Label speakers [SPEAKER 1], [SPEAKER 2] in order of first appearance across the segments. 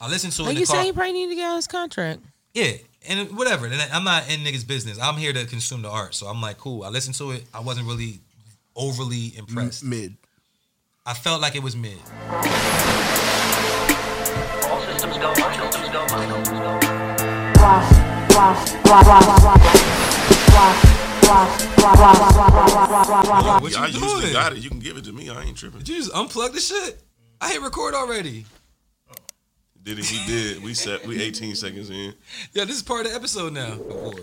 [SPEAKER 1] I listen to it
[SPEAKER 2] Like
[SPEAKER 1] in
[SPEAKER 2] you
[SPEAKER 1] the car.
[SPEAKER 2] said, he probably need to get out his contract.
[SPEAKER 1] Yeah, and whatever. And I'm not in niggas' business. I'm here to consume the art. So I'm like, cool. I listened to it. I wasn't really overly impressed.
[SPEAKER 3] Mid.
[SPEAKER 1] I felt like it was mid.
[SPEAKER 4] All systems go. All systems go. All systems go.
[SPEAKER 1] What
[SPEAKER 5] Yeah, I
[SPEAKER 1] you
[SPEAKER 5] usually
[SPEAKER 1] doing?
[SPEAKER 5] got it. You can give it to me. I ain't tripping.
[SPEAKER 1] Did you just unplug the shit? I hit record already.
[SPEAKER 5] Did it? We did. We set. We 18 seconds in.
[SPEAKER 1] Yeah, this is part of the episode now.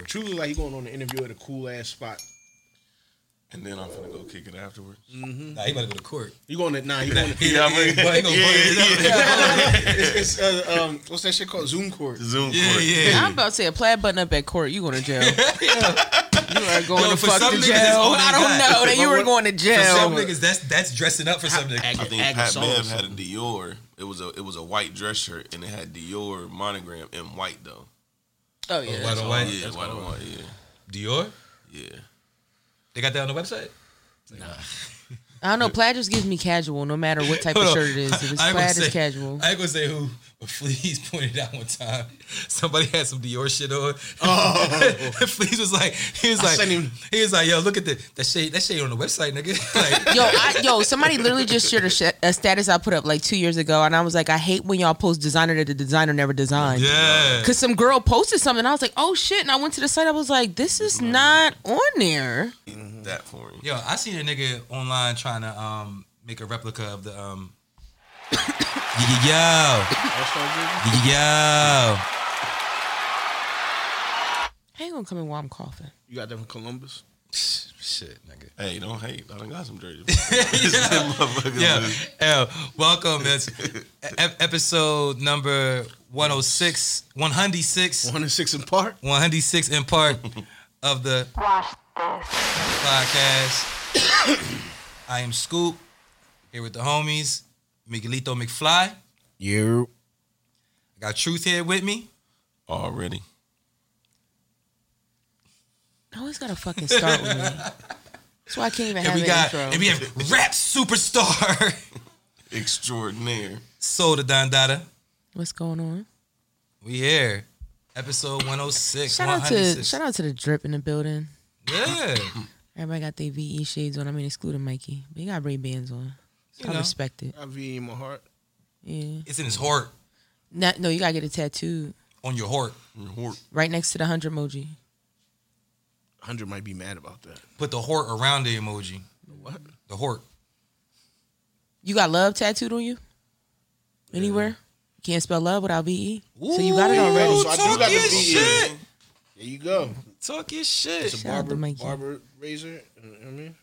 [SPEAKER 3] Truly, like he going on the interview at a cool ass spot.
[SPEAKER 5] And then I'm gonna go kick it afterwards.
[SPEAKER 1] Nah, he about to go to court.
[SPEAKER 3] You going to nah? You going to
[SPEAKER 5] Yeah,
[SPEAKER 1] He gonna- he gonna fuck it up.
[SPEAKER 3] it's, it's uh, um what's that shit called? Zoom court.
[SPEAKER 5] Zoom.
[SPEAKER 1] Yeah,
[SPEAKER 5] court.
[SPEAKER 1] yeah.
[SPEAKER 2] I'm about to say a plaid button up at court. You going to jail? You are going
[SPEAKER 1] Yo,
[SPEAKER 2] to
[SPEAKER 1] for
[SPEAKER 2] fuck
[SPEAKER 1] some
[SPEAKER 2] to
[SPEAKER 1] niggas,
[SPEAKER 2] jail.
[SPEAKER 1] it's all they
[SPEAKER 2] I don't
[SPEAKER 1] got.
[SPEAKER 2] know that you were going to
[SPEAKER 1] For
[SPEAKER 2] jail.
[SPEAKER 1] some niggas, that's that's dressing up for some niggas.
[SPEAKER 5] I think Pat Bev had a Dior. It was a it was a white dress shirt and it had Dior monogram in white though.
[SPEAKER 2] Oh yeah.
[SPEAKER 1] White
[SPEAKER 2] that's
[SPEAKER 1] on
[SPEAKER 2] all.
[SPEAKER 1] white.
[SPEAKER 5] yeah, white on white. Yeah,
[SPEAKER 1] Dior.
[SPEAKER 5] yeah.
[SPEAKER 1] They got that on the website.
[SPEAKER 2] I don't know. Plaid just gives me casual, no matter what type of
[SPEAKER 1] Hold on.
[SPEAKER 2] shirt it is. If it's
[SPEAKER 1] I ain't gonna
[SPEAKER 2] plaid, it's
[SPEAKER 1] say-
[SPEAKER 2] casual.
[SPEAKER 1] I ain't gonna say who, but Fleas pointed out one time somebody had some Dior shit on. Fleas was like, he was like,
[SPEAKER 3] sent him-
[SPEAKER 1] he was like, yo, look at the that shade, that shade on the website, nigga. Like,
[SPEAKER 2] Yo, I, yo, somebody literally just shared a, sh- a status I put up like two years ago, and I was like, I hate when y'all post designer that the designer never designed.
[SPEAKER 1] yeah.
[SPEAKER 2] Cause some girl posted something, I was like, oh shit, and I went to the site, I was like, this is not on there.
[SPEAKER 5] That for him.
[SPEAKER 1] Yo, I seen a nigga online trying to um make a replica of the um. yo, yo, yo, yo.
[SPEAKER 2] I ain't gonna come in while I'm coughing.
[SPEAKER 3] You got that from Columbus.
[SPEAKER 1] Shit, nigga.
[SPEAKER 5] Hey, don't hate. I done got some dirty.
[SPEAKER 1] Yeah, yeah. Welcome. That's e- episode number 106, 106,
[SPEAKER 3] 106 in part.
[SPEAKER 1] 106 in part of the podcast. I am Scoop here with the homies, Miguelito McFly. I
[SPEAKER 3] You.
[SPEAKER 1] got Truth here with me.
[SPEAKER 5] Already.
[SPEAKER 2] I always gotta fucking start with me. That's why I can't even
[SPEAKER 1] And
[SPEAKER 2] have
[SPEAKER 1] we
[SPEAKER 2] an
[SPEAKER 1] got
[SPEAKER 2] intro.
[SPEAKER 1] and we have rap superstar
[SPEAKER 5] Extraordinaire.
[SPEAKER 1] Soda Dondada.
[SPEAKER 2] What's going on?
[SPEAKER 1] We here. Episode 106.
[SPEAKER 2] Shout out to
[SPEAKER 1] 106.
[SPEAKER 2] shout out to the drip in the building.
[SPEAKER 1] Yeah.
[SPEAKER 2] Everybody got their VE shades on. I mean, excluding Mikey, but he got Ray Bans on.
[SPEAKER 1] You
[SPEAKER 2] I
[SPEAKER 1] know.
[SPEAKER 2] respect it.
[SPEAKER 3] I V in my heart.
[SPEAKER 2] Yeah.
[SPEAKER 1] It's in his heart.
[SPEAKER 2] Not, no, you gotta get a tattoo
[SPEAKER 1] On your heart.
[SPEAKER 5] Hort.
[SPEAKER 2] right next to the hundred emoji.
[SPEAKER 3] 100 might be mad about that.
[SPEAKER 1] Put the heart around the emoji.
[SPEAKER 3] What?
[SPEAKER 1] The heart.
[SPEAKER 2] You got love tattooed on you? Anywhere? Can't spell love without VE. So you got it
[SPEAKER 1] Ooh,
[SPEAKER 2] already.
[SPEAKER 3] So I do
[SPEAKER 1] talk
[SPEAKER 3] got the
[SPEAKER 1] your
[SPEAKER 3] VE.
[SPEAKER 1] shit.
[SPEAKER 3] There you go.
[SPEAKER 1] Talk your shit.
[SPEAKER 3] It's a
[SPEAKER 2] Shout out to
[SPEAKER 3] barber,
[SPEAKER 2] Mikey.
[SPEAKER 3] barber razor. You know what I mean?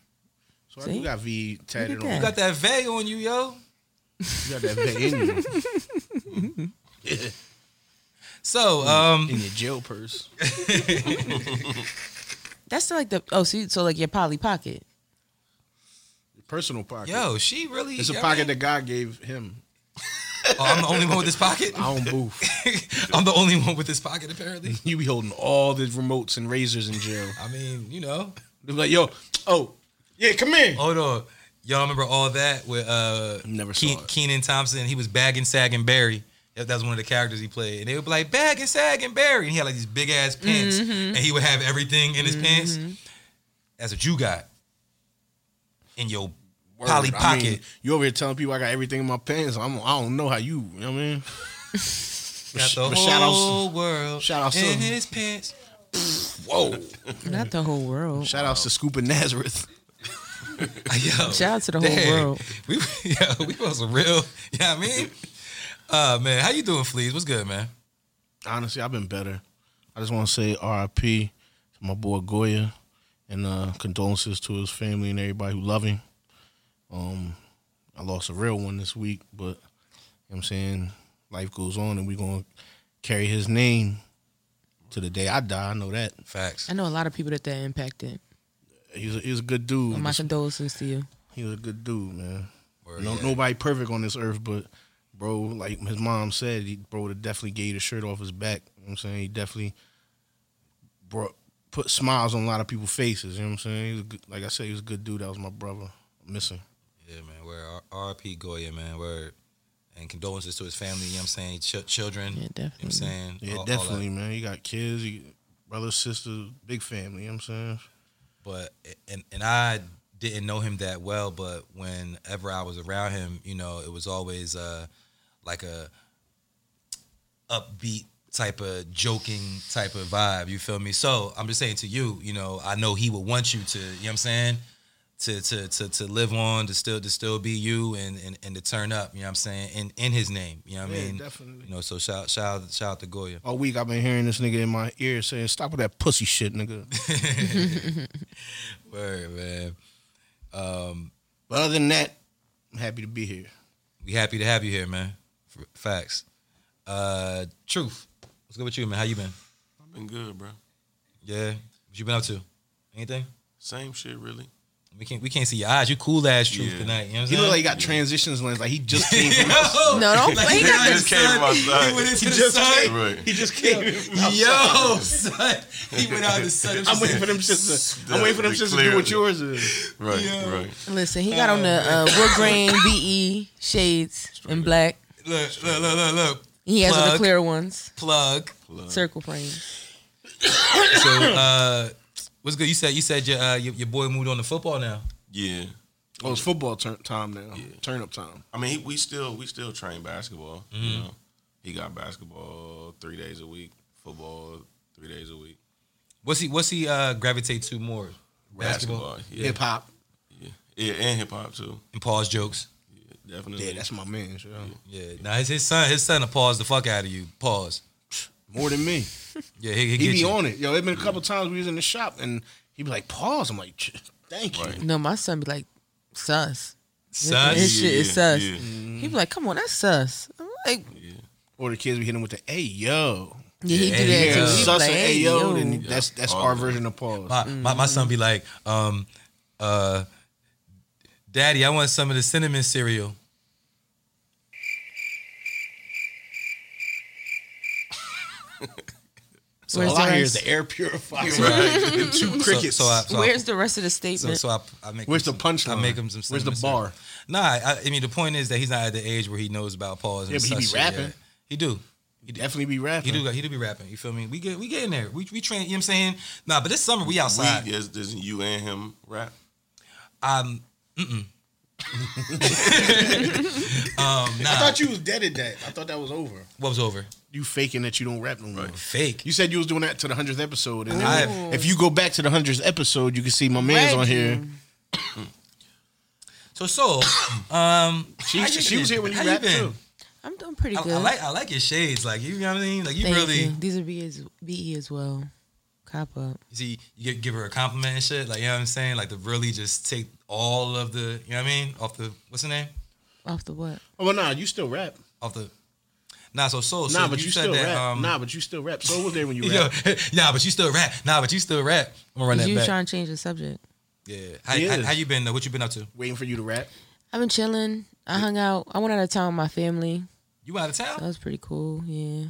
[SPEAKER 3] So I
[SPEAKER 2] See?
[SPEAKER 3] do got V tatted
[SPEAKER 2] at
[SPEAKER 3] on.
[SPEAKER 2] that.
[SPEAKER 1] You got that vague on you, yo.
[SPEAKER 3] You got that V in you.
[SPEAKER 1] So, um,
[SPEAKER 3] In your jail purse.
[SPEAKER 2] That's like the oh, so, you, so like your Polly Pocket.
[SPEAKER 3] Your personal pocket.
[SPEAKER 1] yo, she really.
[SPEAKER 3] It's a
[SPEAKER 1] y'all
[SPEAKER 3] pocket
[SPEAKER 1] ain't-
[SPEAKER 3] that God gave him.
[SPEAKER 1] Oh, I'm the only one with this pocket.
[SPEAKER 3] I own booth.
[SPEAKER 1] I'm the only one with this pocket, apparently.
[SPEAKER 3] you be holding all the remotes and razors in jail.
[SPEAKER 1] I mean, you know.
[SPEAKER 3] They be like, yo, oh, yeah, come in.
[SPEAKER 1] Hold on. Y'all remember all that with uh
[SPEAKER 3] Never saw
[SPEAKER 1] Ke-
[SPEAKER 3] it.
[SPEAKER 1] Keenan Thompson? He was bagging sagging Barry. That that was one of the characters he played. And they would be like, bagging sagging Barry. And he had like these big ass pants. And he would have everything in his pants. That's what you got. In your
[SPEAKER 3] Word.
[SPEAKER 1] Polly
[SPEAKER 3] I
[SPEAKER 1] Pocket.
[SPEAKER 3] mean, you over here telling people I got everything in my pants. I'm, I don't know how you, you know what I mean?
[SPEAKER 1] got the
[SPEAKER 3] but shout outs-
[SPEAKER 1] whole world
[SPEAKER 3] shout outs
[SPEAKER 1] in
[SPEAKER 3] to-
[SPEAKER 1] his pants.
[SPEAKER 3] Whoa.
[SPEAKER 2] Not the whole world.
[SPEAKER 3] Shout outs to Scoop and Nazareth.
[SPEAKER 1] Yo,
[SPEAKER 2] Shout out to the whole
[SPEAKER 1] dang.
[SPEAKER 2] world.
[SPEAKER 1] We yo, we was real. Yeah, I mean, uh man, how you doing, Fleas? What's good, man?
[SPEAKER 3] Honestly, I've been better. I just want to say RIP to my boy Goya and uh, condolences to his family and everybody who love him. Um, I lost a real one this week, but you know what I'm saying life goes on and we're going to carry his name to the day I die. I know that.
[SPEAKER 1] Facts.
[SPEAKER 2] I know a lot of people that that impacted.
[SPEAKER 3] He's a, he's a good dude.
[SPEAKER 2] My condolences to you.
[SPEAKER 3] He was a good dude, man.
[SPEAKER 1] Word,
[SPEAKER 3] no,
[SPEAKER 1] yeah.
[SPEAKER 3] Nobody perfect on this earth, but bro, like his mom said, he, bro would have definitely gave the shirt off his back. You know what I'm saying? He definitely brought, put smiles on a lot of people's faces. You know what I'm saying? He was a good, like I said, he was a good dude. That was my brother. I miss him.
[SPEAKER 1] Yeah, man. Word. R- R.P. Goya, man. Word. and condolences to his family. You know what I'm saying? Ch- children. You
[SPEAKER 2] Yeah,
[SPEAKER 1] know what I'm
[SPEAKER 2] definitely.
[SPEAKER 1] saying?
[SPEAKER 3] Yeah,
[SPEAKER 1] All- all that.
[SPEAKER 3] definitely, man. You got kids, you brothers, sisters, big family. You know what I'm saying?
[SPEAKER 1] but and and I didn't know him that well, but whenever I was around him, you know, it was always uh like a upbeat type of joking type of vibe, you feel me? So I'm just saying to you, you know, I know he would want you to, you know what I'm saying? To to to to live on, to still to still be you and and, and to turn up, you know what I'm saying, in in his name. You know what I
[SPEAKER 3] Yeah,
[SPEAKER 1] mean?
[SPEAKER 3] definitely.
[SPEAKER 1] You know, so shout shout shout out to Goya.
[SPEAKER 3] All week I've been hearing this nigga in my ear saying, "Stop with that pussy shit, nigga."
[SPEAKER 1] Word, man.
[SPEAKER 3] But other than that, I'm happy to be here.
[SPEAKER 1] We happy to have you here, man. F- Facts. Uh, truth. What's good with you, man? How you been?
[SPEAKER 5] I've been good, bro.
[SPEAKER 1] Yeah. What you been up to? Anything?
[SPEAKER 5] Same shit, really.
[SPEAKER 1] We can't. We can't see your eyes. You cool ass truth
[SPEAKER 5] Yeah.
[SPEAKER 1] tonight. You know what I'm
[SPEAKER 3] He
[SPEAKER 1] saying?
[SPEAKER 3] look like he got transitions lens, like he just came from
[SPEAKER 1] Yo!
[SPEAKER 2] No, don't play. He got
[SPEAKER 5] He just came from outside.
[SPEAKER 1] He went into
[SPEAKER 5] He
[SPEAKER 1] the
[SPEAKER 5] just
[SPEAKER 1] sun.
[SPEAKER 5] came- Right.
[SPEAKER 1] He just came. Yo, son. He went out in the sun.
[SPEAKER 3] I'm waiting for them shits. To, I'm waiting for them shits to do what yours is.
[SPEAKER 5] Right,
[SPEAKER 1] Yeah.
[SPEAKER 5] right.
[SPEAKER 2] Listen, he got on the uh, wood grain BE shades in black.
[SPEAKER 1] Look, look, look, look, look.
[SPEAKER 2] He has on the
[SPEAKER 1] Plug.
[SPEAKER 2] clear ones,
[SPEAKER 1] Plug.
[SPEAKER 2] circle frames.
[SPEAKER 1] So, uh, what's good? You said you said your uh, your, your boy moved on to football now.
[SPEAKER 5] Yeah.
[SPEAKER 3] Oh, it's football turn, time now. Turn up time.
[SPEAKER 5] I mean, he, we still we still train basketball. You know, he got basketball three days a week, football three days a week,
[SPEAKER 1] What's he? What's he uh, gravitate to more?
[SPEAKER 5] basketball, yeah,
[SPEAKER 3] Hip hop.
[SPEAKER 5] yeah, yeah, and hip hop too.
[SPEAKER 1] and pause jokes.
[SPEAKER 5] Yeah, definitely.
[SPEAKER 3] Yeah, that's my man. yo.
[SPEAKER 1] Yeah, now his, his son, his son, will pause the fuck out of you. Pause.
[SPEAKER 3] More than me.
[SPEAKER 1] Yeah, he, he,
[SPEAKER 3] He
[SPEAKER 1] get
[SPEAKER 3] be
[SPEAKER 1] you.
[SPEAKER 3] on it. Yo, it been a couple times we was in the shop and he be like, pause. I'm like, "Ch- thank you.
[SPEAKER 5] Right.
[SPEAKER 2] No, my son be like, sus.
[SPEAKER 1] Son,
[SPEAKER 2] His
[SPEAKER 5] Yeah,
[SPEAKER 2] shit is
[SPEAKER 5] yeah,
[SPEAKER 2] sus.
[SPEAKER 5] yeah.
[SPEAKER 2] He be like, come on, that's sus. I'm like,
[SPEAKER 3] Or the kids be hitting with the, hey, yo.
[SPEAKER 2] yeah, he do
[SPEAKER 1] Yeah,
[SPEAKER 2] that too.
[SPEAKER 1] yeah.
[SPEAKER 2] He be
[SPEAKER 3] Sus
[SPEAKER 2] like,
[SPEAKER 3] and hey, yo. Then
[SPEAKER 2] yo.
[SPEAKER 3] that's that's
[SPEAKER 5] All
[SPEAKER 3] our
[SPEAKER 5] the-
[SPEAKER 3] version of pause.
[SPEAKER 1] my, my my son be like, um, uh, Daddy, I want some of the cinnamon cereal.
[SPEAKER 3] So
[SPEAKER 2] Where's
[SPEAKER 3] all
[SPEAKER 2] the
[SPEAKER 3] I hear is
[SPEAKER 2] rest?
[SPEAKER 3] the air purifier.
[SPEAKER 5] Right.
[SPEAKER 3] and two crickets.
[SPEAKER 1] So, so I, so I-
[SPEAKER 2] Where's the rest of the
[SPEAKER 1] so,
[SPEAKER 2] statement?
[SPEAKER 1] so I, I make
[SPEAKER 3] Where's the
[SPEAKER 1] him
[SPEAKER 3] punchline?
[SPEAKER 1] I make him some
[SPEAKER 3] Where's the
[SPEAKER 1] cinnamon
[SPEAKER 3] bar?
[SPEAKER 1] some- Nah, I, I mean the point is that he's not at the age where he knows about pause. And
[SPEAKER 3] Yeah, but he
[SPEAKER 1] such
[SPEAKER 3] be
[SPEAKER 1] shit
[SPEAKER 3] rapping.
[SPEAKER 1] yet. He do.
[SPEAKER 3] You definitely be
[SPEAKER 1] He
[SPEAKER 3] rapping.
[SPEAKER 1] do. He do be rapping. You feel me? We get we get in there. We we train. You know what I'm saying? Nah, but this summer we outside.
[SPEAKER 5] We, yes, doesn't you and him rap?
[SPEAKER 1] Um, mm-mm. um, nah.
[SPEAKER 3] I thought you was dead at that. I thought that was over.
[SPEAKER 1] what was over?
[SPEAKER 3] You faking that you don't rap no more.
[SPEAKER 1] Fake.
[SPEAKER 3] You said you was doing that to the hundredth episode, and then
[SPEAKER 1] I've-
[SPEAKER 3] if you go back to the hundredth episode, you can see my man's on here.
[SPEAKER 1] So so, um,
[SPEAKER 3] She,
[SPEAKER 1] How you
[SPEAKER 3] she
[SPEAKER 1] been?
[SPEAKER 3] was here when you
[SPEAKER 1] How you
[SPEAKER 3] rapped
[SPEAKER 1] been?
[SPEAKER 3] too.
[SPEAKER 2] I'm doing pretty
[SPEAKER 1] I,
[SPEAKER 2] good.
[SPEAKER 1] I like I like your shades. Like you know what I mean. Like you
[SPEAKER 2] Thank
[SPEAKER 1] really
[SPEAKER 2] you. These are BE as, BE as well. Cop up.
[SPEAKER 1] you see you give, give her a compliment and shit. Like you know what I'm saying. Like to really just take all of the you know what I mean off the what's the name
[SPEAKER 2] Off the what?
[SPEAKER 3] Oh, well, nah, you still rap.
[SPEAKER 1] off the. Nah, so so so
[SPEAKER 3] nah, but you,
[SPEAKER 1] said
[SPEAKER 3] still
[SPEAKER 1] that.
[SPEAKER 3] rap.
[SPEAKER 1] Um,
[SPEAKER 3] nah, but you still rap. So was there when you
[SPEAKER 1] yo,
[SPEAKER 3] rap.
[SPEAKER 1] nah, but you still rap. Nah, but you still rap. I'm gonna run
[SPEAKER 2] 'Cause
[SPEAKER 1] that
[SPEAKER 2] You
[SPEAKER 1] back.
[SPEAKER 2] trying to change the subject.
[SPEAKER 1] yeah. How,
[SPEAKER 3] He
[SPEAKER 1] how,
[SPEAKER 3] is.
[SPEAKER 1] how you been though? What you been up to?
[SPEAKER 3] Waiting for you to rap.
[SPEAKER 2] I've been chilling. I hung out. I went out of town with my family.
[SPEAKER 1] You out of town?
[SPEAKER 2] That was pretty cool. Yeah.
[SPEAKER 1] You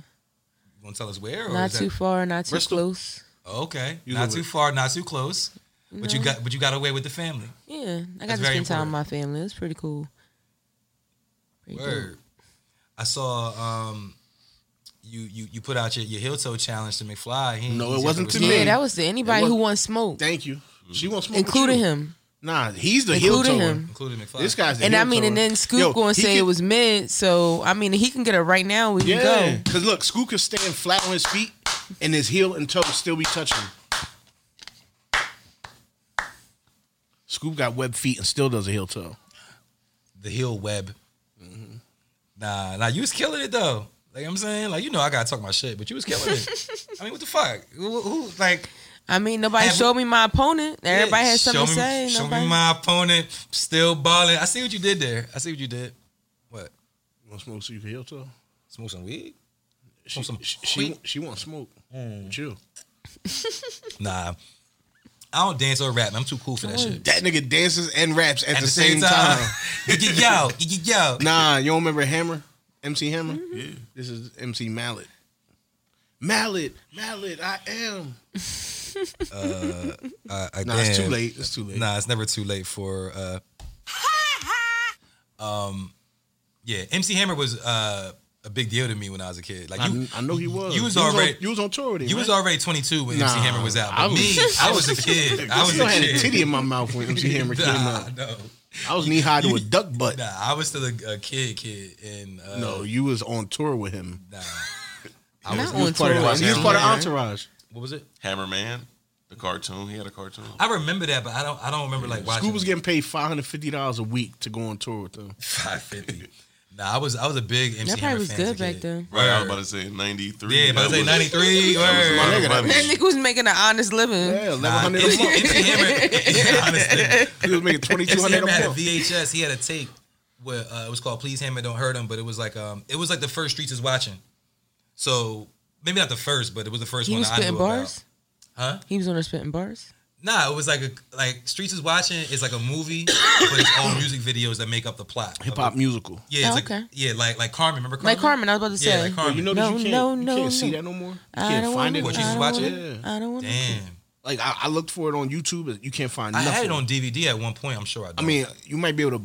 [SPEAKER 1] gonna tell us where? Or
[SPEAKER 2] Not
[SPEAKER 1] is that-
[SPEAKER 2] too far, not too
[SPEAKER 3] Bristol?
[SPEAKER 2] close.
[SPEAKER 1] Okay,
[SPEAKER 3] You
[SPEAKER 1] not
[SPEAKER 3] live
[SPEAKER 1] too
[SPEAKER 3] with-
[SPEAKER 1] far, not too close. But you
[SPEAKER 2] No.
[SPEAKER 1] got, but you got away with the family.
[SPEAKER 2] Yeah. I got
[SPEAKER 1] That's
[SPEAKER 2] to
[SPEAKER 1] very
[SPEAKER 2] spend time with my family. It was pretty cool. Pretty dope.
[SPEAKER 1] Word. I saw um, you you you put out your, your heel toe challenge to McFly. He,
[SPEAKER 3] No, it
[SPEAKER 1] he's
[SPEAKER 3] wasn't
[SPEAKER 1] got
[SPEAKER 3] to
[SPEAKER 1] the-
[SPEAKER 3] me.
[SPEAKER 2] Yeah, that was to anybody
[SPEAKER 3] was-
[SPEAKER 2] who wants smoke,
[SPEAKER 3] Thank you. She wants smoke, with
[SPEAKER 2] including
[SPEAKER 3] you.
[SPEAKER 2] him.
[SPEAKER 3] Nah, he's the heel
[SPEAKER 2] Including
[SPEAKER 3] toer.
[SPEAKER 2] him.
[SPEAKER 1] including McFly.
[SPEAKER 3] This guy's the
[SPEAKER 2] And I
[SPEAKER 3] heel
[SPEAKER 2] mean, and
[SPEAKER 3] toer.
[SPEAKER 2] then Scoop
[SPEAKER 3] Yo,
[SPEAKER 2] going to
[SPEAKER 3] he
[SPEAKER 2] say
[SPEAKER 3] can-
[SPEAKER 2] it was mid. So, I mean, he can get it right now. We can
[SPEAKER 3] Yeah,
[SPEAKER 2] go.
[SPEAKER 3] because look, Scoop can stand flat on his feet, and his heel and toe still be touching. Scoop got web feet and still does a heel toe.
[SPEAKER 1] the heel web.
[SPEAKER 3] Mm-hmm.
[SPEAKER 1] Nah, nah, you was killing it though. Like I'm saying, like you know, I gotta talk my shit, but you was killing it. I mean, what the fuck? Who, who like?
[SPEAKER 2] I mean, nobody
[SPEAKER 1] Have-
[SPEAKER 2] showed me my opponent. Everybody
[SPEAKER 1] yeah,
[SPEAKER 2] had
[SPEAKER 1] show
[SPEAKER 2] something to
[SPEAKER 1] me,
[SPEAKER 2] say.
[SPEAKER 1] Show
[SPEAKER 2] Nobody-
[SPEAKER 1] me my opponent still balling. I see what you did there. I see what you did. What?
[SPEAKER 3] You want smoke so you can heel toe?
[SPEAKER 1] Smoke some weed?
[SPEAKER 3] She,
[SPEAKER 1] Want some
[SPEAKER 3] she, she,
[SPEAKER 1] wheat?
[SPEAKER 3] she wants smoke. Chill.
[SPEAKER 1] Nah. I don't dance or rap. I'm too cool for that shit.
[SPEAKER 3] That nigga dances and raps at,
[SPEAKER 1] At
[SPEAKER 3] the, same, time.
[SPEAKER 1] yo, yo.
[SPEAKER 3] Nah, you don't remember Hammer? MC Hammer?
[SPEAKER 5] Yeah.
[SPEAKER 3] This is MC Mallet. Mallet, Mallet, I am.
[SPEAKER 1] Uh,
[SPEAKER 3] Nah, it's too late. It's too late.
[SPEAKER 1] Nah, it's never too late for. Uh, um, Yeah, MC Hammer was uh, a big deal to me when I was a kid. Like you,
[SPEAKER 3] I, I know he was.
[SPEAKER 1] You was
[SPEAKER 3] on-
[SPEAKER 1] already-
[SPEAKER 3] you was on tour with him.
[SPEAKER 1] you was already 22 when MC
[SPEAKER 3] Nah,
[SPEAKER 1] Hammer was out. But
[SPEAKER 3] I was-
[SPEAKER 1] me, I was a kid. I was
[SPEAKER 3] still
[SPEAKER 1] a
[SPEAKER 3] had
[SPEAKER 1] kid.
[SPEAKER 3] a titty in my mouth when MC Hammer came
[SPEAKER 1] nah,
[SPEAKER 3] out.
[SPEAKER 1] no,
[SPEAKER 3] I was knee high to
[SPEAKER 1] you-
[SPEAKER 3] a duck butt.
[SPEAKER 1] nah, I was still a, a kid, kid, and uh,
[SPEAKER 3] No, you was on tour with him.
[SPEAKER 1] nah.
[SPEAKER 2] I
[SPEAKER 3] You
[SPEAKER 2] not
[SPEAKER 3] was
[SPEAKER 2] on
[SPEAKER 3] part
[SPEAKER 2] tour.
[SPEAKER 3] of-
[SPEAKER 5] with
[SPEAKER 3] You was part of
[SPEAKER 5] him.
[SPEAKER 3] Entourage.
[SPEAKER 1] What was it?
[SPEAKER 5] Hammerman, the cartoon. He had a cartoon.
[SPEAKER 1] I remember that, but I don't. I don't remember like watching.
[SPEAKER 3] Scoop was getting paid five hundred fifty dollars a week to go on tour with them.
[SPEAKER 1] five fifty. Nah, I was. I was a big MC
[SPEAKER 2] That
[SPEAKER 1] Hammer
[SPEAKER 2] probably was
[SPEAKER 1] fan as a
[SPEAKER 2] good back
[SPEAKER 1] kid.
[SPEAKER 2] then.
[SPEAKER 5] Right, I was about to say '93.
[SPEAKER 1] Yeah, but I was like 93.
[SPEAKER 5] was
[SPEAKER 1] word.
[SPEAKER 5] a lot of
[SPEAKER 3] Nigga, that-
[SPEAKER 5] money.
[SPEAKER 2] That nigga was making an honest living.
[SPEAKER 3] Yeah, eleven
[SPEAKER 1] Nah,
[SPEAKER 3] hundred
[SPEAKER 1] MC
[SPEAKER 3] a month.
[SPEAKER 1] MC Hammer, honestly,
[SPEAKER 3] He was making twenty two
[SPEAKER 1] MC
[SPEAKER 3] hundred a
[SPEAKER 1] Hammer had a
[SPEAKER 3] month.
[SPEAKER 1] VHS. He had a tape where uh, it was called "Please Hammer Don't Hurt Him," but it was like um, it was like the first Streets is watching. So maybe not the first, but it was the first
[SPEAKER 2] He
[SPEAKER 1] one
[SPEAKER 2] was
[SPEAKER 1] that I
[SPEAKER 2] spitting
[SPEAKER 1] knew
[SPEAKER 2] bars.
[SPEAKER 1] about. Huh?
[SPEAKER 2] He was on there spitting bars.
[SPEAKER 1] Nah, it was like a like Streets is watching is like a movie, but it's all music videos that make up the plot. of
[SPEAKER 3] Hip hop
[SPEAKER 1] the-
[SPEAKER 3] musical.
[SPEAKER 1] Yeah, it's
[SPEAKER 2] Oh,
[SPEAKER 1] like,
[SPEAKER 2] okay.
[SPEAKER 1] Yeah, like like Carmen. Remember Carmen?
[SPEAKER 2] Like Carmen, I was about to say.
[SPEAKER 1] Yeah, like Carmen.
[SPEAKER 3] Oh, You know
[SPEAKER 2] No,
[SPEAKER 3] that you can't,
[SPEAKER 2] no,
[SPEAKER 3] you
[SPEAKER 2] no,
[SPEAKER 3] can't see
[SPEAKER 2] no.
[SPEAKER 3] that no more. You
[SPEAKER 2] I
[SPEAKER 3] can't
[SPEAKER 2] don't
[SPEAKER 3] find
[SPEAKER 2] wanna-
[SPEAKER 3] it.
[SPEAKER 1] What, you
[SPEAKER 2] I
[SPEAKER 1] just
[SPEAKER 2] don't
[SPEAKER 1] watch
[SPEAKER 2] wanna-
[SPEAKER 3] it?
[SPEAKER 2] I don't want
[SPEAKER 1] Damn,
[SPEAKER 3] Like I, I looked for it on YouTube, but you can't find.
[SPEAKER 1] I
[SPEAKER 3] nothing.
[SPEAKER 1] had it on DVD at one point. I'm sure I. Don't.
[SPEAKER 3] I mean, you might be able to.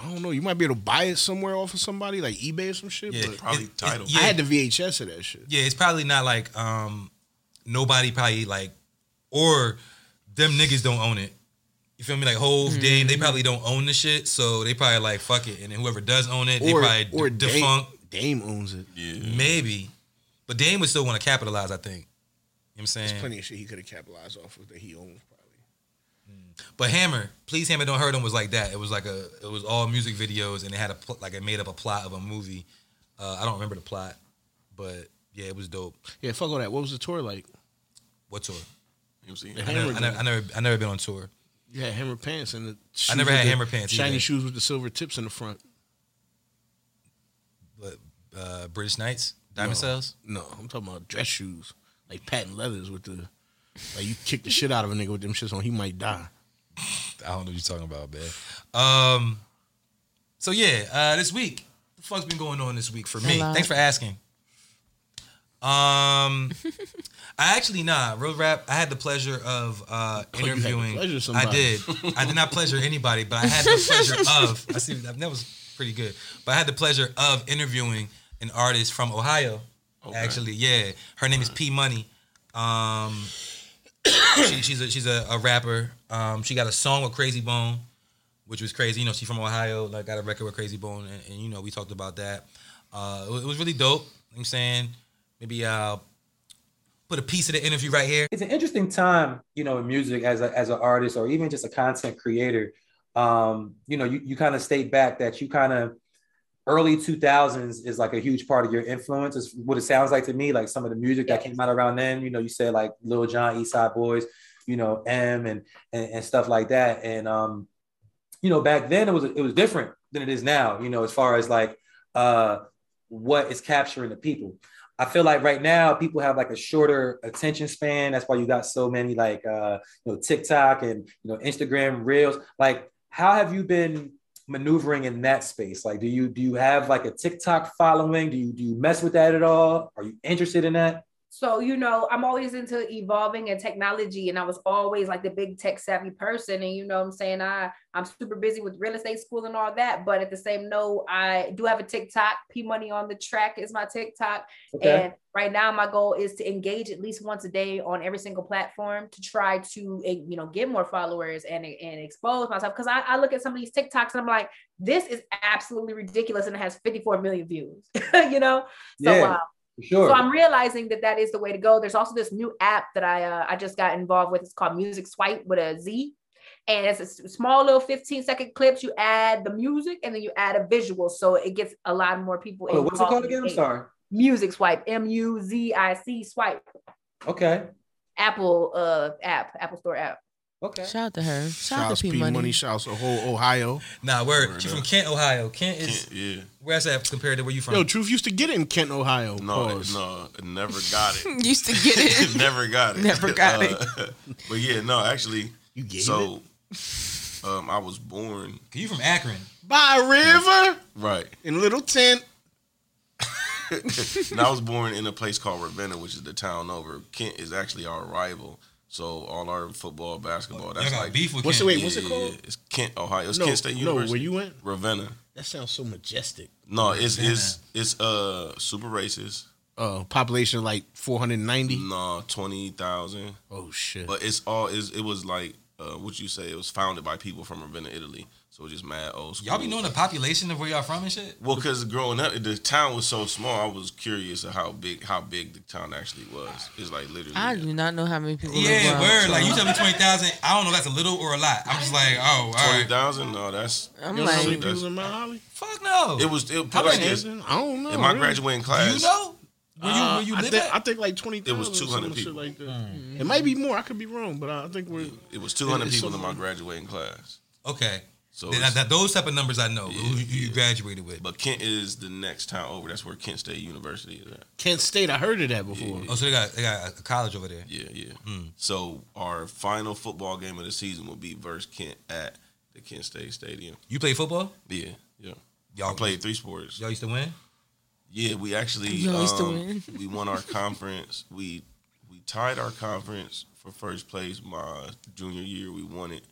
[SPEAKER 3] I don't know. You might be able to buy it somewhere off of somebody like eBay or some shit.
[SPEAKER 1] yeah,
[SPEAKER 3] But
[SPEAKER 5] probably
[SPEAKER 1] it- it-
[SPEAKER 5] title.
[SPEAKER 1] yeah,
[SPEAKER 3] I had the VHS of that shit.
[SPEAKER 1] yeah, it's probably not like um nobody probably like or them niggas don't own it. You feel me? Like Hove, Dame,
[SPEAKER 3] Mm-hmm.
[SPEAKER 1] they probably don't own the shit, so they probably like fuck it. And then whoever does own it, they
[SPEAKER 3] or
[SPEAKER 1] probably
[SPEAKER 3] or
[SPEAKER 1] d- defunct.
[SPEAKER 3] Dame, Mm-hmm. Dame owns it.
[SPEAKER 5] Yeah,
[SPEAKER 1] Maybe, but Dame would still want to capitalize. I think. You know what I'm saying,
[SPEAKER 3] There's plenty of shit he could have capitalized off of that he owns probably.
[SPEAKER 1] but Hammer, please Hammer, don't hurt him was like that. It was like a, it was all music videos, and it had a pl- like it made up a plot of a movie. Uh, I don't remember the plot, but yeah, it was dope.
[SPEAKER 3] Yeah, fuck all that. What was the tour like?
[SPEAKER 1] What tour?
[SPEAKER 5] you see,
[SPEAKER 1] I never, I never, I never, I never been on tour.
[SPEAKER 3] You had hammer pants and the shoes
[SPEAKER 1] never
[SPEAKER 3] with
[SPEAKER 1] had
[SPEAKER 3] the
[SPEAKER 1] hammer pants
[SPEAKER 3] Shiny
[SPEAKER 1] either.
[SPEAKER 3] shoes with the silver tips in the front.
[SPEAKER 1] But uh, British Knights, Diamond
[SPEAKER 3] No.
[SPEAKER 1] Cells.
[SPEAKER 3] No, I'm talking about dress shoes, like patent leathers with the like you kick the shit out of a nigga with them shits on, he might die.
[SPEAKER 1] I don't know what you're talking about, man. Um, so yeah, uh, this week, the fuck's been going on this week for me?
[SPEAKER 2] A lot.
[SPEAKER 1] Thanks for asking. Um, I actually nah, real rap. I had the pleasure of uh,
[SPEAKER 3] Oh, you had the
[SPEAKER 1] interviewing.
[SPEAKER 3] pleasure of
[SPEAKER 1] I
[SPEAKER 3] somebody.
[SPEAKER 1] did. I did not pleasure anybody, but I had the pleasure of. I see that was pretty good, but I had the pleasure of interviewing an artist from Ohio.
[SPEAKER 5] Okay.
[SPEAKER 1] Actually, yeah, her name is P Money. Um, she, she's a she's a, a rapper. Um, she got a song with Crazy Bone, which was crazy. You know, she's from Ohio. Like got a record with Crazy Bone, and, and you know we talked about that. Uh, it, was, it was really dope. You know what I'm saying maybe I'll put a piece of the interview right here.
[SPEAKER 6] it's an interesting time, you know, in music as a as an artist or even just a content creator. Um, you know, you, you kind of state back that you kind of early 2000s is like a huge part of your influence is what it sounds like to me like some of the music that came out around then you know you say like lil john east side boys you know m and, and and stuff like that and um you know back then it was it was different than it is now you know as far as like uh what is capturing the people I feel like right now people have like a shorter attention span. That's why you got so many like uh, you know TikTok and you know Instagram Reels. Like, how have you been maneuvering in that space? Like, do you do you have like a TikTok following? Do you do you mess with that at all? Are you interested in that?
[SPEAKER 7] So, you know, I'm always into evolving and technology, and I was always like the big tech savvy person. And you know what I'm saying? I I'm super busy with real estate school and all that, but at the same note, I do have a TikTok. P Money on the track is my TikTok. And right now, my goal is to engage at least once a day on every single platform to try to, eh, you know, get more followers and, and expose myself. Because I, I look at some of these TikToks and I'm like, this is absolutely ridiculous, and it has 54 million views. you know, so
[SPEAKER 6] Yeah.
[SPEAKER 7] uh,
[SPEAKER 6] For sure.
[SPEAKER 7] so I'm realizing that that is the way to go. There's also this new app that I uh, I just got involved with. It's called Music Swipe with a Z, and it's a s- small little 15 second clips. You add the music and then you add a visual, so it gets a lot more people.
[SPEAKER 6] Hold on, what's it
[SPEAKER 7] involved
[SPEAKER 6] called
[SPEAKER 7] in
[SPEAKER 6] again? I'm
[SPEAKER 7] the game.
[SPEAKER 6] sorry.
[SPEAKER 7] Music Swipe, M U Z I C Swipe,
[SPEAKER 6] Okay.
[SPEAKER 7] Apple uh app, Apple Store app.
[SPEAKER 6] Okay.
[SPEAKER 2] Shout out to her. Shout, out
[SPEAKER 3] Shouts
[SPEAKER 2] to
[SPEAKER 3] P Money, shouts to whole Ohio.
[SPEAKER 1] Nah, where
[SPEAKER 5] Word
[SPEAKER 1] she
[SPEAKER 5] up.
[SPEAKER 1] from Kent, Ohio. Kent is
[SPEAKER 5] yeah.
[SPEAKER 1] where's that compared to where you from?
[SPEAKER 3] Yo, Truth used to get it in Kent, Ohio.
[SPEAKER 5] No,
[SPEAKER 3] Pause.
[SPEAKER 5] no, never got it.
[SPEAKER 2] Used to get it.
[SPEAKER 5] never got it.
[SPEAKER 2] Never got it.
[SPEAKER 5] it. But yeah, no, actually,
[SPEAKER 3] You gave it
[SPEAKER 5] so um, I was born
[SPEAKER 1] you from Akron?
[SPEAKER 3] by a river
[SPEAKER 5] right.
[SPEAKER 3] in Little Tent.
[SPEAKER 5] and I was born in a place called Ravenna, which is the town over. Kent is actually our rival. So all our football, basketball,
[SPEAKER 1] Y'all
[SPEAKER 5] that's
[SPEAKER 1] got
[SPEAKER 5] like
[SPEAKER 1] beef with
[SPEAKER 3] What's
[SPEAKER 1] Kent.
[SPEAKER 3] the- wait, what's it called?
[SPEAKER 5] It's Kent, Ohio. It's
[SPEAKER 3] no,
[SPEAKER 5] Kent State
[SPEAKER 3] no,
[SPEAKER 5] University.
[SPEAKER 3] where you went?
[SPEAKER 5] Ravenna.
[SPEAKER 3] That sounds so majestic.
[SPEAKER 5] No, it's it's it's uh super racist.
[SPEAKER 3] Uh, population like 490.
[SPEAKER 5] No, twenty thousand.
[SPEAKER 3] Oh shit.
[SPEAKER 5] But it's all is it was like uh what you say it was founded by people from Ravenna, Italy. So it's just mad old school.
[SPEAKER 1] Y'all be knowing the population of where y'all from and shit.
[SPEAKER 5] Well, because growing up, the town was so small. I was curious of how big how big the town actually was. It's like literally.
[SPEAKER 2] I do not know how many people.
[SPEAKER 6] Oh,
[SPEAKER 1] Yeah,
[SPEAKER 2] live
[SPEAKER 1] word.
[SPEAKER 2] around.
[SPEAKER 1] Like you tell me twenty thousand. I don't know. if That's a little or a lot. I'm just like, oh, all
[SPEAKER 5] Twenty
[SPEAKER 1] right.
[SPEAKER 5] thousand? No, that's
[SPEAKER 2] I'm
[SPEAKER 3] You know how many
[SPEAKER 2] like,
[SPEAKER 5] that's-
[SPEAKER 3] people in Mount Holly?
[SPEAKER 1] Fuck no.
[SPEAKER 5] it was. It,
[SPEAKER 3] How
[SPEAKER 5] like
[SPEAKER 3] many is
[SPEAKER 5] this,
[SPEAKER 3] it? I don't know.
[SPEAKER 5] in my
[SPEAKER 3] really.
[SPEAKER 5] graduating
[SPEAKER 1] Do
[SPEAKER 5] class,
[SPEAKER 1] you know where you
[SPEAKER 3] Uh,
[SPEAKER 1] where you
[SPEAKER 3] I
[SPEAKER 1] live
[SPEAKER 3] think,
[SPEAKER 1] at?
[SPEAKER 3] I think like twenty thousand.
[SPEAKER 5] It was 200 people.
[SPEAKER 3] Like that.
[SPEAKER 2] Mm-hmm.
[SPEAKER 3] It might be more. I could be wrong, but I I think we're.
[SPEAKER 5] it was two hundred
[SPEAKER 3] It's
[SPEAKER 5] people
[SPEAKER 3] so-
[SPEAKER 5] in my graduating class.
[SPEAKER 1] okay.
[SPEAKER 5] So,
[SPEAKER 1] Then
[SPEAKER 5] it's-
[SPEAKER 1] I- those type of numbers I know. who you- you
[SPEAKER 5] yeah.
[SPEAKER 1] graduated with.
[SPEAKER 5] but Kent is the next town over. That's where Kent State University is at.
[SPEAKER 3] Kent State. I heard of that before.
[SPEAKER 1] Oh, so they got they got a college over there.
[SPEAKER 5] Yeah, yeah.
[SPEAKER 1] Hmm.
[SPEAKER 5] So our final football game of the season will be versus Kent at the Kent State Stadium.
[SPEAKER 1] You play football?
[SPEAKER 5] Yeah, yeah.
[SPEAKER 1] Y'all
[SPEAKER 5] I played three sports.
[SPEAKER 1] Y'all used to win.
[SPEAKER 5] Yeah, we actually
[SPEAKER 2] You always
[SPEAKER 5] um,
[SPEAKER 2] to win.
[SPEAKER 5] we won our conference. We we tied our conference for first place my junior year. We won it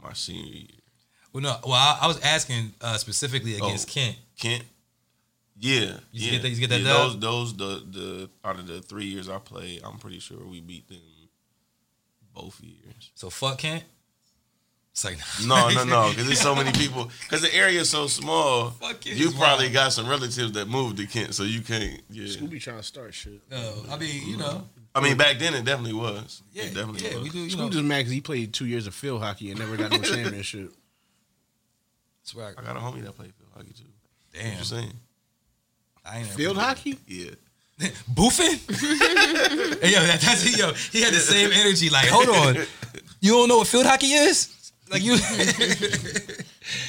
[SPEAKER 5] my senior year.
[SPEAKER 1] Well, no. Well, I, I was asking uh, specifically against
[SPEAKER 5] Oh.
[SPEAKER 1] Kent.
[SPEAKER 5] Kent. Yeah,
[SPEAKER 1] You
[SPEAKER 5] yeah.
[SPEAKER 1] get that- you get that
[SPEAKER 5] yeah,
[SPEAKER 1] dub?
[SPEAKER 5] Those, those the the out of the three years I played, I'm pretty sure we beat them both years.
[SPEAKER 1] So fuck Kent. It's like
[SPEAKER 5] No, no, no, because there's so many people. Because the area is so small,
[SPEAKER 1] Fuck it,
[SPEAKER 5] you
[SPEAKER 1] it's
[SPEAKER 5] probably
[SPEAKER 1] wild.
[SPEAKER 5] got some relatives that moved to Kent, so you can't. Yeah,
[SPEAKER 3] Scooby trying to start shit.
[SPEAKER 1] No, I mean, you know,
[SPEAKER 5] I mean back then it definitely was.
[SPEAKER 1] yeah,
[SPEAKER 5] it definitely
[SPEAKER 1] yeah,
[SPEAKER 5] was.
[SPEAKER 1] we do. You know,
[SPEAKER 3] Scooby just mad 'cause he played two years of field hockey and never got no championship.
[SPEAKER 1] That's right.
[SPEAKER 5] I got a homie that played field hockey too.
[SPEAKER 1] Damn,
[SPEAKER 5] What you saying?
[SPEAKER 1] I ain't never-
[SPEAKER 3] Field hockey?
[SPEAKER 5] Yeah.
[SPEAKER 1] boofing. hey, yo, that, that's yo. He had the same energy. Like, hold on, you don't know what field hockey is? Like you,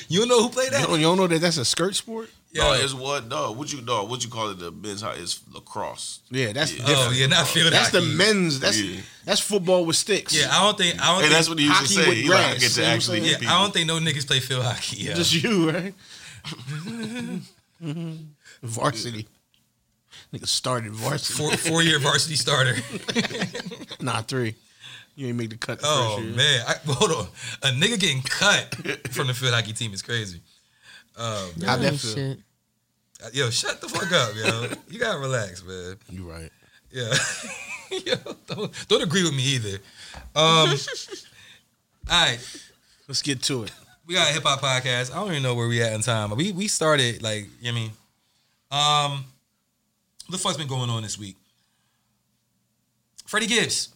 [SPEAKER 1] you don't know who played
[SPEAKER 3] You
[SPEAKER 1] that?
[SPEAKER 3] don't, you don't Oh, know that that's a skirt sport?
[SPEAKER 1] Yo.
[SPEAKER 5] No, it's what dog? What you dog? What you call it? The men's high is lacrosse.
[SPEAKER 3] Yeah, that's
[SPEAKER 5] Yeah.
[SPEAKER 3] different.
[SPEAKER 1] oh yeah, not field
[SPEAKER 3] that's
[SPEAKER 1] hockey.
[SPEAKER 3] the men's. That's
[SPEAKER 5] Yeah.
[SPEAKER 3] that's football with sticks.
[SPEAKER 1] Yeah, I don't think I don't.
[SPEAKER 5] Hey,
[SPEAKER 1] think,
[SPEAKER 5] that's what he used to
[SPEAKER 3] hockey
[SPEAKER 5] say.
[SPEAKER 3] with
[SPEAKER 5] He like, I
[SPEAKER 3] grass,
[SPEAKER 5] get
[SPEAKER 3] you
[SPEAKER 5] to
[SPEAKER 3] know what I'm
[SPEAKER 5] actually
[SPEAKER 3] saying?
[SPEAKER 5] hit
[SPEAKER 1] Yeah,
[SPEAKER 5] people.
[SPEAKER 1] I don't think no niggas play field hockey. Yeah,
[SPEAKER 3] just you, right? varsity. Nigga started varsity.
[SPEAKER 1] four four year varsity starter.
[SPEAKER 3] Nah, three. You ain't make the cut. The
[SPEAKER 1] Oh
[SPEAKER 3] first year.
[SPEAKER 1] man, I, hold on. A nigga getting cut from the field hockey team is crazy. Um,
[SPEAKER 3] How that
[SPEAKER 2] oh,
[SPEAKER 3] feel?
[SPEAKER 2] shit.
[SPEAKER 1] yo, shut the fuck up, yo. You gotta relax, man.
[SPEAKER 3] You right.
[SPEAKER 1] Yeah. Yo, don't, don't agree with me either. Um, all right,
[SPEAKER 3] Let's get to it.
[SPEAKER 1] we got a hip hop podcast. I don't even know where we at in time. We we started like you know what I mean, um, what the fuck's been going on this week? Freddie Gibbs.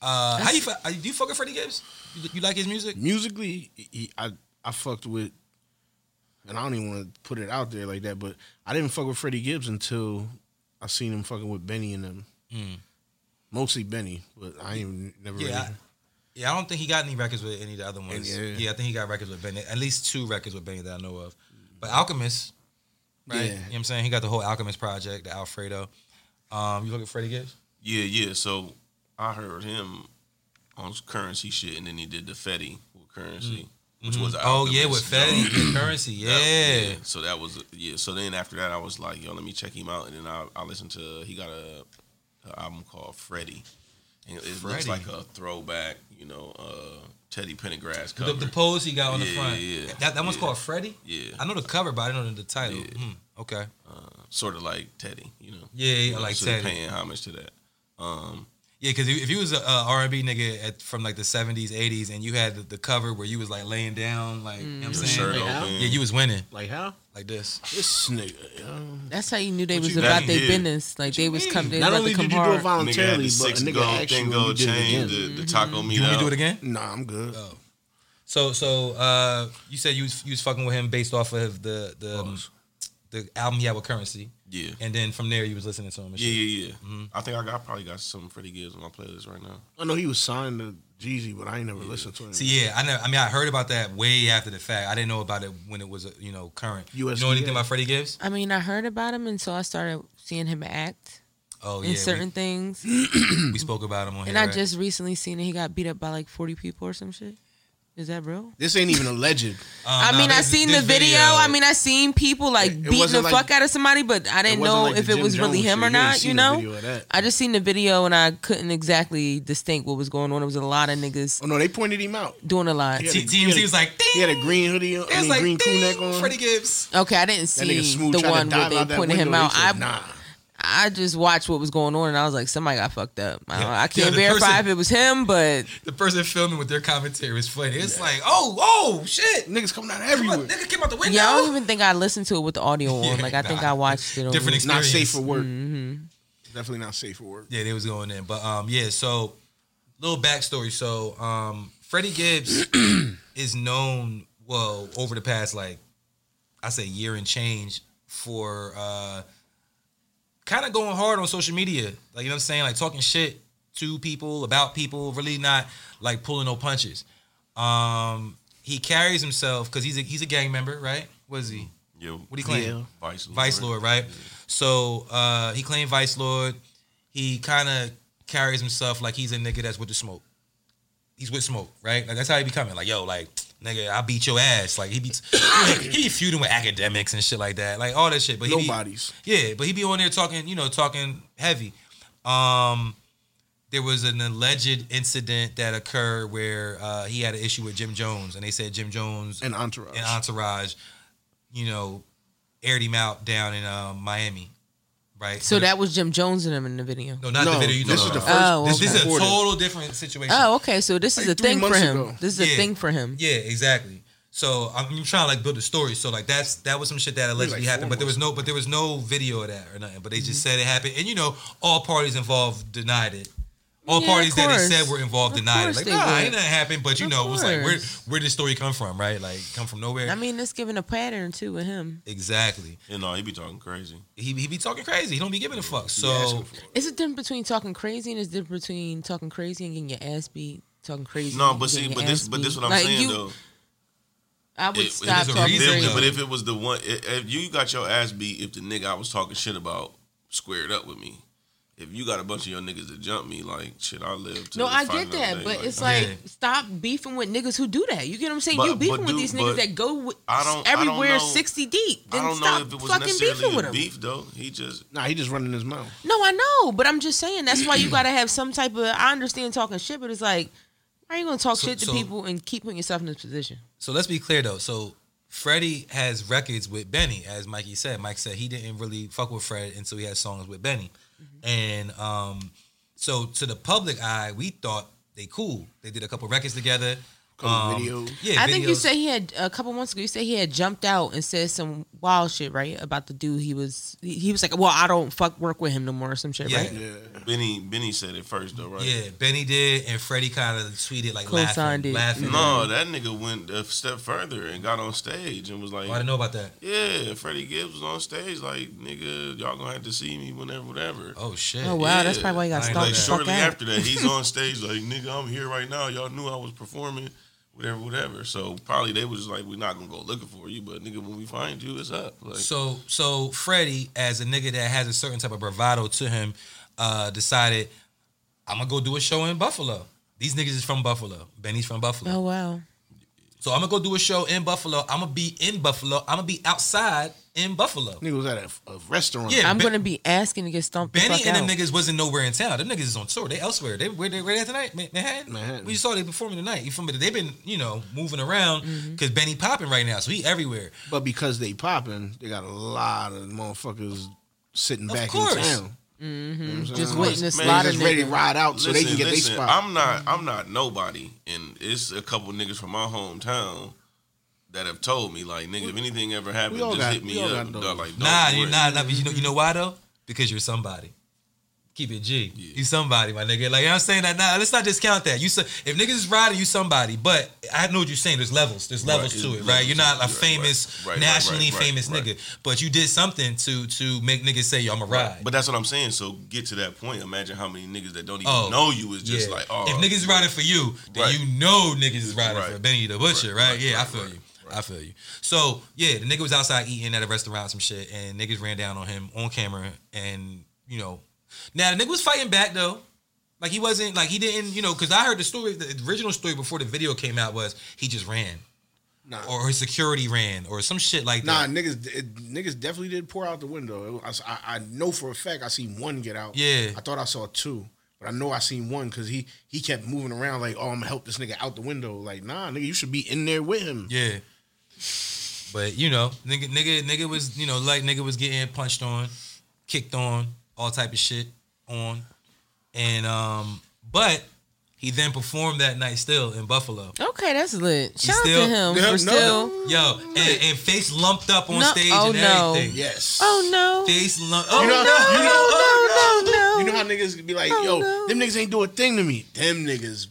[SPEAKER 1] Uh, how you fi- uh, do you fuck with Freddie Gibbs? You, you like his music?
[SPEAKER 3] Musically, he, I I fucked with, and I don't even want to put it out there like that, but I didn't fuck with Freddie Gibbs until I seen him fucking with Benny and them. Mostly Benny, but I ain't never.
[SPEAKER 1] Yeah,
[SPEAKER 3] really,
[SPEAKER 1] Yeah, I don't think he got any records with any of the other ones.
[SPEAKER 3] Yeah.
[SPEAKER 1] Yeah, I think he got records with Benny, at least two records with Benny that I know of. But Alchemist, right?
[SPEAKER 3] Yeah.
[SPEAKER 1] You know what I'm saying? He got the whole Alchemist project, the Alfredo. Um, you look at Freddie Gibbs?
[SPEAKER 5] Yeah, yeah. So I heard him on currency shit, and then he did the Fetty with currency, which was an
[SPEAKER 1] Oh, yeah, with
[SPEAKER 5] Alchemist
[SPEAKER 1] Fetty,
[SPEAKER 5] joint.
[SPEAKER 1] with Currency, yeah.
[SPEAKER 5] So that was yeah. So then after that, I was like, yo, let me check him out, and then I, I listened to he got a, a album called Freddy, and it looks
[SPEAKER 1] Freddy.
[SPEAKER 5] like a throwback, you know, uh, Teddy Pendergrass cover.
[SPEAKER 1] The, the pose he got on the
[SPEAKER 5] Yeah,
[SPEAKER 1] front.
[SPEAKER 5] yeah,
[SPEAKER 1] that that one's
[SPEAKER 5] yeah.
[SPEAKER 1] called Freddie?
[SPEAKER 5] yeah,
[SPEAKER 1] I know the cover, but I don't know the title.
[SPEAKER 5] Yeah.
[SPEAKER 1] Hmm, okay.
[SPEAKER 5] sort of like Teddy, you know.
[SPEAKER 1] Yeah, yeah,
[SPEAKER 5] You know,
[SPEAKER 1] like
[SPEAKER 5] so they're
[SPEAKER 1] Teddy.
[SPEAKER 5] paying homage to that. Um,
[SPEAKER 1] Yeah, because if you was a uh, R&B nigga at, from like the 70s, 80s, and you had the, the cover where you was like laying down, like, you know what I'm
[SPEAKER 5] your
[SPEAKER 1] saying?
[SPEAKER 5] shirt
[SPEAKER 1] Like,
[SPEAKER 3] Yeah.
[SPEAKER 5] open.
[SPEAKER 1] yeah, you was winning
[SPEAKER 3] like how
[SPEAKER 1] like this.
[SPEAKER 3] this nigga. yo.
[SPEAKER 2] That's how you knew they was
[SPEAKER 5] you
[SPEAKER 2] about
[SPEAKER 5] mean?
[SPEAKER 2] their
[SPEAKER 5] Yeah.
[SPEAKER 2] business. Like they was come. They
[SPEAKER 3] Not
[SPEAKER 2] about
[SPEAKER 3] only
[SPEAKER 2] to
[SPEAKER 3] did you
[SPEAKER 2] come
[SPEAKER 3] do
[SPEAKER 2] hard.
[SPEAKER 3] it
[SPEAKER 5] nigga had
[SPEAKER 3] voluntarily,
[SPEAKER 5] the
[SPEAKER 3] but
[SPEAKER 5] six
[SPEAKER 3] a nigga
[SPEAKER 5] gold
[SPEAKER 3] actually
[SPEAKER 5] thing gold
[SPEAKER 3] did
[SPEAKER 5] chain,
[SPEAKER 3] it again.
[SPEAKER 5] the, the taco meat.
[SPEAKER 1] Mm-hmm. You want me
[SPEAKER 5] out.
[SPEAKER 1] to do it again?
[SPEAKER 3] Nah, I'm good.
[SPEAKER 1] So so uh, you said you was, you was fucking with him based off of the the um, the album he had with Currency,
[SPEAKER 5] Yeah.
[SPEAKER 1] and then from there you was listening to him. And
[SPEAKER 5] Yeah,
[SPEAKER 1] shit.
[SPEAKER 5] yeah, yeah.
[SPEAKER 1] Mm-hmm.
[SPEAKER 5] I think I got probably got some Freddie Gibbs on my playlist right now.
[SPEAKER 3] I know he was signed to Jeezy, but I ain't never listened to him.
[SPEAKER 1] See, yeah, I know. I mean, I heard about that way after the fact. I didn't know about it when it was uh, you know current. You know
[SPEAKER 3] USDA.
[SPEAKER 1] anything about Freddie Gibbs?
[SPEAKER 2] I mean, I heard about him, and so I started seeing him act
[SPEAKER 1] Oh
[SPEAKER 2] in
[SPEAKER 1] yeah,
[SPEAKER 2] certain things.
[SPEAKER 1] we, we spoke about him on
[SPEAKER 2] And
[SPEAKER 1] here.
[SPEAKER 2] I
[SPEAKER 1] right?
[SPEAKER 2] just recently seen that he got beat up by like forty people or some shit. Is that real?
[SPEAKER 8] This ain't even alleged.
[SPEAKER 1] Um,
[SPEAKER 2] I mean, I seen the video. I mean, I seen people like
[SPEAKER 8] It- it
[SPEAKER 2] beating the
[SPEAKER 8] wasn't like-
[SPEAKER 2] fuck out of somebody, but I didn't
[SPEAKER 8] wasn't
[SPEAKER 2] know
[SPEAKER 8] like the
[SPEAKER 2] if it
[SPEAKER 8] Jim
[SPEAKER 2] was really
[SPEAKER 8] Jones shit.
[SPEAKER 2] him or
[SPEAKER 8] You ain't
[SPEAKER 2] not. You
[SPEAKER 8] seen
[SPEAKER 2] know,
[SPEAKER 8] the video of that.
[SPEAKER 2] I just seen the video and I couldn't exactly distinct what was going on. It was a lot of niggas
[SPEAKER 8] Oh no, they pointed him out.
[SPEAKER 2] doing a lot.
[SPEAKER 8] Yeah.
[SPEAKER 1] TMZ was like,
[SPEAKER 8] He had a green hoodie on,
[SPEAKER 1] It
[SPEAKER 8] I
[SPEAKER 1] was
[SPEAKER 8] mean,
[SPEAKER 1] like,
[SPEAKER 8] green crew neck
[SPEAKER 1] "Ding,
[SPEAKER 8] on.
[SPEAKER 1] Freddie Gibbs.
[SPEAKER 2] Okay, I didn't
[SPEAKER 8] that nigga
[SPEAKER 2] see
[SPEAKER 8] smooth
[SPEAKER 2] the
[SPEAKER 8] tried
[SPEAKER 2] one
[SPEAKER 8] to dive
[SPEAKER 2] where
[SPEAKER 8] out
[SPEAKER 2] they
[SPEAKER 8] that
[SPEAKER 2] pointed him
[SPEAKER 8] window.
[SPEAKER 2] out.
[SPEAKER 8] He
[SPEAKER 2] I
[SPEAKER 8] said, nah.
[SPEAKER 2] I just watched what was going on and I was like, somebody got fucked up. I, don't-
[SPEAKER 1] Yeah.
[SPEAKER 2] I can't
[SPEAKER 1] Yeah, the
[SPEAKER 2] verify
[SPEAKER 1] person-
[SPEAKER 2] if it was him, but
[SPEAKER 1] The person filming with their commentary was funny. It's like, oh, oh, shit.
[SPEAKER 8] Niggas coming out
[SPEAKER 1] Come on,
[SPEAKER 8] everywhere.
[SPEAKER 1] nigga came out the window.
[SPEAKER 2] yeah, I don't even think I listened to it with the audio on.
[SPEAKER 1] Yeah,
[SPEAKER 2] like I think
[SPEAKER 1] nah.
[SPEAKER 2] I watched it on
[SPEAKER 1] Different
[SPEAKER 8] Not safe
[SPEAKER 1] experience.
[SPEAKER 8] for work.
[SPEAKER 1] Mm-hmm.
[SPEAKER 8] Definitely not safe for work.
[SPEAKER 1] Yeah, they was going in. But um, yeah, so little backstory. So um Freddie Gibbs is known well over the past like I say year and change for uh kind of going hard on social media. Like you know what I'm saying? Like talking shit to people, about people, really not like pulling no punches. Um he carries himself because he's a he's a gang member, right? Was he?
[SPEAKER 5] Yeah.
[SPEAKER 1] What do you claim?
[SPEAKER 8] Yeah.
[SPEAKER 5] Vice Lord.
[SPEAKER 1] Vice Lord, right? So uh, he claimed Vice Lord. He kind of carries himself like he's a nigga that's with the smoke. He's with smoke, right? Like that's how he be coming. Like yo, like nigga, I beat your ass. Like he beats. he be feuding with academics and shit like that. Like all that shit. But he be-
[SPEAKER 8] Nobody's.
[SPEAKER 1] yeah, but he be on there talking, you know, talking heavy. Um, there was an alleged incident that occurred where uh, he had an issue with Jim Jones, and they said Jim Jones
[SPEAKER 8] An entourage.
[SPEAKER 1] and Entourage, you know, aired him out down in uh, Miami, right?
[SPEAKER 2] So that was Jim Jones and him in the video.
[SPEAKER 1] no, not the
[SPEAKER 8] No,
[SPEAKER 1] video. You
[SPEAKER 8] this
[SPEAKER 1] know,
[SPEAKER 8] is the
[SPEAKER 1] about.
[SPEAKER 8] first.
[SPEAKER 2] Oh,
[SPEAKER 1] this,
[SPEAKER 8] this
[SPEAKER 1] this
[SPEAKER 8] is
[SPEAKER 1] is a
[SPEAKER 8] reported.
[SPEAKER 1] total different situation.
[SPEAKER 2] Oh, okay. So this is
[SPEAKER 8] Like
[SPEAKER 2] a
[SPEAKER 8] three
[SPEAKER 2] thing for
[SPEAKER 8] months
[SPEAKER 2] him.
[SPEAKER 8] ago.
[SPEAKER 2] This is a
[SPEAKER 1] Yeah.
[SPEAKER 2] thing for him.
[SPEAKER 1] Yeah, exactly. So I'm I'm trying to like build a story. So like that's that was some shit that allegedly
[SPEAKER 8] four
[SPEAKER 1] happened, but there was no but there was no video of that or nothing. But they just
[SPEAKER 8] Mm-hmm.
[SPEAKER 1] said it happened, and you know all parties involved denied it. All
[SPEAKER 2] Yeah,
[SPEAKER 1] parties
[SPEAKER 2] of
[SPEAKER 1] that they
[SPEAKER 2] course.
[SPEAKER 1] said were involved
[SPEAKER 2] Of
[SPEAKER 1] denied it.
[SPEAKER 2] course
[SPEAKER 1] Like
[SPEAKER 2] they
[SPEAKER 1] nah,
[SPEAKER 2] would.
[SPEAKER 1] ain't nothing happened. But you
[SPEAKER 2] Of
[SPEAKER 1] know it was like where
[SPEAKER 2] course.
[SPEAKER 1] where did this story come from? Right? Like come from nowhere.
[SPEAKER 2] I mean, it's giving a pattern too with him.
[SPEAKER 1] exactly.
[SPEAKER 5] You know, uh, he be talking crazy.
[SPEAKER 1] He he be talking crazy. He don't be giving a fuck.
[SPEAKER 8] You asking
[SPEAKER 1] So
[SPEAKER 8] for it.
[SPEAKER 2] It's a difference between talking crazy and it's different between talking crazy and getting your ass beat. Talking crazy.
[SPEAKER 5] No,
[SPEAKER 2] and
[SPEAKER 5] but see,
[SPEAKER 2] getting
[SPEAKER 5] but
[SPEAKER 2] your
[SPEAKER 5] this,
[SPEAKER 2] ass
[SPEAKER 5] but this,
[SPEAKER 2] beat.
[SPEAKER 5] what I'm
[SPEAKER 2] Like,
[SPEAKER 5] saying
[SPEAKER 2] you-
[SPEAKER 5] though.
[SPEAKER 2] I would
[SPEAKER 5] It-
[SPEAKER 2] stop
[SPEAKER 1] there's a
[SPEAKER 2] talking
[SPEAKER 1] reason,
[SPEAKER 5] If-
[SPEAKER 2] crazy.
[SPEAKER 1] though.
[SPEAKER 5] But if it was the one, if if you got your ass beat, if the nigga I was talking shit about squared up with me, if you got a bunch of your niggas that jump me, like shit, I live. To
[SPEAKER 2] No, I
[SPEAKER 5] fight
[SPEAKER 2] get
[SPEAKER 5] another
[SPEAKER 2] that,
[SPEAKER 5] day,
[SPEAKER 2] but it's
[SPEAKER 5] that.
[SPEAKER 2] like
[SPEAKER 1] Yeah.
[SPEAKER 2] stop beefing with niggas who do that. You get what I'm saying?
[SPEAKER 5] But-
[SPEAKER 2] you
[SPEAKER 5] but
[SPEAKER 2] beefing with
[SPEAKER 5] dude,
[SPEAKER 2] these
[SPEAKER 5] but
[SPEAKER 2] niggas that go with
[SPEAKER 5] I don't- I don't
[SPEAKER 2] everywhere
[SPEAKER 5] know-
[SPEAKER 2] sixty deep. Then
[SPEAKER 5] I don't know
[SPEAKER 2] stop
[SPEAKER 5] if it was
[SPEAKER 2] fucking beefing
[SPEAKER 5] necessarily
[SPEAKER 2] with
[SPEAKER 5] a
[SPEAKER 2] them.
[SPEAKER 5] beef though. He just
[SPEAKER 8] Nah, he just running his mouth.
[SPEAKER 2] No, I know, but I'm just saying that's why you gotta have some type of. I understand talking shit, but it's like, why are you gonna talk
[SPEAKER 1] So-
[SPEAKER 2] shit to
[SPEAKER 1] so-
[SPEAKER 2] people and keep putting yourself in this position?
[SPEAKER 1] so let's be clear though. So Freddie has records with Benny, as Mikey said. Mike said he didn't really fuck with Fred until he had songs with Benny,
[SPEAKER 2] Mm-hmm.
[SPEAKER 1] and um, so to the public eye, we thought they cool. They did a couple records together.
[SPEAKER 8] Couple
[SPEAKER 1] um,
[SPEAKER 8] videos.
[SPEAKER 1] Yeah,
[SPEAKER 2] I think you
[SPEAKER 1] videos.
[SPEAKER 2] said he had a couple months ago. You said he had jumped out and said some wild shit, right? About the dude he was. He he was like, "Well, I don't fuck work with him no more," or some shit,
[SPEAKER 1] Yeah.
[SPEAKER 2] right?
[SPEAKER 8] Yeah.
[SPEAKER 5] Benny. Benny said it first though, right?
[SPEAKER 1] Yeah, Benny did, and Freddie kind of tweeted like
[SPEAKER 2] Co-signed
[SPEAKER 1] laughing,
[SPEAKER 2] it.
[SPEAKER 1] laughing.
[SPEAKER 2] Mm-hmm.
[SPEAKER 5] No, that nigga went a step further and got on stage and was like,
[SPEAKER 1] Oh, I didn't know about that.
[SPEAKER 5] "Yeah, Freddie Gibbs was on stage. Like, nigga, y'all gonna have to see me whenever, whatever."
[SPEAKER 1] Oh shit!
[SPEAKER 2] Oh wow, that's probably why he got
[SPEAKER 1] I ain't
[SPEAKER 2] stalked
[SPEAKER 1] know that.
[SPEAKER 2] the
[SPEAKER 5] Like
[SPEAKER 2] fuck
[SPEAKER 5] shortly
[SPEAKER 2] out.
[SPEAKER 5] after that, he's on stage like, nigga, I'm here right now. Y'all knew I was performing, whatever, whatever. So probably they was like, we're not gonna go looking for you, but nigga, when we find you, it's up. Like,
[SPEAKER 1] So so Freddie, as a nigga that has a certain type of bravado to him, uh, decided I'm gonna go do a show in Buffalo. These niggas is from Buffalo. Benny's from Buffalo.
[SPEAKER 2] Oh wow.
[SPEAKER 1] So I'm gonna go do a show in Buffalo. I'm gonna be in Buffalo. I'm gonna be outside in Buffalo.
[SPEAKER 8] Nigga was at a, a restaurant.
[SPEAKER 1] Yeah.
[SPEAKER 2] I'm
[SPEAKER 1] Ben-
[SPEAKER 2] gonna be asking to get stomped. the
[SPEAKER 1] Benny
[SPEAKER 2] fuck
[SPEAKER 1] and them
[SPEAKER 2] out.
[SPEAKER 1] niggas wasn't nowhere in town. Them niggas is on tour. They elsewhere. They where they where they at tonight? Ma- Manhattan.
[SPEAKER 8] Manhattan.
[SPEAKER 1] We saw they performing tonight. You feel me? They've been you know moving around
[SPEAKER 2] Mm-hmm.
[SPEAKER 1] because Benny popping right now. So he everywhere.
[SPEAKER 8] But because they popping, they got a lot of motherfuckers sitting
[SPEAKER 1] Of
[SPEAKER 8] back
[SPEAKER 1] course. Mm-hmm.
[SPEAKER 8] in town.
[SPEAKER 2] Just
[SPEAKER 8] Of
[SPEAKER 2] witness a
[SPEAKER 5] man,
[SPEAKER 2] lot of
[SPEAKER 8] Just ready to
[SPEAKER 2] niggas.
[SPEAKER 8] ride out so
[SPEAKER 5] listen,
[SPEAKER 8] they can get their
[SPEAKER 5] listen,
[SPEAKER 8] spot.
[SPEAKER 5] I'm not, I'm not nobody, and it's a couple niggas from my hometown that have told me like, nigga, if anything ever happened,
[SPEAKER 8] we all
[SPEAKER 5] just
[SPEAKER 8] got-
[SPEAKER 5] hit me
[SPEAKER 8] we all got
[SPEAKER 5] up. Dog,
[SPEAKER 8] those.
[SPEAKER 5] like,
[SPEAKER 1] Nah,
[SPEAKER 5] don't
[SPEAKER 1] you
[SPEAKER 5] worry.
[SPEAKER 1] nah, nah. But you know, you know why though? Because you're somebody. Keep it G.
[SPEAKER 5] Yeah.
[SPEAKER 1] You somebody, my nigga. Like you know what I'm saying that. Nah, let's not discount that. You so, if niggas is riding, you somebody. But I know what you're saying. There's levels. There's
[SPEAKER 5] Right,
[SPEAKER 1] levels
[SPEAKER 5] it's
[SPEAKER 1] to it,
[SPEAKER 5] levels
[SPEAKER 1] right? You're
[SPEAKER 5] to
[SPEAKER 1] not
[SPEAKER 5] it.
[SPEAKER 1] a
[SPEAKER 5] Right,
[SPEAKER 1] famous,
[SPEAKER 5] right, right, right,
[SPEAKER 1] nationally
[SPEAKER 5] right,
[SPEAKER 1] famous
[SPEAKER 5] right.
[SPEAKER 1] nigga, but you did something to to make niggas say, "Yo, I'm a ride."
[SPEAKER 5] But that's what I'm saying. So get to that point. Imagine how many niggas that don't even
[SPEAKER 1] Oh,
[SPEAKER 5] know you is just like, oh,
[SPEAKER 1] if niggas riding for you, then
[SPEAKER 5] Right.
[SPEAKER 1] you know niggas is riding for
[SPEAKER 5] Right.
[SPEAKER 1] Benny the Butcher,
[SPEAKER 5] Right,
[SPEAKER 1] right?
[SPEAKER 5] right,
[SPEAKER 1] Yeah, I
[SPEAKER 5] right,
[SPEAKER 1] feel
[SPEAKER 5] right,
[SPEAKER 1] you.
[SPEAKER 5] right.
[SPEAKER 1] I feel you. So yeah, the nigga was outside eating at a restaurant, some shit, and niggas ran down on him on camera, and you know, now the nigga was fighting back though. Like he wasn't like he didn't you know because I heard the story the original story before the video came out was he just ran
[SPEAKER 3] Nah,
[SPEAKER 1] or his security ran or some shit like
[SPEAKER 3] nah,
[SPEAKER 1] that.
[SPEAKER 3] niggas, it, niggas definitely did pour out the window. It was- I, I know for a fact I seen one get out.
[SPEAKER 1] Yeah.
[SPEAKER 3] I thought I saw two, but I know I seen one because he he kept moving around like, oh, I'm gonna help this nigga out the window. Like, nah, nigga, you should be in there with him.
[SPEAKER 1] Yeah. But you know, nigga, nigga, nigga was you know like nigga was getting punched on, kicked on, all type of shit on, and um, but he then performed that night still in Buffalo.
[SPEAKER 2] Okay, that's lit. Shout out
[SPEAKER 1] still-
[SPEAKER 2] to him
[SPEAKER 3] Yeah,
[SPEAKER 2] for
[SPEAKER 3] no.
[SPEAKER 2] still.
[SPEAKER 1] Yo, and, and face lumped up on
[SPEAKER 2] No,
[SPEAKER 1] stage
[SPEAKER 2] oh,
[SPEAKER 1] and
[SPEAKER 2] no.
[SPEAKER 1] everything.
[SPEAKER 3] Yes.
[SPEAKER 2] Oh no.
[SPEAKER 1] Face lumped. Oh
[SPEAKER 3] You know-
[SPEAKER 1] no,
[SPEAKER 3] you know-
[SPEAKER 1] oh, no.
[SPEAKER 2] Oh
[SPEAKER 3] You
[SPEAKER 2] no.
[SPEAKER 3] know how niggas be like,
[SPEAKER 2] Oh,
[SPEAKER 3] yo,
[SPEAKER 2] no.
[SPEAKER 3] them niggas ain't do a thing to me. Them niggas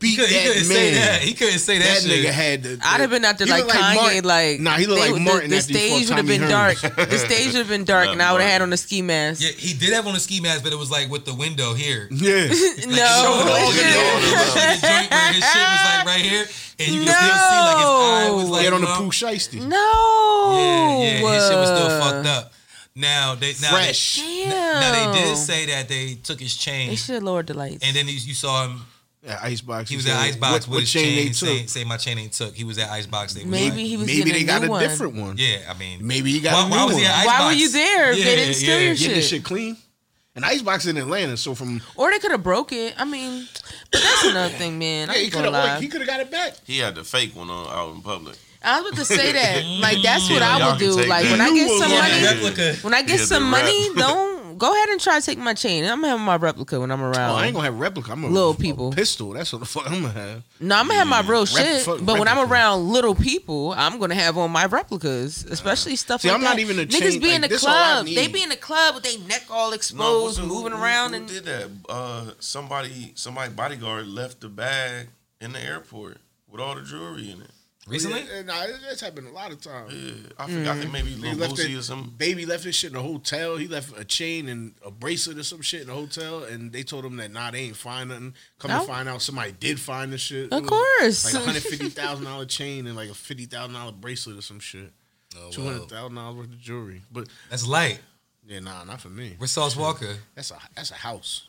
[SPEAKER 1] He,
[SPEAKER 3] beat
[SPEAKER 1] could,
[SPEAKER 3] that
[SPEAKER 1] not
[SPEAKER 3] man.
[SPEAKER 1] say that. He couldn't say that,
[SPEAKER 3] that
[SPEAKER 1] shit.
[SPEAKER 3] nigga had the.
[SPEAKER 2] I'd have been out there
[SPEAKER 3] He
[SPEAKER 2] like
[SPEAKER 3] looked
[SPEAKER 2] Kanye, like,
[SPEAKER 3] Martin. nah, he looked
[SPEAKER 2] they-
[SPEAKER 3] like Martin.
[SPEAKER 2] The, the
[SPEAKER 3] after he fought
[SPEAKER 2] stage would have
[SPEAKER 3] Tommy
[SPEAKER 2] been
[SPEAKER 3] Hearns.
[SPEAKER 2] dark. The stage would have been dark,
[SPEAKER 5] Not
[SPEAKER 2] and I would have had
[SPEAKER 5] Martin.
[SPEAKER 2] on a ski mask.
[SPEAKER 1] yeah, he did have on a ski mask, but it was like with the window here.
[SPEAKER 3] yeah.
[SPEAKER 2] No,
[SPEAKER 1] showed all
[SPEAKER 5] his
[SPEAKER 1] His joint where his shit was like right here, and you can still see like his eye was
[SPEAKER 2] No.
[SPEAKER 1] like
[SPEAKER 3] Get on the
[SPEAKER 1] lump.
[SPEAKER 3] poo shiesty.
[SPEAKER 2] no.
[SPEAKER 1] Yeah, yeah, his shit was still fucked up. Now they now
[SPEAKER 3] Fresh.
[SPEAKER 1] They, now they
[SPEAKER 2] Damn.
[SPEAKER 1] did say that they took his chain,
[SPEAKER 2] They should have lowered the lights.
[SPEAKER 1] and then you, you saw him.
[SPEAKER 3] At Icebox.
[SPEAKER 1] He was
[SPEAKER 3] said,
[SPEAKER 1] at Icebox
[SPEAKER 3] what,
[SPEAKER 1] with
[SPEAKER 3] what
[SPEAKER 1] his
[SPEAKER 3] chain
[SPEAKER 1] chain.
[SPEAKER 3] they
[SPEAKER 1] say,
[SPEAKER 3] took.
[SPEAKER 1] say my chain ain't took. He was at Icebox. They was
[SPEAKER 2] Maybe
[SPEAKER 1] like-
[SPEAKER 2] he was
[SPEAKER 3] Maybe
[SPEAKER 2] getting
[SPEAKER 3] they
[SPEAKER 2] a
[SPEAKER 3] got
[SPEAKER 2] new
[SPEAKER 3] a
[SPEAKER 2] one.
[SPEAKER 3] different one.
[SPEAKER 1] Yeah, I mean,
[SPEAKER 3] Maybe he got
[SPEAKER 1] Why-
[SPEAKER 3] a new
[SPEAKER 1] why was he
[SPEAKER 3] one.
[SPEAKER 1] at
[SPEAKER 2] Why were
[SPEAKER 1] Icebox.
[SPEAKER 2] you there if
[SPEAKER 1] Yeah,
[SPEAKER 2] they didn't steal
[SPEAKER 1] yeah.
[SPEAKER 2] your
[SPEAKER 3] Get
[SPEAKER 2] shit?
[SPEAKER 3] this shit clean. And Icebox in Atlanta, so from
[SPEAKER 2] Or they could have broke it. I mean, but that's another thing, man. I
[SPEAKER 3] yeah, he
[SPEAKER 2] ain't
[SPEAKER 3] could
[SPEAKER 2] gonna
[SPEAKER 3] have
[SPEAKER 2] lie.
[SPEAKER 3] he could have got it back.
[SPEAKER 5] He had the fake one on out in public.
[SPEAKER 2] I was about to say that. Like that's what
[SPEAKER 5] Yeah,
[SPEAKER 2] I
[SPEAKER 5] y'all
[SPEAKER 2] would
[SPEAKER 5] can
[SPEAKER 2] do.
[SPEAKER 5] take
[SPEAKER 2] Like
[SPEAKER 5] that.
[SPEAKER 2] when I
[SPEAKER 3] You
[SPEAKER 2] get
[SPEAKER 3] was
[SPEAKER 2] some
[SPEAKER 3] on
[SPEAKER 2] money,
[SPEAKER 3] that.
[SPEAKER 1] replica.
[SPEAKER 2] when I get
[SPEAKER 5] Yeah,
[SPEAKER 2] some
[SPEAKER 5] the rep.
[SPEAKER 2] money, don't go ahead and try to take my chain. I'm gonna have my replica when I'm
[SPEAKER 3] Oh,
[SPEAKER 2] around.
[SPEAKER 3] I ain't gonna have replica. I'm a
[SPEAKER 2] Little
[SPEAKER 3] a
[SPEAKER 2] people.
[SPEAKER 3] pistol. That's what the fuck I'm gonna have.
[SPEAKER 2] no, I'm gonna have my real shit.
[SPEAKER 3] fuck
[SPEAKER 2] but when I'm
[SPEAKER 3] replica.
[SPEAKER 2] around little people, I'm gonna have on my replicas, especially stuff.
[SPEAKER 3] See,
[SPEAKER 2] like
[SPEAKER 3] I'm not
[SPEAKER 2] that.
[SPEAKER 3] even a
[SPEAKER 2] niggas
[SPEAKER 3] chain-
[SPEAKER 2] be in
[SPEAKER 3] like,
[SPEAKER 2] the
[SPEAKER 3] this all I
[SPEAKER 2] club. They
[SPEAKER 3] need.
[SPEAKER 2] be in the club with their neck all
[SPEAKER 5] No, what's
[SPEAKER 2] exposed,
[SPEAKER 5] the- who-
[SPEAKER 2] moving
[SPEAKER 5] who-
[SPEAKER 2] around,
[SPEAKER 5] who
[SPEAKER 2] and
[SPEAKER 5] did that? Uh, somebody, somebody bodyguard left the bag in the airport with all the jewelry in it.
[SPEAKER 1] recently.
[SPEAKER 3] Yeah, nah, that's happened a lot of times.
[SPEAKER 5] Yeah, I forgot. I think maybe
[SPEAKER 3] He
[SPEAKER 5] Lil
[SPEAKER 3] left
[SPEAKER 5] Boosie
[SPEAKER 3] it-
[SPEAKER 5] or some.
[SPEAKER 3] Baby left his shit in a hotel. He left a chain and a bracelet or some shit in a hotel, and they told him that nah, they ain't find nothing. Come
[SPEAKER 2] No.
[SPEAKER 3] to find out, somebody did find the shit.
[SPEAKER 2] Of
[SPEAKER 3] It was
[SPEAKER 2] course.
[SPEAKER 3] like a hundred fifty thousand dollar chain and like a fifty thousand dollar bracelet or some shit. Two hundred thousand dollars worth of jewelry, but
[SPEAKER 1] That's light.
[SPEAKER 3] yeah, nah, not for me.
[SPEAKER 1] Where's Sauce Walker?
[SPEAKER 3] That's a that's a house.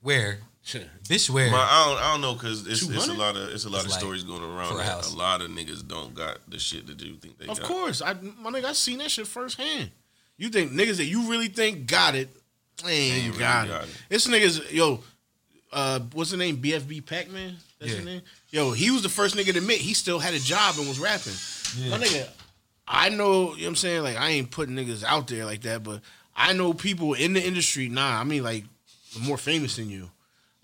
[SPEAKER 1] Where?
[SPEAKER 3] Shit.
[SPEAKER 1] Bitch, where?
[SPEAKER 5] My, I don't, I don't know because it's, it's a
[SPEAKER 3] 200?
[SPEAKER 5] lot of it's a lot
[SPEAKER 1] It's
[SPEAKER 5] of
[SPEAKER 1] like
[SPEAKER 5] stories going
[SPEAKER 1] for
[SPEAKER 5] around.
[SPEAKER 1] a
[SPEAKER 5] that
[SPEAKER 1] house.
[SPEAKER 5] A lot of niggas don't got the shit that you think they
[SPEAKER 3] Of
[SPEAKER 5] got.
[SPEAKER 3] course, I my nigga, I seen that shit firsthand. You think niggas that you really think got it, they ain't
[SPEAKER 5] really
[SPEAKER 3] got,
[SPEAKER 5] got
[SPEAKER 3] it.
[SPEAKER 5] it.
[SPEAKER 3] This niggas, yo, uh, what's the name? BFB Pac-Man. That's his
[SPEAKER 1] Yeah.
[SPEAKER 3] name. Yo, he was the first nigga to admit he still had a job and was rapping. My nigga, I know. You know what I'm saying? Like, I ain't putting niggas out there like that, but I know people in the industry. Nah, I mean like more famous than you.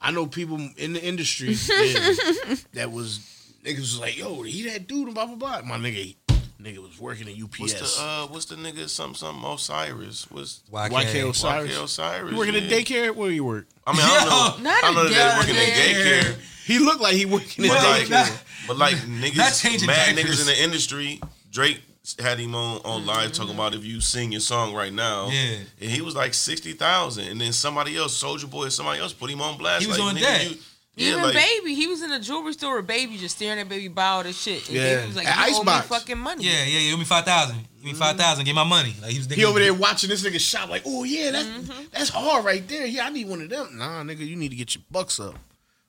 [SPEAKER 3] I know people in the industry yeah, that was niggas was like, yo, he that dude and blah blah blah. My nigga, nigga was working at UPS.
[SPEAKER 5] What's the uh, what's the nigga something something Osiris? What's
[SPEAKER 1] YK.
[SPEAKER 3] YK Osiris.
[SPEAKER 5] YK Osiris?
[SPEAKER 3] You working at
[SPEAKER 5] yeah.
[SPEAKER 3] daycare? Where you work?
[SPEAKER 5] I mean, I
[SPEAKER 1] Yo,
[SPEAKER 5] don't know.
[SPEAKER 2] not
[SPEAKER 5] I know
[SPEAKER 2] a
[SPEAKER 5] that they working
[SPEAKER 1] daycare.
[SPEAKER 5] at daycare.
[SPEAKER 3] He looked like he working at
[SPEAKER 5] But
[SPEAKER 1] Well,
[SPEAKER 5] like,
[SPEAKER 3] daycare.
[SPEAKER 1] not-
[SPEAKER 5] but like niggas,
[SPEAKER 1] not changing
[SPEAKER 5] mad
[SPEAKER 1] diapers.
[SPEAKER 5] niggas in the industry. Drake had him on on live talking about if you sing your song right now,
[SPEAKER 1] Mm-hmm. Yeah.
[SPEAKER 5] and he was like sixty thousand, and then somebody else, Soldier Boy, or somebody else put him on blast.
[SPEAKER 1] He was
[SPEAKER 5] like,
[SPEAKER 1] on
[SPEAKER 5] nigga,
[SPEAKER 1] that.
[SPEAKER 5] you- yeah,
[SPEAKER 2] Even
[SPEAKER 5] like,
[SPEAKER 2] baby, he was in a jewelry store with baby, just staring at baby buy all this shit. And
[SPEAKER 3] Yeah.
[SPEAKER 2] baby was like,
[SPEAKER 3] At
[SPEAKER 2] "You owe me
[SPEAKER 3] Icebox.
[SPEAKER 2] fucking money."
[SPEAKER 1] Yeah, yeah, yeah. Give me five thousand. Give me five thousand. Get my money. Like he was.
[SPEAKER 3] He over there watching this nigga shop like, oh yeah, that's that's hard right there. Yeah, I need one of them. Nah, nigga, you need to get your bucks up.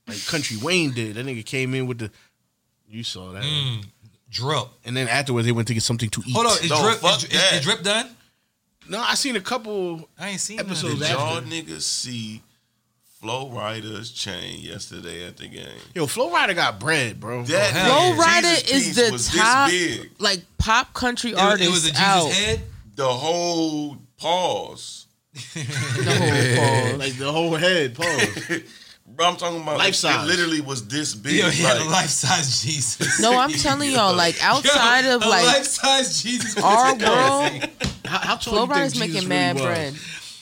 [SPEAKER 3] Like Country Wayne did. That nigga came in with the. You saw that.
[SPEAKER 1] drip.
[SPEAKER 3] And then afterwards, they went to get something to eat.
[SPEAKER 1] Hold on, is
[SPEAKER 5] No,
[SPEAKER 1] drip?
[SPEAKER 5] fuck
[SPEAKER 1] Is, is,
[SPEAKER 5] that.
[SPEAKER 1] is drip done?
[SPEAKER 3] No, I seen a couple.
[SPEAKER 1] I ain't seen none of
[SPEAKER 3] Episode
[SPEAKER 1] that.
[SPEAKER 5] Did
[SPEAKER 3] Exactly.
[SPEAKER 5] y'all niggas see Flow Rider's chain yesterday at the game?
[SPEAKER 3] Yo, Flow Rider got bread, bro.
[SPEAKER 5] That
[SPEAKER 1] Oh, hell
[SPEAKER 2] Flow
[SPEAKER 1] yeah.
[SPEAKER 2] Rider
[SPEAKER 5] Jesus
[SPEAKER 2] is
[SPEAKER 5] piece
[SPEAKER 2] the
[SPEAKER 5] was this
[SPEAKER 2] top,
[SPEAKER 5] big.
[SPEAKER 2] like pop country
[SPEAKER 1] It was-
[SPEAKER 2] artist
[SPEAKER 1] It was a Jesus
[SPEAKER 2] out.
[SPEAKER 1] head.
[SPEAKER 5] The whole pause.
[SPEAKER 2] The whole ball.
[SPEAKER 3] Like the whole head, pause.
[SPEAKER 5] Bro, I'm talking about
[SPEAKER 3] Life size.
[SPEAKER 5] It literally was this big.
[SPEAKER 1] Yo, he had a
[SPEAKER 5] like-
[SPEAKER 1] life size Jesus.
[SPEAKER 2] No, I'm telling y'all, like outside
[SPEAKER 1] Yo,
[SPEAKER 2] of
[SPEAKER 1] a
[SPEAKER 2] like
[SPEAKER 1] life size Jesus. was
[SPEAKER 2] our
[SPEAKER 1] crazy.
[SPEAKER 2] world,
[SPEAKER 3] How, how tall
[SPEAKER 2] Flow
[SPEAKER 3] you think
[SPEAKER 2] Rider's
[SPEAKER 3] Jesus
[SPEAKER 2] making
[SPEAKER 3] really
[SPEAKER 2] mad
[SPEAKER 3] was?
[SPEAKER 2] bread.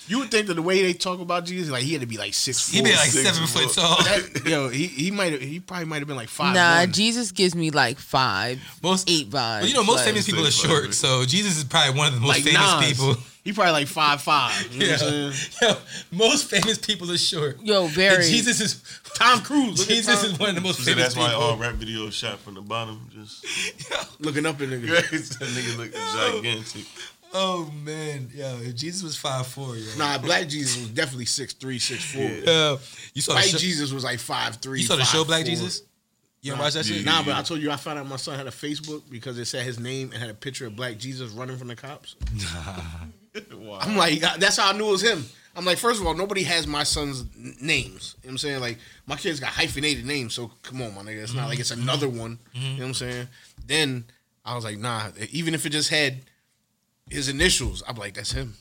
[SPEAKER 3] You would think that the way they talk about Jesus, like he had to be like six.
[SPEAKER 1] He been like
[SPEAKER 5] Six
[SPEAKER 1] seven
[SPEAKER 5] foot.
[SPEAKER 1] foot tall.
[SPEAKER 3] Yo, he he might have he probably might have been like five.
[SPEAKER 2] Nah,
[SPEAKER 3] one.
[SPEAKER 2] Jesus gives me like five,
[SPEAKER 1] Most
[SPEAKER 2] eight vibes.
[SPEAKER 1] Well, you know, most
[SPEAKER 2] like,
[SPEAKER 1] famous people are
[SPEAKER 5] Six foot.
[SPEAKER 1] short, so Jesus is probably one of the most
[SPEAKER 3] like
[SPEAKER 1] famous
[SPEAKER 3] Nas.
[SPEAKER 1] people.
[SPEAKER 3] He probably like five five. You know what
[SPEAKER 1] Yo,
[SPEAKER 3] I'm saying?
[SPEAKER 1] yo, most famous people are short.
[SPEAKER 2] Yo,
[SPEAKER 1] And
[SPEAKER 2] very.
[SPEAKER 1] Jesus is
[SPEAKER 3] Tom Cruise. Look at
[SPEAKER 1] Jesus
[SPEAKER 3] Tom-
[SPEAKER 1] is one of the most
[SPEAKER 5] So
[SPEAKER 1] famous
[SPEAKER 5] that's um, why all
[SPEAKER 1] people.
[SPEAKER 5] rap videos shot from the bottom. Just
[SPEAKER 3] looking up at niggas.
[SPEAKER 5] that nigga look gigantic.
[SPEAKER 1] Oh man, yo, if Jesus was five four, yo,
[SPEAKER 3] Nah, Black Jesus was definitely six three, six four.
[SPEAKER 1] yo you saw the
[SPEAKER 3] White
[SPEAKER 1] show,
[SPEAKER 3] Jesus was like five three.
[SPEAKER 1] you saw the show Black
[SPEAKER 3] 5'4".
[SPEAKER 1] Jesus. You ever watch that shit?
[SPEAKER 3] Nah, but I told you I found out my son had a Facebook because it said his name and had a picture of Black Jesus running from the cops. I'm like, that's how I knew it was him. I'm like, first of all, nobody has my son's n- names. You know what I'm saying? Like, my kids got hyphenated names, so come on, my nigga. It's not like it's another one. You know what I'm saying? Then I was like, nah, even if it just had his initials, I'm like, that's him.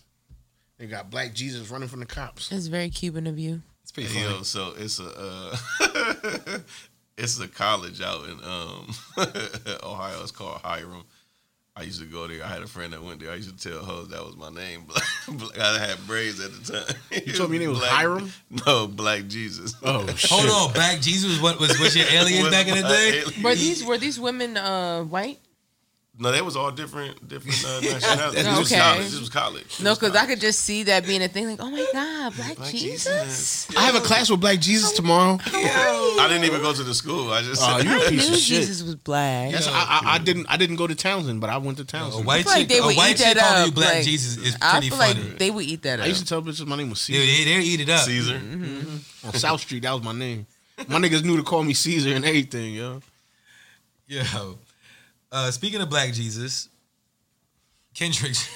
[SPEAKER 3] They got Black Jesus running from the cops.
[SPEAKER 2] That's very Cuban of you.
[SPEAKER 1] It's pretty
[SPEAKER 5] Hey,
[SPEAKER 1] funny.
[SPEAKER 5] Yo, so it's a uh, it's a college out in um, Ohio. It's called Hiram. I used to go there. I had a friend that went there. I used to tell her that was my name. Black, I had braids at the time. You
[SPEAKER 3] told me your name was Hiram?
[SPEAKER 5] No, Black Jesus.
[SPEAKER 3] Oh, shit.
[SPEAKER 1] Hold on, Black Jesus was was was your alien
[SPEAKER 5] Was
[SPEAKER 1] back in the
[SPEAKER 5] my
[SPEAKER 1] day?
[SPEAKER 5] alien-
[SPEAKER 2] Were these were these women uh white?
[SPEAKER 5] No, they was all different, different uh, nationalities.
[SPEAKER 3] That's-
[SPEAKER 5] This was
[SPEAKER 2] okay.
[SPEAKER 5] college. This was college.
[SPEAKER 2] No, because I could just see that being a thing. Like, oh my God, Black,
[SPEAKER 5] Black
[SPEAKER 2] Jesus.
[SPEAKER 3] I have a class with Black Jesus tomorrow.
[SPEAKER 5] I didn't even go to the school. I just
[SPEAKER 3] Oh, you're
[SPEAKER 2] I
[SPEAKER 3] a
[SPEAKER 2] knew
[SPEAKER 3] piece of shit.
[SPEAKER 2] Jesus was black.
[SPEAKER 3] Yes, I, I, I didn't. I didn't go to Townsend, but I went to
[SPEAKER 1] A
[SPEAKER 3] Townsend.
[SPEAKER 1] white
[SPEAKER 2] feel like
[SPEAKER 1] chick,
[SPEAKER 2] they
[SPEAKER 1] a
[SPEAKER 2] would
[SPEAKER 1] white
[SPEAKER 2] eat that
[SPEAKER 1] chick calling you
[SPEAKER 2] up,
[SPEAKER 1] Black
[SPEAKER 2] like,
[SPEAKER 1] Jesus is
[SPEAKER 2] I
[SPEAKER 1] pretty
[SPEAKER 2] feel
[SPEAKER 1] funny.
[SPEAKER 2] like they would eat that
[SPEAKER 3] I
[SPEAKER 2] up.
[SPEAKER 3] used to tell bitches my name was
[SPEAKER 1] Dude, they,
[SPEAKER 3] Caesar.
[SPEAKER 1] they eat it up.
[SPEAKER 5] Caesar.
[SPEAKER 3] On South Street, that was my name. My niggas knew to call me Caesar and everything, yo.
[SPEAKER 1] Yo, uh, speaking of Black Jesus, Kendrick's.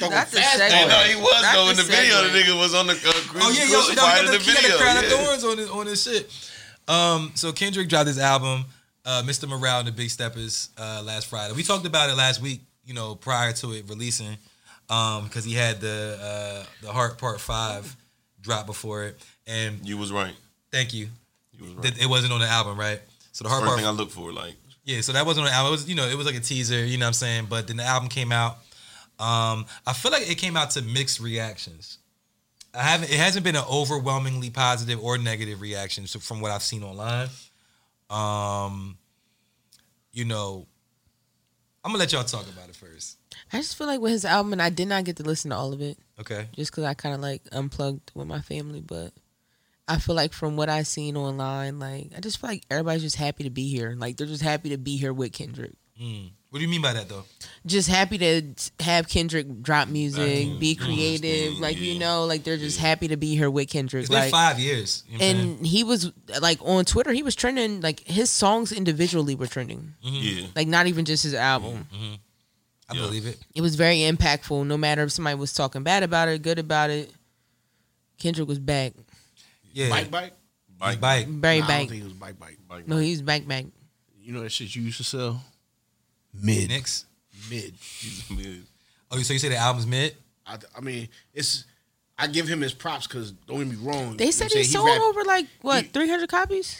[SPEAKER 2] That's a
[SPEAKER 5] I know
[SPEAKER 2] segue.
[SPEAKER 5] he was
[SPEAKER 2] That's
[SPEAKER 5] though. In
[SPEAKER 2] the
[SPEAKER 5] the video, the
[SPEAKER 2] segue.
[SPEAKER 5] nigga was on the uh,
[SPEAKER 1] Oh yeah, yo, no,
[SPEAKER 5] crucified
[SPEAKER 1] he
[SPEAKER 5] in
[SPEAKER 1] got the,
[SPEAKER 5] the
[SPEAKER 1] he got the
[SPEAKER 5] video.
[SPEAKER 1] crown of
[SPEAKER 5] yeah.
[SPEAKER 1] thorns on his on his shit. Um, so Kendrick dropped his album, uh, Mr. Morale and the Big Steppers, uh, last Friday. We talked about it last week, you know, prior to it releasing, um, because he had the uh, the Heart Part Five drop before it. And
[SPEAKER 5] You was right.
[SPEAKER 1] thank you,
[SPEAKER 5] You was right.
[SPEAKER 1] that it wasn't on the album, right? So the Heart
[SPEAKER 5] First
[SPEAKER 1] Part
[SPEAKER 5] thing I look for, like
[SPEAKER 1] Yeah, so that wasn't on the album. It was, you know, it was like a teaser, you know what I'm saying? But then the album came out. Um, I feel like it came out to mixed reactions. I haven't it hasn't been an overwhelmingly positive or negative reaction so from what I've seen online. Um, you know, I'm gonna let y'all talk about it first.
[SPEAKER 2] I just feel like with his album, and I did not get to listen to all of it.
[SPEAKER 1] Okay.
[SPEAKER 2] just because I kind of like unplugged with my family. But I feel like from what I seen online, like I just feel like everybody's just happy to be here. Like they're just happy to be here with Kendrick.
[SPEAKER 1] Mm. What do you mean by that though?
[SPEAKER 2] Just happy to t- have Kendrick drop music, be creative. Like you know, like they're just happy to be here with Kendrick.
[SPEAKER 1] It's been
[SPEAKER 2] Like.
[SPEAKER 1] five years. You know what I'm saying?
[SPEAKER 2] And he was like on Twitter, he was trending. Like his songs individually were trending,
[SPEAKER 1] Mm-hmm.
[SPEAKER 5] yeah,
[SPEAKER 2] like not even just his album.
[SPEAKER 1] I
[SPEAKER 5] Yeah.
[SPEAKER 1] believe it.
[SPEAKER 2] It was very impactful. No matter if somebody was talking bad about it, good about it, Kendrick was back,
[SPEAKER 1] Yeah.
[SPEAKER 3] Bike bike.
[SPEAKER 1] Bike.
[SPEAKER 5] bike,
[SPEAKER 2] very
[SPEAKER 3] Nah, I
[SPEAKER 2] back.
[SPEAKER 3] don't think it was bike bike.
[SPEAKER 5] bike.
[SPEAKER 2] No, he was back back.
[SPEAKER 3] You know that shit you used to sell. Mid
[SPEAKER 1] Next.
[SPEAKER 3] mid.
[SPEAKER 5] Yeah.
[SPEAKER 1] Oh, so you say the album's mid?
[SPEAKER 3] I, I mean, it's. I give him his props because don't get me wrong.
[SPEAKER 2] They said he sold over like what
[SPEAKER 3] he-
[SPEAKER 2] three hundred copies.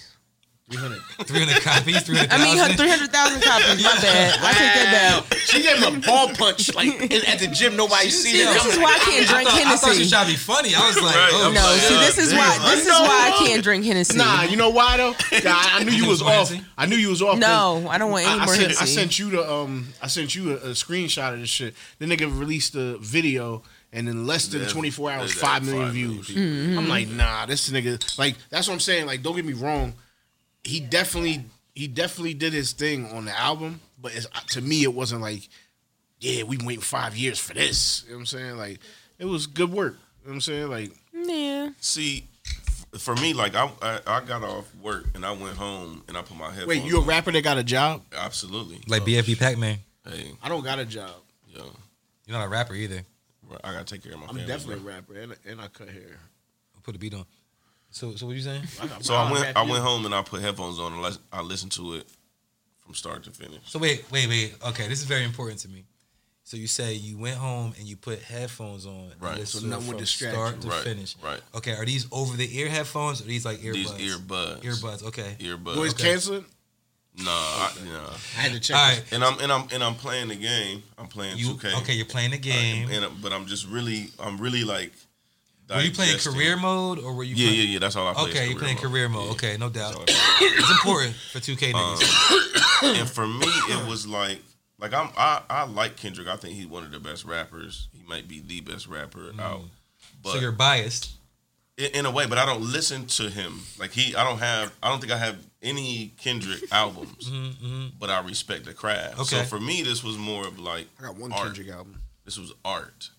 [SPEAKER 3] three hundred.
[SPEAKER 1] 300 copies, 300,000.
[SPEAKER 2] I mean, three hundred thousand copies. My bad. I take that back.
[SPEAKER 3] She gave him a ball punch like in- at the gym. Nobody seen
[SPEAKER 2] See,
[SPEAKER 3] it.
[SPEAKER 2] this
[SPEAKER 3] I'm
[SPEAKER 2] is
[SPEAKER 3] like,
[SPEAKER 2] why I can't drink
[SPEAKER 1] I thought she was
[SPEAKER 2] Hennessy.
[SPEAKER 1] trying to be funny. I was like,
[SPEAKER 5] Right,
[SPEAKER 1] oh,
[SPEAKER 5] I'm
[SPEAKER 2] No,
[SPEAKER 5] like,
[SPEAKER 2] see,
[SPEAKER 5] uh,
[SPEAKER 2] this is
[SPEAKER 5] damn,
[SPEAKER 2] why
[SPEAKER 5] I
[SPEAKER 2] this is
[SPEAKER 3] know.
[SPEAKER 2] why I can't drink Hennessy.
[SPEAKER 3] Nah, you know why though? Nah, I knew you was off.
[SPEAKER 1] Hennessy?
[SPEAKER 3] I knew you was off. 'cause
[SPEAKER 2] no, I don't want any
[SPEAKER 3] I, I
[SPEAKER 2] more
[SPEAKER 3] sent, I
[SPEAKER 2] Hennessy.
[SPEAKER 3] sent you the um I sent you a, a screenshot of this shit. The nigga released the video and in less than
[SPEAKER 5] Yeah,
[SPEAKER 3] 24 hours,
[SPEAKER 5] yeah,
[SPEAKER 3] five million
[SPEAKER 5] five million
[SPEAKER 3] views.
[SPEAKER 5] people.
[SPEAKER 3] I'm like, nah, this nigga like that's what I'm saying. Like, don't get me wrong. He definitely he definitely did his thing on the album, but it's, to me it wasn't like, yeah, we waiting five years for this. You know what I'm saying? Like, it was good work. You know what I'm saying? Like,
[SPEAKER 2] yeah,
[SPEAKER 5] See, f- for me, like I, I, I got off work and I went home and I put my headphones.
[SPEAKER 3] wait, you a
[SPEAKER 5] on.
[SPEAKER 3] rapper that got a job?
[SPEAKER 5] Absolutely.
[SPEAKER 1] Like
[SPEAKER 5] So,
[SPEAKER 1] BFB Pac Man.
[SPEAKER 5] Hey,
[SPEAKER 3] I don't got a job.
[SPEAKER 5] yo,
[SPEAKER 1] You're not a rapper either.
[SPEAKER 5] right, I gotta take care of my
[SPEAKER 3] I'm
[SPEAKER 5] family.
[SPEAKER 3] definitely
[SPEAKER 5] bro.
[SPEAKER 3] a rapper and, and I cut hair.
[SPEAKER 1] Put a beat on. So, so what you saying?
[SPEAKER 5] So I went, I went home and I put headphones on and lis- I listened to it from start to finish.
[SPEAKER 1] So wait, wait, wait. Okay, this is very important to me. So you say you went home and you put headphones on. and
[SPEAKER 5] Right.
[SPEAKER 1] listened
[SPEAKER 3] So
[SPEAKER 1] to
[SPEAKER 3] no
[SPEAKER 1] it
[SPEAKER 3] one
[SPEAKER 1] from
[SPEAKER 3] distract
[SPEAKER 1] start
[SPEAKER 3] you.
[SPEAKER 1] to
[SPEAKER 5] Right,
[SPEAKER 1] finish.
[SPEAKER 5] right.
[SPEAKER 1] Okay, are these over the ear headphones or these like earbuds?
[SPEAKER 5] These earbuds,
[SPEAKER 1] Earbuds. Okay.
[SPEAKER 5] earbuds.
[SPEAKER 3] Boys
[SPEAKER 1] Okay.
[SPEAKER 3] canceled.
[SPEAKER 5] Nah, I, nah.
[SPEAKER 3] I had to check.
[SPEAKER 1] All right.
[SPEAKER 5] And I'm and I'm and I'm playing the game. I'm playing
[SPEAKER 1] You
[SPEAKER 5] 2K.
[SPEAKER 1] okay? You're playing the game.
[SPEAKER 5] And, and- but I'm just really, I'm really like.
[SPEAKER 1] were you playing
[SPEAKER 5] digesting.
[SPEAKER 1] career mode or were you?
[SPEAKER 5] Yeah,
[SPEAKER 1] playing,
[SPEAKER 5] yeah, yeah. That's all I play.
[SPEAKER 1] Okay,
[SPEAKER 5] is
[SPEAKER 1] you're playing career mode.
[SPEAKER 5] Yeah.
[SPEAKER 1] Okay, no doubt.
[SPEAKER 5] That's all Uh, I
[SPEAKER 1] it's important for 2K niggas.
[SPEAKER 5] and for me, it was like like I'm I, I like Kendrick. I think he's
[SPEAKER 1] Mm.
[SPEAKER 5] one of the best rappers. He might be the best rapper out. But
[SPEAKER 1] so you're biased.
[SPEAKER 5] in, in a way, but I don't listen to him. Like he, I don't have, I don't think I have any Kendrick albums, but I respect the craft. So
[SPEAKER 1] Mm-hmm. Okay.
[SPEAKER 5] for me, this was more of like
[SPEAKER 3] I got one
[SPEAKER 5] art.
[SPEAKER 3] Kendrick album.
[SPEAKER 5] This was art.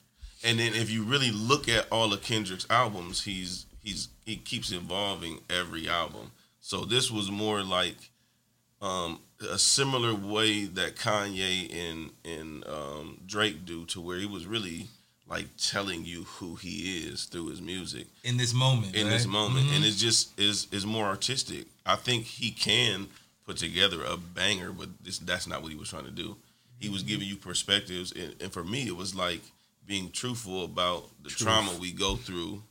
[SPEAKER 5] And then if you really look at all of Kendrick's albums, he's he's he keeps evolving every album. So this was more like um, a similar way that Kanye and and um, Drake do, to where he was really like telling you who he is through his music
[SPEAKER 1] in this moment.
[SPEAKER 5] in this
[SPEAKER 1] Mm-hmm. right?
[SPEAKER 5] moment, and it's just is is more artistic. I think he can put together a banger, but this, that's not what he was trying to do. He was giving you perspectives, and, and for me, it was like being truthful about the trauma we go through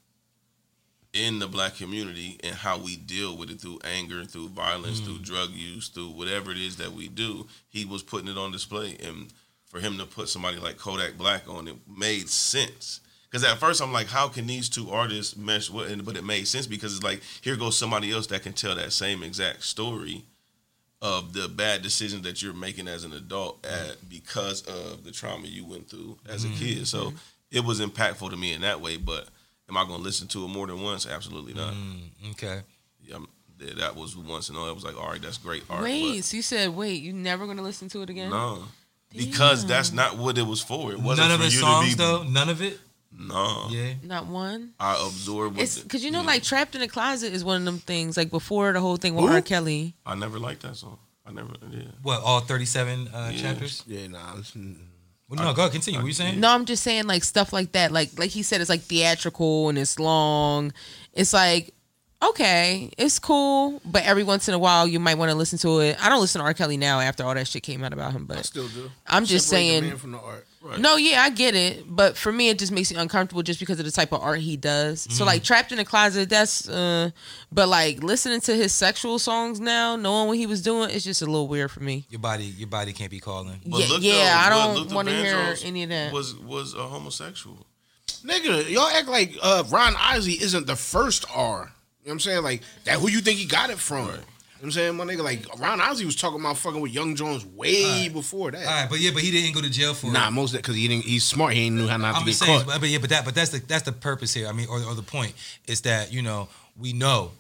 [SPEAKER 5] in the black community and how we deal with it through anger, through violence, through drug use, through whatever it is that we do. He was putting it on display, and for him to put somebody like Kodak Black on it made sense. Because at first I'm like, how can these two artists mesh? What? and- But it made sense because it's like here goes somebody else that can tell that same exact story of the bad decisions that you're making as an adult at,
[SPEAKER 2] Mm-hmm.
[SPEAKER 5] because of the trauma you went through as a kid.
[SPEAKER 2] Mm-hmm.
[SPEAKER 5] So it was impactful to me in that way. But am I going to listen to it more than once? Absolutely not.
[SPEAKER 2] Mm-hmm.
[SPEAKER 1] Mm-hmm. Okay.
[SPEAKER 5] Yeah, I'm- yeah, that was once and all. It was like, all right, that's great art.
[SPEAKER 2] wait, so you said wait, you never gonna listen to it
[SPEAKER 5] but
[SPEAKER 2] again?
[SPEAKER 5] no. Because that's not what it was for. It wasn't
[SPEAKER 1] None of
[SPEAKER 5] for
[SPEAKER 1] his
[SPEAKER 5] you
[SPEAKER 1] songs
[SPEAKER 5] to be, Oh.
[SPEAKER 1] though. None of it.
[SPEAKER 5] No,
[SPEAKER 1] Yeah.
[SPEAKER 2] Not one.
[SPEAKER 5] I absorbed. what
[SPEAKER 2] It's
[SPEAKER 5] the-
[SPEAKER 2] because you know,
[SPEAKER 5] yeah.
[SPEAKER 2] like trapped in a closet is one of them things. Like before the whole thing with
[SPEAKER 5] Who?
[SPEAKER 2] R. Kelly,
[SPEAKER 5] I never liked that song. I never did.
[SPEAKER 1] What all thirty-seven uh,
[SPEAKER 5] Yeah.
[SPEAKER 1] chapters?
[SPEAKER 8] Yeah, nah. it's-
[SPEAKER 1] Well, no, go continue. What were you
[SPEAKER 5] Mm.
[SPEAKER 1] saying?
[SPEAKER 2] No, I'm just saying like stuff like that. Like like he said, it's like theatrical and it's long. It's like okay, it's cool, but every once in a while you might want to listen to it. I don't listen to R. Kelly now after all that shit came out about him,
[SPEAKER 3] I
[SPEAKER 2] but
[SPEAKER 3] still do.
[SPEAKER 2] I'm just
[SPEAKER 3] Separate the
[SPEAKER 2] saying-
[SPEAKER 3] man from the art.
[SPEAKER 5] Right.
[SPEAKER 2] no, yeah, I get it. But for me, it just makes me uncomfortable just because of the type of art he does.
[SPEAKER 5] Mm-hmm.
[SPEAKER 2] So like trapped in a closet, that's uh but like listening to his sexual songs now, knowing what he was doing, it's just a little weird for me.
[SPEAKER 1] Your body, your body can't be calling.
[SPEAKER 5] But
[SPEAKER 2] yeah,
[SPEAKER 5] look,
[SPEAKER 2] yeah, I
[SPEAKER 5] though, but
[SPEAKER 2] don't
[SPEAKER 5] Luther
[SPEAKER 2] wanna hear
[SPEAKER 5] Vandross
[SPEAKER 2] any of that.
[SPEAKER 5] Was was a homosexual.
[SPEAKER 8] Nigga, y'all act like uh, Ron Isley isn't the first R. You know what I'm saying? Like, that who you think he got it from. You know what I'm saying? My nigga, like, Ron Isley was talking about fucking with Young Jones way before that.
[SPEAKER 1] All right, but yeah, but he didn't go to jail for
[SPEAKER 8] Nah,
[SPEAKER 1] it.
[SPEAKER 8] most of that, because he didn't, he's smart. He ain't knew how not to
[SPEAKER 1] I'm
[SPEAKER 8] get
[SPEAKER 1] just saying,
[SPEAKER 8] caught.
[SPEAKER 1] but, but yeah, but that, but that's the that's the purpose here. I mean, or, or the point is that you know we know,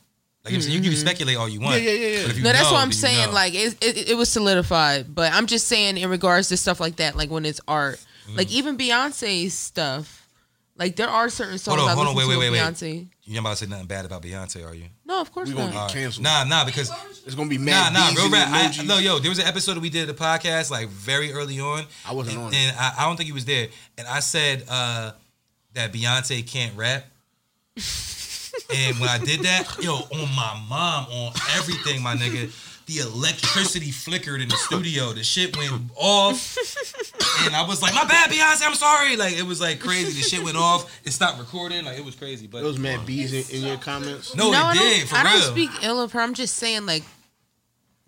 [SPEAKER 1] like I'm saying, you, you
[SPEAKER 2] Mm-hmm.
[SPEAKER 1] can speculate all you want.
[SPEAKER 8] Yeah, yeah, yeah, yeah.
[SPEAKER 1] But if you
[SPEAKER 2] No, that's
[SPEAKER 1] know,
[SPEAKER 2] what
[SPEAKER 1] then
[SPEAKER 2] I'm
[SPEAKER 1] you
[SPEAKER 2] saying.
[SPEAKER 1] know.
[SPEAKER 2] Like it, it, it was solidified, but I'm just saying in regards to stuff like that, like when it's art,
[SPEAKER 1] Mm.
[SPEAKER 2] like even Beyonce's stuff, like there are certain songs
[SPEAKER 1] on,
[SPEAKER 2] I
[SPEAKER 1] hold on,
[SPEAKER 2] listen
[SPEAKER 1] wait,
[SPEAKER 2] to
[SPEAKER 1] wait,
[SPEAKER 2] with
[SPEAKER 1] wait, wait.
[SPEAKER 2] Beyonce.
[SPEAKER 1] you're not about to say nothing bad about Beyonce, are you?
[SPEAKER 2] No, of course
[SPEAKER 8] we going to
[SPEAKER 2] not.
[SPEAKER 8] get canceled.
[SPEAKER 1] Nah, nah, because
[SPEAKER 8] It's going to be
[SPEAKER 1] nah,
[SPEAKER 8] mad.
[SPEAKER 1] nah,
[SPEAKER 8] bees
[SPEAKER 1] real
[SPEAKER 8] in the
[SPEAKER 1] rap. I,
[SPEAKER 8] emojis.
[SPEAKER 1] no, yo, there was an episode that we did at the podcast like very early on.
[SPEAKER 8] I wasn't
[SPEAKER 1] and,
[SPEAKER 8] on it.
[SPEAKER 1] and I, I don't think he was there. And I said uh, that Beyonce can't rap. and when I did that, yo, on my mom, on everything, my nigga, the electricity flickered in the studio. The shit went off, and I was like, "My bad, Beyonce, I'm sorry." Like it was like crazy. The shit went off. It stopped recording. Like it was crazy. But
[SPEAKER 8] Those mad bees in, in your comments.
[SPEAKER 1] no,
[SPEAKER 2] I
[SPEAKER 1] it
[SPEAKER 2] don't-
[SPEAKER 1] did for
[SPEAKER 2] I
[SPEAKER 1] real.
[SPEAKER 2] don't speak ill of her. I'm just saying, like,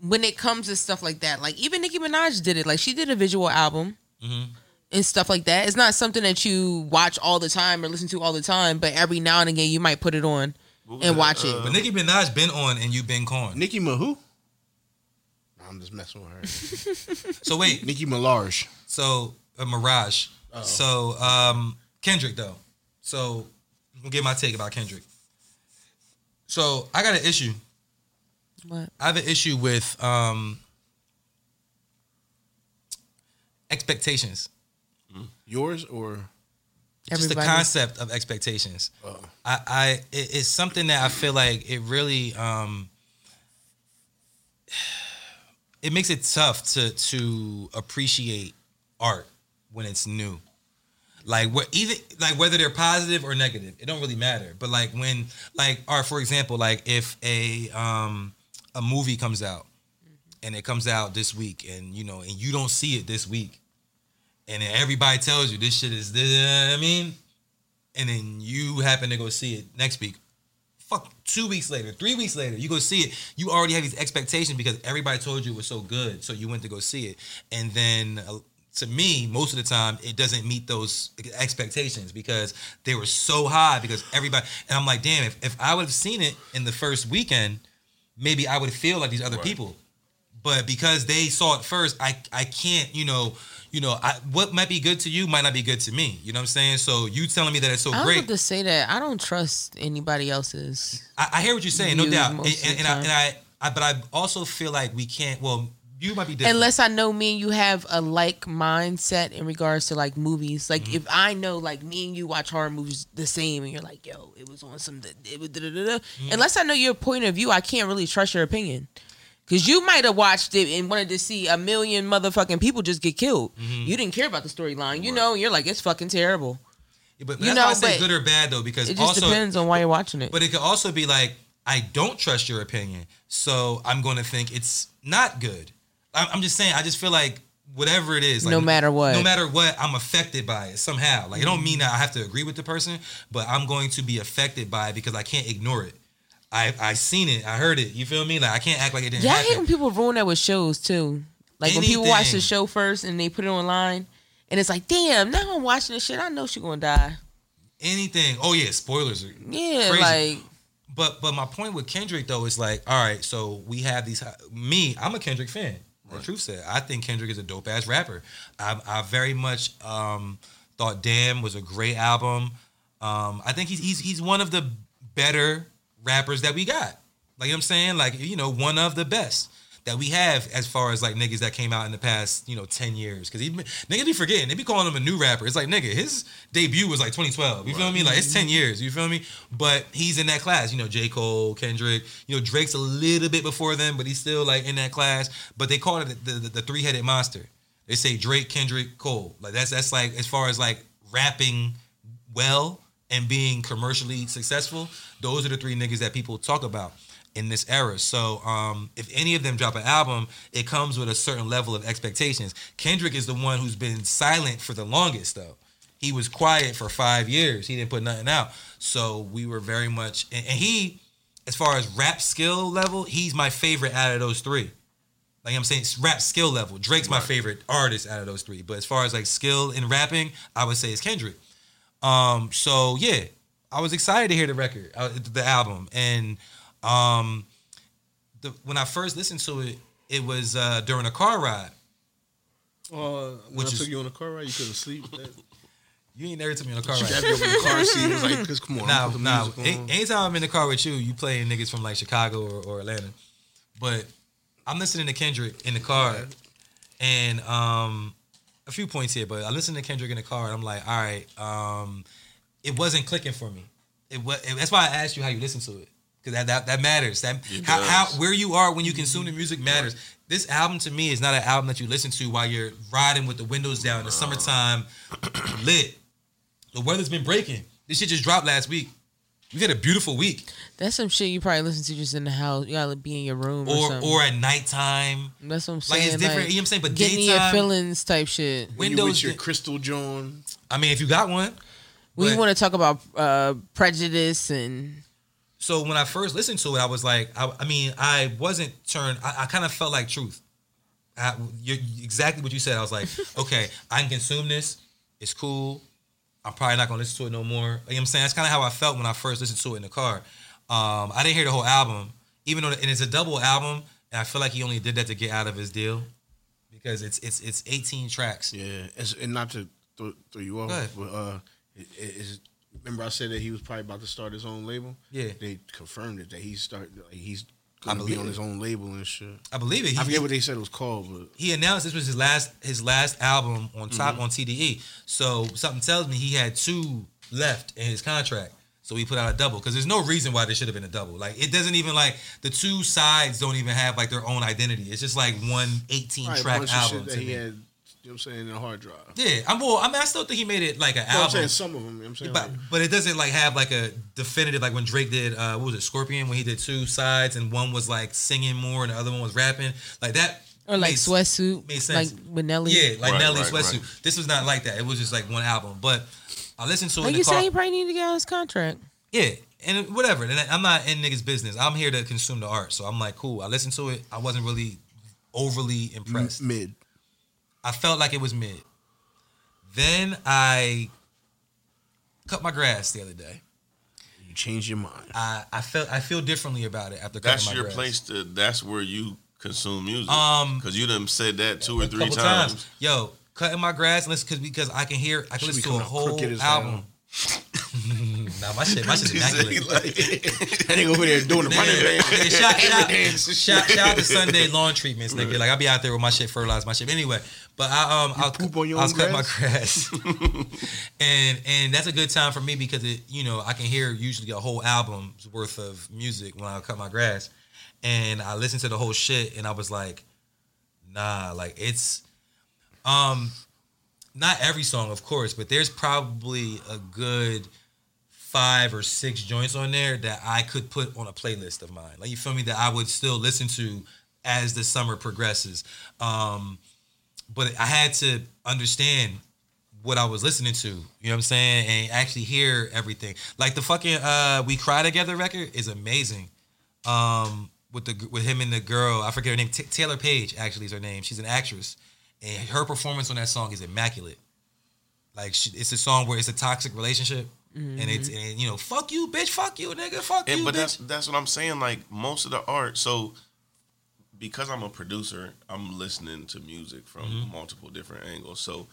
[SPEAKER 2] when it comes to stuff like that, like even Nicki Minaj did it. Like she did a visual album
[SPEAKER 1] Mm-hmm.
[SPEAKER 2] and stuff like that. It's not something that you watch all the time or listen to all the time, but every now and again you might put it on
[SPEAKER 5] was
[SPEAKER 2] and
[SPEAKER 5] that,
[SPEAKER 2] watch
[SPEAKER 5] uh,
[SPEAKER 2] it.
[SPEAKER 1] but Nicki Minaj been on, and you been con.
[SPEAKER 8] Nicki Mahu? Nah, I'm just messing with her.
[SPEAKER 1] So wait,
[SPEAKER 8] Nicki Minaj.
[SPEAKER 1] So uh, Mirage. So um, Kendrick though. So I'm gonna get my take about Kendrick. So I got an issue.
[SPEAKER 2] What?
[SPEAKER 1] I have an issue with um, expectations.
[SPEAKER 8] Yours or
[SPEAKER 1] Just the concept of expectations. I, I it- it's something that I feel like it really um, it makes it tough to to appreciate art when it's new. Like what even like whether they're positive or negative, it don't really matter. But like when like or for example, like if a um a movie comes out and it comes out this week and you know and you don't see it this week and then everybody tells you this shit is this, I mean, and then you happen to go see it next week. Fuck, two weeks later, three weeks later, you go see it. You already have these expectations because everybody told you it was so good, so you went to go see it. And then uh, to me, most of the time, it doesn't meet those expectations because they were so high because everybody. And I'm like, damn, if, if I would have seen it in the first weekend, maybe I would feel like these other people But because they saw it first, I I can't, you know, you know, I, what might be good to you might not be good to me. You know what I'm saying? So you telling me that it's so
[SPEAKER 2] I was
[SPEAKER 1] great.
[SPEAKER 2] about to say that I don't trust anybody else's.
[SPEAKER 1] I, I hear what you're saying, no
[SPEAKER 2] Views
[SPEAKER 1] doubt. And,
[SPEAKER 2] most of
[SPEAKER 1] and,
[SPEAKER 2] the
[SPEAKER 1] and I,
[SPEAKER 2] time.
[SPEAKER 1] and I, I, but I also feel like we can't. Well, you might be different.
[SPEAKER 2] Unless I know me and you have a like mindset in regards to like movies. Like if I know like me and you watch horror movies the same, and you're like, "Yo, it was on some." It was da-da-da-da. Unless I know your point of view, I can't really trust your opinion. Cause you might have watched it and wanted to see a million motherfucking people just get killed. You didn't care about the storyline, you know. and You're like, it's fucking terrible.
[SPEAKER 1] but that's
[SPEAKER 2] you
[SPEAKER 1] why I
[SPEAKER 2] know,
[SPEAKER 1] say
[SPEAKER 2] but
[SPEAKER 1] good or bad though, because
[SPEAKER 2] It just
[SPEAKER 1] also,
[SPEAKER 2] depends on why you're watching it.
[SPEAKER 1] but it could also be like I don't trust your opinion, so I'm going to think it's not good. I'm, I'm just saying. I just feel like whatever it is, like,
[SPEAKER 2] No matter what.
[SPEAKER 1] no matter what, I'm affected by it somehow. Like it don't mean that I have to agree with the person, but I'm going to be affected by it because I can't ignore it. I I seen it, I heard it. You feel me? Like I can't act like it didn't
[SPEAKER 2] Yeah, I hate
[SPEAKER 1] happen.
[SPEAKER 2] when people ruin that with shows too. Like when people watch the
[SPEAKER 1] Anything.
[SPEAKER 2] show first and they put it online, and it's like, damn, now I'm watching this shit. I know she gonna die.
[SPEAKER 1] Anything. Oh yeah, spoilers are
[SPEAKER 2] Yeah,
[SPEAKER 1] Crazy.
[SPEAKER 2] like
[SPEAKER 1] But but my point with Kendrick though is like, all right, so we have these. Me, I'm a Kendrick fan. The truth said, I think Kendrick is a dope ass rapper. I, I very much um, thought "Damn" was a great album. Um, I think he's he's he's one of the better rappers that we got. Like you know what I'm saying, like you know, one of the best that we have as far as like niggas that came out in the past you know ten years. Because niggas be forgetting, they be calling him a new rapper. It's like nigga, his debut was like 2012. You feel me? Like it's ten years. You feel me? But he's in that class. You know, J Cole, Kendrick. You know, Drake's a little bit before them, but he's still like in that class. But they call it the, the, the three headed monster. They say Drake, Kendrick, Cole. Like that's that's like as far as like rapping well and being commercially successful, those are the three niggas that people talk about in this era. So um, if any of them drop an album, it comes with a certain level of expectations. Kendrick is the one who's been silent for the longest, though. He was quiet for five years. He didn't put nothing out. So we were very much, and, and he, as far as rap skill level, he's my favorite out of those three. Like I'm saying, rap skill level. Drake's my favorite artist out of those three. But as far as like skill in rapping, I would say it's Kendrick. Um, so yeah, I was excited to hear the record, uh, the album, and um, the, when I first listened to it, it was uh, during a car ride.
[SPEAKER 3] Uh, when
[SPEAKER 1] Which
[SPEAKER 3] I
[SPEAKER 1] is-
[SPEAKER 3] took you on a car ride, you couldn't sleep. That-
[SPEAKER 1] You ain't never took me on a car
[SPEAKER 3] That
[SPEAKER 1] ride.
[SPEAKER 3] girl in the car seat was like, "Cause come on,
[SPEAKER 1] Nah,
[SPEAKER 3] I'm gonna
[SPEAKER 1] nah.
[SPEAKER 3] put the music
[SPEAKER 1] a-
[SPEAKER 3] on."
[SPEAKER 1] Anytime I'm in the car with you, you playing niggas from like Chicago or, or Atlanta. But I'm listening to Kendrick in the car, and um, a few points here. But I listened to Kendrick in the car, and I'm like, all right, um, it wasn't clicking for me. It was. That's why I asked you how you listen to it, because that, that that matters. That
[SPEAKER 5] It
[SPEAKER 1] how, how
[SPEAKER 5] does.
[SPEAKER 1] where you are when you consume the music matters. This album to me is not an album that you listen to while you're riding with the windows down in the summertime, lit. The weather's been breaking. This shit just dropped last week. We had a beautiful week,
[SPEAKER 2] that's some shit you probably listen to just in the house. You gotta be in your room or,
[SPEAKER 1] or
[SPEAKER 2] something.
[SPEAKER 1] or at nighttime.
[SPEAKER 2] that's what I'm
[SPEAKER 1] Like
[SPEAKER 2] saying.
[SPEAKER 1] it's different. you know what I'm saying? But
[SPEAKER 2] getting in your
[SPEAKER 1] daytime.
[SPEAKER 2] feelings type shit.
[SPEAKER 3] When you
[SPEAKER 1] Windows
[SPEAKER 3] with your
[SPEAKER 1] di-
[SPEAKER 3] crystal John,
[SPEAKER 1] I mean, if you got one.
[SPEAKER 2] We
[SPEAKER 1] but-
[SPEAKER 2] want to talk about uh, prejudice and
[SPEAKER 1] so when I first listened to it, I was like, I, I mean, I wasn't turned. I, I kind of felt like truth. I, you're, exactly what you said. I was like, okay, I can consume this. It's cool. I'm probably not gonna listen to it no more. You know what I'm saying? That's kind of how I felt when I first listened to it in the car. Um, I didn't hear the whole album, even though and it's a double album, and I feel like he only did that to get out of his deal because it's it's it's 18 tracks.
[SPEAKER 3] yeah,
[SPEAKER 8] It's, and not to throw, throw you
[SPEAKER 1] Go ahead.
[SPEAKER 8] off, but uh,
[SPEAKER 3] it, it, it's- remember I said that he was probably about to start his own label.
[SPEAKER 1] Yeah.
[SPEAKER 3] they confirmed it that he start like he's
[SPEAKER 1] I
[SPEAKER 3] gonna be
[SPEAKER 1] believe
[SPEAKER 3] on
[SPEAKER 1] it.
[SPEAKER 3] his own label and shit.
[SPEAKER 1] I believe it. He,
[SPEAKER 3] I forget what they said it was called, but
[SPEAKER 1] he announced this was his last his last album on top
[SPEAKER 3] Mm-hmm.
[SPEAKER 1] on TDE. So something tells me he had two left in his contract. So he put out a double because there's no reason why there should have been a double. Like it doesn't even like the two sides don't even have like their own identity. It's just like one 18
[SPEAKER 3] Probably a
[SPEAKER 1] track
[SPEAKER 3] bunch of
[SPEAKER 1] album.
[SPEAKER 3] shit
[SPEAKER 1] To
[SPEAKER 3] that he
[SPEAKER 1] me.
[SPEAKER 3] had. You know what I'm saying in a hard drive. You
[SPEAKER 1] Yeah, I'm well. I mean, I still think he made it like an
[SPEAKER 3] know what I'm
[SPEAKER 1] album,
[SPEAKER 3] saying some of them. You know what I'm saying
[SPEAKER 1] but
[SPEAKER 3] Like,
[SPEAKER 1] but it doesn't like have like a definitive like when Drake did uh what was it Scorpion when he did two sides and one was like singing more and the other one was rapping like that
[SPEAKER 2] or like
[SPEAKER 1] makes-
[SPEAKER 2] sweatsuit,
[SPEAKER 1] makes
[SPEAKER 2] like
[SPEAKER 1] sense.
[SPEAKER 2] with Nelly.
[SPEAKER 1] Yeah, like
[SPEAKER 5] Right,
[SPEAKER 1] Nelly
[SPEAKER 5] right,
[SPEAKER 1] Sweatsuit.
[SPEAKER 5] right.
[SPEAKER 1] This was not like that. It was just like one album. But I listened to it
[SPEAKER 2] like
[SPEAKER 1] in
[SPEAKER 2] you
[SPEAKER 1] the car.
[SPEAKER 2] said, he probably need to get out of his contract.
[SPEAKER 1] yeah, and whatever. And I'm not in niggas' business. I'm here to consume the art. So I'm like, cool. I listened to it. I wasn't really overly impressed.
[SPEAKER 8] mid.
[SPEAKER 1] I felt like it was mid. Then I cut my grass the other day.
[SPEAKER 8] You change your mind.
[SPEAKER 1] I, I felt I feel differently about it after cutting
[SPEAKER 5] That's
[SPEAKER 1] my
[SPEAKER 5] your
[SPEAKER 1] grass.
[SPEAKER 5] place to. That's where you consume music?
[SPEAKER 1] Um,
[SPEAKER 5] because you done said that two or three
[SPEAKER 1] couple
[SPEAKER 5] times.
[SPEAKER 1] times. Yo, cutting my grass and listen because because I can hear I can
[SPEAKER 8] Should be
[SPEAKER 1] listen to a
[SPEAKER 8] coming out
[SPEAKER 1] whole
[SPEAKER 8] crooked as hell.
[SPEAKER 1] album. nah, my shit, my shit's
[SPEAKER 5] He said he
[SPEAKER 1] immaculate.
[SPEAKER 5] like-
[SPEAKER 3] That nigga over there doing the running man.
[SPEAKER 1] Nigga, shout, shout, shout, shout out to Sunday lawn treatments, nigga. Like I be out there with my shit, fertilize my shit. But anyway, but I um I'll,
[SPEAKER 8] poop on your
[SPEAKER 1] I'll
[SPEAKER 8] own
[SPEAKER 1] cut my grass, and and that's a good time for me because it you know I can hear usually a whole album's worth of music when I cut my grass, and I listened to the whole shit, and I was like, nah, like it's um not every song, of course, but there's probably a good five or six joints on there that I could put on a playlist of mine. Like you feel me? That I would still listen to as the summer progresses. Um, but I had to understand what I was listening to. You know what I'm saying? And actually hear everything. Like the fucking uh, "We Cry Together" record is amazing. Um, with the with him and the girl, I forget her name. T- Taylor Page actually is her name. She's an actress, and her performance on that song is immaculate. Like she, it's a song where it's a toxic relationship, and it's and you know fuck you, bitch, fuck you, nigga, fuck
[SPEAKER 5] And,
[SPEAKER 1] you,
[SPEAKER 5] but that's
[SPEAKER 1] bitch.
[SPEAKER 5] that's what I'm saying. Like most of the art, so because I'm a producer, I'm listening to music from
[SPEAKER 3] Mm-hmm.
[SPEAKER 5] multiple different angles. So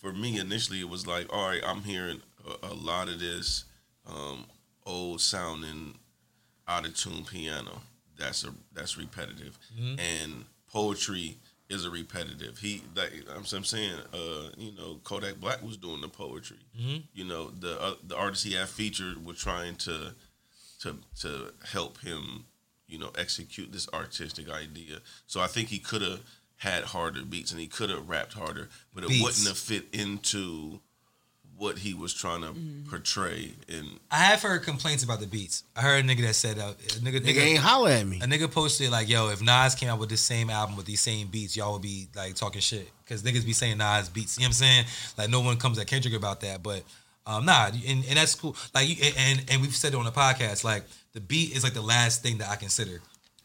[SPEAKER 5] for me, initially, it was like, all right, I'm hearing a, a lot of this um, old sounding, out of tune piano. That's a that's repetitive, and poetry is a repetitive. He, like, I'm, I'm saying, uh, you know, Kodak Black was doing the poetry. You know, the uh, the artists he had featured were trying to to to help him, you know, execute this artistic idea. So I think he could have had harder beats and he could have rapped harder, but it
[SPEAKER 1] Beats.
[SPEAKER 5] wouldn't have fit into what he was trying to portray. And
[SPEAKER 1] I have heard complaints about the beats. I heard a nigga that said uh, a nigga,
[SPEAKER 3] Nigga
[SPEAKER 1] nigga
[SPEAKER 3] ain't holler at me.
[SPEAKER 1] A nigga posted like, "Yo, if Nas came out with this same album with these same beats, y'all would be like talking shit because niggas be saying Nas beats." You know what I'm saying? Like, no one comes at Kendrick about that, but um, nah, and, and that's cool. Like, you, and and we've said it on the podcast. Like, the beat is like the last thing that I consider.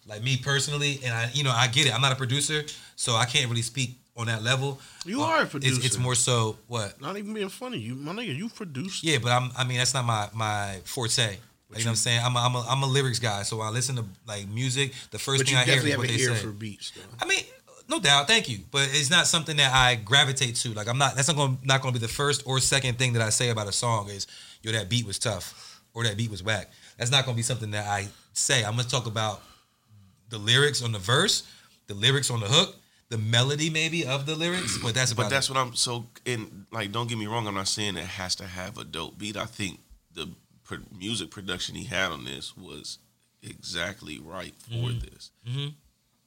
[SPEAKER 1] Like me personally, and I, you know, I get it. I'm not a producer, so I can't really speak on that level. Uh,
[SPEAKER 8] You are a
[SPEAKER 1] It's, it's
[SPEAKER 8] producer.
[SPEAKER 1] more so what?
[SPEAKER 8] Not even being funny. You, my nigga, you produced.
[SPEAKER 1] Yeah, but I'm. I mean, that's not my my forte. Like, you know what I'm saying? I'm a, I'm a, I'm a lyrics guy, so when I listen to like music, the first
[SPEAKER 3] But
[SPEAKER 1] thing
[SPEAKER 3] you
[SPEAKER 1] I hear
[SPEAKER 3] definitely
[SPEAKER 1] is
[SPEAKER 3] have
[SPEAKER 1] what
[SPEAKER 3] an
[SPEAKER 1] they
[SPEAKER 3] ear
[SPEAKER 1] say.
[SPEAKER 3] for beats,
[SPEAKER 1] I
[SPEAKER 3] though.
[SPEAKER 1] mean, no doubt, thank you. But it's not something that I gravitate to. Like I'm not that's not gonna not gonna be the first or second thing that I say about a song is, yo, that beat was tough or that beat was whack. That's not gonna be something that I say. I'm gonna talk about the lyrics on the verse, the lyrics on the hook, the melody maybe of the lyrics, but that's about
[SPEAKER 5] but that's
[SPEAKER 1] it.
[SPEAKER 5] what I'm so and like don't get me wrong, I'm not saying it has to have a dope beat. I think the pro- music production he had on this was exactly right for
[SPEAKER 1] Mm-hmm.
[SPEAKER 5] this.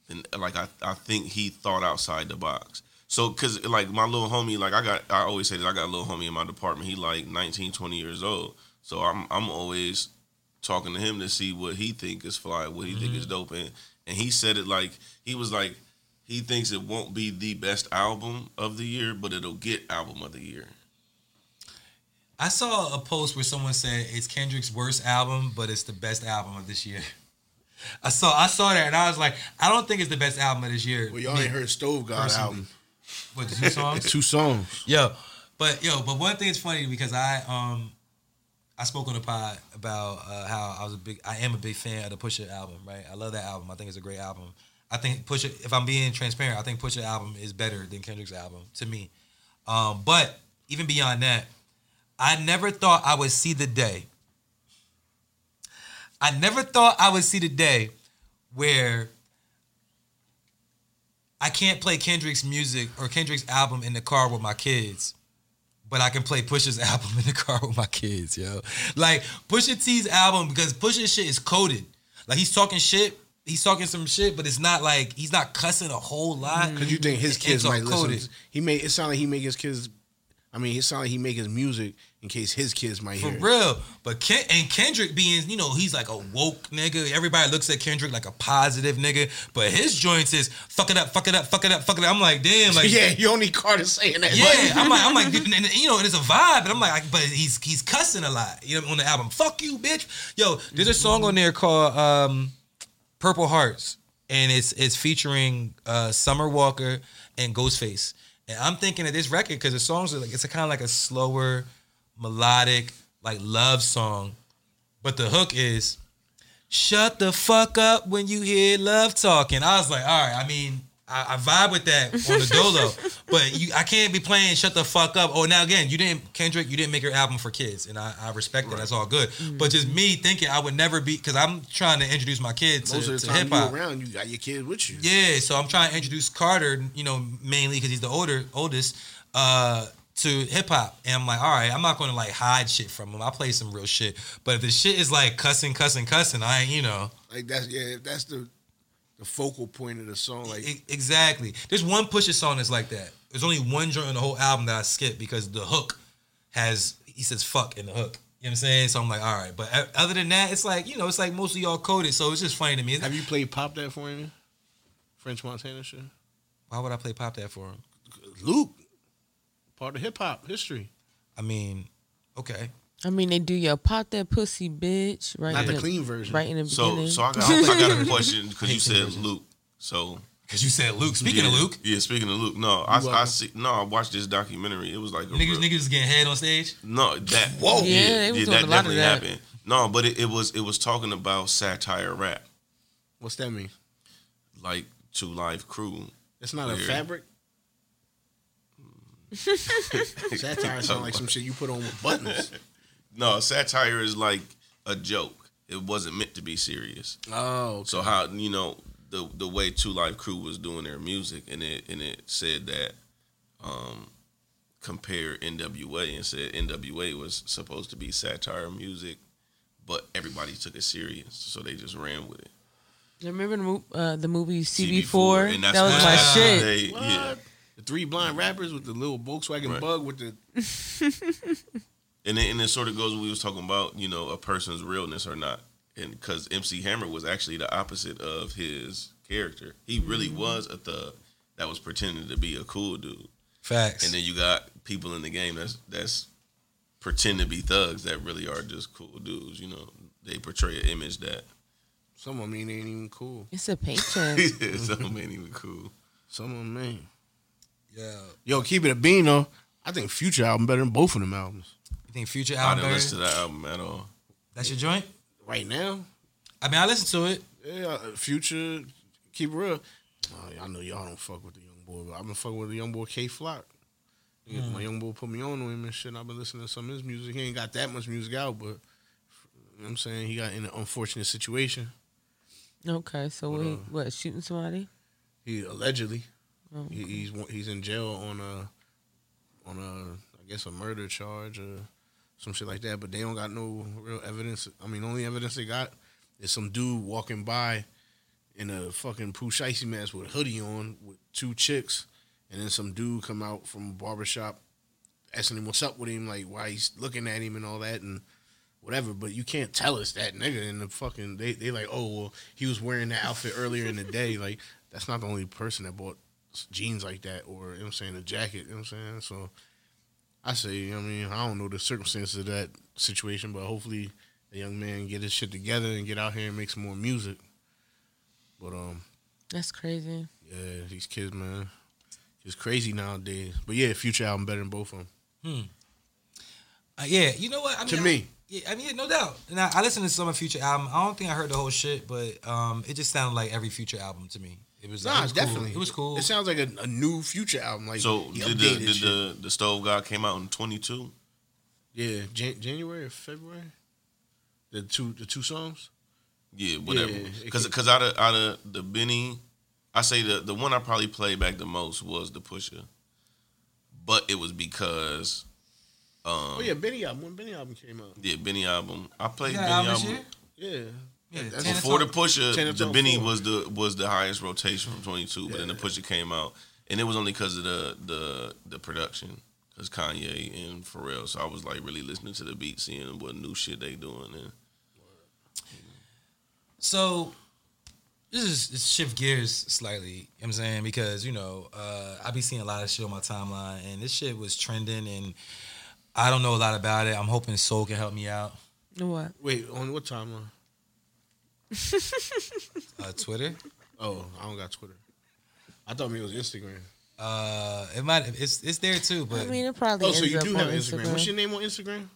[SPEAKER 5] and like I, I think he thought outside the box. So cause like my little homie, like I got I always say that I got a little homie in my department. He like 19, 20 years old. So I'm I'm always talking to him to see what he think is fly, what he think
[SPEAKER 1] Mm-hmm.
[SPEAKER 5] is dope. And and he said it like he was like he thinks it won't be the best album of the year, but it'll get album of the year.
[SPEAKER 1] I saw a post where someone said it's Kendrick's worst album, but it's the best album of this year. I saw I saw that and I was like, I don't think it's the best album of this year.
[SPEAKER 3] Well, y'all ain't heard Stove God
[SPEAKER 1] Personally.
[SPEAKER 3] album.
[SPEAKER 1] What, the two songs?
[SPEAKER 8] Two songs.
[SPEAKER 1] Yo, but yo, but one thing is funny because I um I spoke on the pod about uh, how I was a big I am a big fan of the Pusha album, right? I love that album. I think it's a great album. I think Pusha if I'm being transparent, I think Pusha album is better than Kendrick's album to me. Um but even beyond that, I never thought I would see the day. I never thought I would see the day where I can't play Kendrick's music or Kendrick's album in the car with my kids, but I can play Pusha's album in the car with my kids, yo. Like Pusha T's album because Pusha's shit is coded. Like he's talking shit, he's talking some shit, but it's not like he's not cussing a whole lot.
[SPEAKER 3] Cause you think his
[SPEAKER 1] It's
[SPEAKER 3] kids
[SPEAKER 1] all
[SPEAKER 3] might listen?
[SPEAKER 1] coded.
[SPEAKER 3] to- He made it sound like he make his kids. I mean, it sound like he make his music in case his kids might
[SPEAKER 1] For
[SPEAKER 3] hear. it.
[SPEAKER 1] real. But Ken- and Kendrick being, you know, he's like a woke nigga. Everybody looks at Kendrick like a positive nigga, but his joints is fuck it up, fuck it up, fuck it up, fuck it up. I'm like, damn, like
[SPEAKER 3] yeah, you only Carter saying that.
[SPEAKER 1] Yeah, I'm like, I'm like, and- and, you know, and it's a vibe, and I'm like, I- but he's he's cussing a lot, you know, on the album. Fuck you, bitch. Yo, there's a song on there called um, "Purple Hearts," and it's it's featuring uh, Summer Walker and Ghostface. And I'm thinking of this record because the songs are like it's a kind of like a slower, melodic, like love song, but the hook is Shut the fuck up when you hear love talking. I was like, all right, I mean, I, I vibe with that on the dolo, but you, I can't be playing shut the fuck up. Oh, now again, you didn't, Kendrick, you didn't make your album for kids, and I, I respect that. That's all good. But
[SPEAKER 3] Mm-hmm.
[SPEAKER 1] just me thinking I would never be, because I'm trying to introduce my kids
[SPEAKER 3] Most
[SPEAKER 1] to,
[SPEAKER 3] of the
[SPEAKER 1] to
[SPEAKER 3] time
[SPEAKER 1] hip hop.
[SPEAKER 3] you around, you got your kids with you.
[SPEAKER 1] Yeah, so I'm trying to introduce Carter, you know, mainly because he's the older oldest, uh, to hip hop. And I'm like, all right, I'm not going to like hide shit from him. I play some real shit, but if the shit is like cussing, cussing, cussing, I ain't, you know,
[SPEAKER 3] Like that's yeah, if that's the the focal point of the song. Like
[SPEAKER 1] e- exactly. There's one Pusha song that's like that. There's only one joint on the whole album that I skipped because the hook has he says fuck in the hook. You know what I'm saying? So I'm like, all right. But uh, other than that, it's like you know, it's like mostly all coded. So it's just funny to me. It's-
[SPEAKER 3] have you played Pop That for me? French Montana shit?
[SPEAKER 1] Why would I play pop that for him?
[SPEAKER 3] Luke. Part of hip hop history.
[SPEAKER 1] I mean, okay.
[SPEAKER 2] I mean, they do your pop that pussy, bitch. Right,
[SPEAKER 3] Not
[SPEAKER 2] in
[SPEAKER 3] the clean version.
[SPEAKER 2] Right in the
[SPEAKER 5] So
[SPEAKER 2] beginning.
[SPEAKER 5] so I got I got a question because you said Luke. So
[SPEAKER 1] Because you said Luke. Speaking
[SPEAKER 5] yeah,
[SPEAKER 1] of Luke,
[SPEAKER 5] yeah. Speaking of Luke, no, I,
[SPEAKER 3] welcome.
[SPEAKER 5] I see. No, I watched this documentary. It was like a
[SPEAKER 1] Niggas,
[SPEAKER 5] real-
[SPEAKER 1] niggas is getting head on stage.
[SPEAKER 5] No, that
[SPEAKER 1] Whoa.
[SPEAKER 5] yeah,
[SPEAKER 2] Yeah, they was
[SPEAKER 5] yeah,
[SPEAKER 2] doing
[SPEAKER 5] that
[SPEAKER 2] a lot of
[SPEAKER 5] definitely
[SPEAKER 2] that.
[SPEAKER 5] happened. No, but it, it was it was talking about satire rap,
[SPEAKER 3] What's that mean?
[SPEAKER 5] like Two Live Crew.
[SPEAKER 3] It's not a
[SPEAKER 5] Yeah.
[SPEAKER 3] fabric. Satire sound like some shit you put on with buttons.
[SPEAKER 5] No, satire is like a joke. It wasn't meant to be serious.
[SPEAKER 3] Oh,
[SPEAKER 5] So how you know the the way Two Live Crew was doing their music, and it and it said that, um, compare N.W.A. and said N.W.A. was supposed to be satire music, but everybody took it serious, so they just ran with it.
[SPEAKER 2] Remember the, mo- uh, the movie CB4?
[SPEAKER 5] and
[SPEAKER 2] that
[SPEAKER 5] that's
[SPEAKER 2] was
[SPEAKER 5] what-
[SPEAKER 2] my
[SPEAKER 5] that's what
[SPEAKER 2] shit.
[SPEAKER 5] they- yeah,
[SPEAKER 3] the three blind rappers with the little Volkswagen
[SPEAKER 5] Right.
[SPEAKER 3] bug with the
[SPEAKER 5] and it, and it sort of goes what we was talking about, you know, a person's realness or not, and because MC Hammer was actually the opposite of his character. He really was a thug that was pretending to be a cool dude,
[SPEAKER 1] Facts.
[SPEAKER 5] and then you got people in the game that's that's pretend to be thugs that really are just cool dudes. You know, they portray an image that
[SPEAKER 3] some of them ain't even cool.
[SPEAKER 2] It's a paint job.
[SPEAKER 3] Mm-hmm.
[SPEAKER 5] some ain't even cool.
[SPEAKER 3] Some of them ain't.
[SPEAKER 1] yeah.
[SPEAKER 3] Yo, keep it a bean though. I think Future album better than both of them albums.
[SPEAKER 1] You think Future
[SPEAKER 5] I
[SPEAKER 1] album?
[SPEAKER 5] didn't
[SPEAKER 1] better?
[SPEAKER 5] listen to that album at all.
[SPEAKER 1] That's your joint.
[SPEAKER 3] Right now,
[SPEAKER 1] I mean, I listened to it.
[SPEAKER 3] yeah, uh, Future, keep it real. Oh, I know y'all don't fuck with the young boy, but I've been fucking with the young boy K Flock. Nigga, My young boy put me on to him and shit. and I've been listening to some of his music. He ain't got that much music out, but you know what I'm saying he got in an unfortunate situation.
[SPEAKER 2] Okay, so what, he- what, shooting somebody?
[SPEAKER 3] He allegedly
[SPEAKER 2] Oh.
[SPEAKER 3] he, he's wa- he's in jail on a on a I guess a murder charge or some shit like that. But they don't got no real evidence. I mean, only evidence they got is some dude walking by in a fucking poo shicey mask with a hoodie on with two chicks, and then some dude come out from a barbershop asking him what's up with him, like why he's looking at him and all that, and whatever. But you can't tell us that nigga in the fucking they they like oh well he was wearing that outfit earlier in the day. Like that's not the only person that bought s- jeans like that or you know what I'm saying a jacket. You know what I'm saying so. I say, you know what I mean, I don't know the circumstances of that situation, but hopefully the young man get his shit together and get out here and make some more music. But um,
[SPEAKER 2] That's crazy.
[SPEAKER 3] yeah, these kids, man, it's crazy nowadays. But yeah, Future album better than both of them.
[SPEAKER 1] Uh, yeah, you know what? I mean,
[SPEAKER 3] To
[SPEAKER 1] I-
[SPEAKER 3] me.
[SPEAKER 1] yeah, I mean, yeah, no doubt. And I, I listened to some of Future album. I don't think I heard the whole shit, but um, it just sounded like every Future album to me. It was like,
[SPEAKER 3] Nah,
[SPEAKER 1] it was cool.
[SPEAKER 3] definitely.
[SPEAKER 1] It was cool.
[SPEAKER 3] It sounds like a, a new Future album. Like
[SPEAKER 5] So
[SPEAKER 3] he
[SPEAKER 5] did the
[SPEAKER 3] updated
[SPEAKER 5] did
[SPEAKER 3] shit.
[SPEAKER 5] the, the Stove God came out in twenty two?
[SPEAKER 3] yeah Jan- January or February? The two the two songs.
[SPEAKER 5] Yeah, whatever.
[SPEAKER 3] yeah, it
[SPEAKER 5] Because
[SPEAKER 3] could-
[SPEAKER 5] because out of out of the Benny, I say the the one I probably played back the most was the Pusher, but it was because um
[SPEAKER 3] Oh yeah, Benny album. When Benny album came out.
[SPEAKER 5] the Benny album I played
[SPEAKER 1] Yeah,
[SPEAKER 5] Benny
[SPEAKER 1] album
[SPEAKER 5] album,
[SPEAKER 1] this year?
[SPEAKER 3] Yeah.
[SPEAKER 1] Yeah,
[SPEAKER 3] That's
[SPEAKER 1] Ten
[SPEAKER 5] before the
[SPEAKER 1] and Twelve.
[SPEAKER 5] Pusher.
[SPEAKER 3] Ten and
[SPEAKER 5] The
[SPEAKER 3] Twelve
[SPEAKER 5] Benny
[SPEAKER 3] four.
[SPEAKER 5] was the was the highest rotation from twenty two, but then the
[SPEAKER 3] Yeah.
[SPEAKER 5] Pusher came out, and it was only because of the the the production. Cause Kanye and Pharrell, so I was like really listening to the beat, seeing what new shit they doing, and
[SPEAKER 1] So this is it's shift gears slightly, you know what I'm saying? Because, you know, uh, I be seeing a lot of shit on my timeline and this shit was trending and I don't know a lot about it. I'm hoping Soul can help me out.
[SPEAKER 2] What?
[SPEAKER 3] Wait, on what timeline?
[SPEAKER 1] Uh, Twitter.
[SPEAKER 3] Oh, I don't got Twitter. I thought maybe it was Instagram.
[SPEAKER 1] Uh, it might it's it's there too, but
[SPEAKER 2] I mean, it probably
[SPEAKER 3] Oh, so
[SPEAKER 2] ends
[SPEAKER 3] you
[SPEAKER 2] up
[SPEAKER 3] do
[SPEAKER 2] on
[SPEAKER 3] have Instagram. What's your name on Instagram?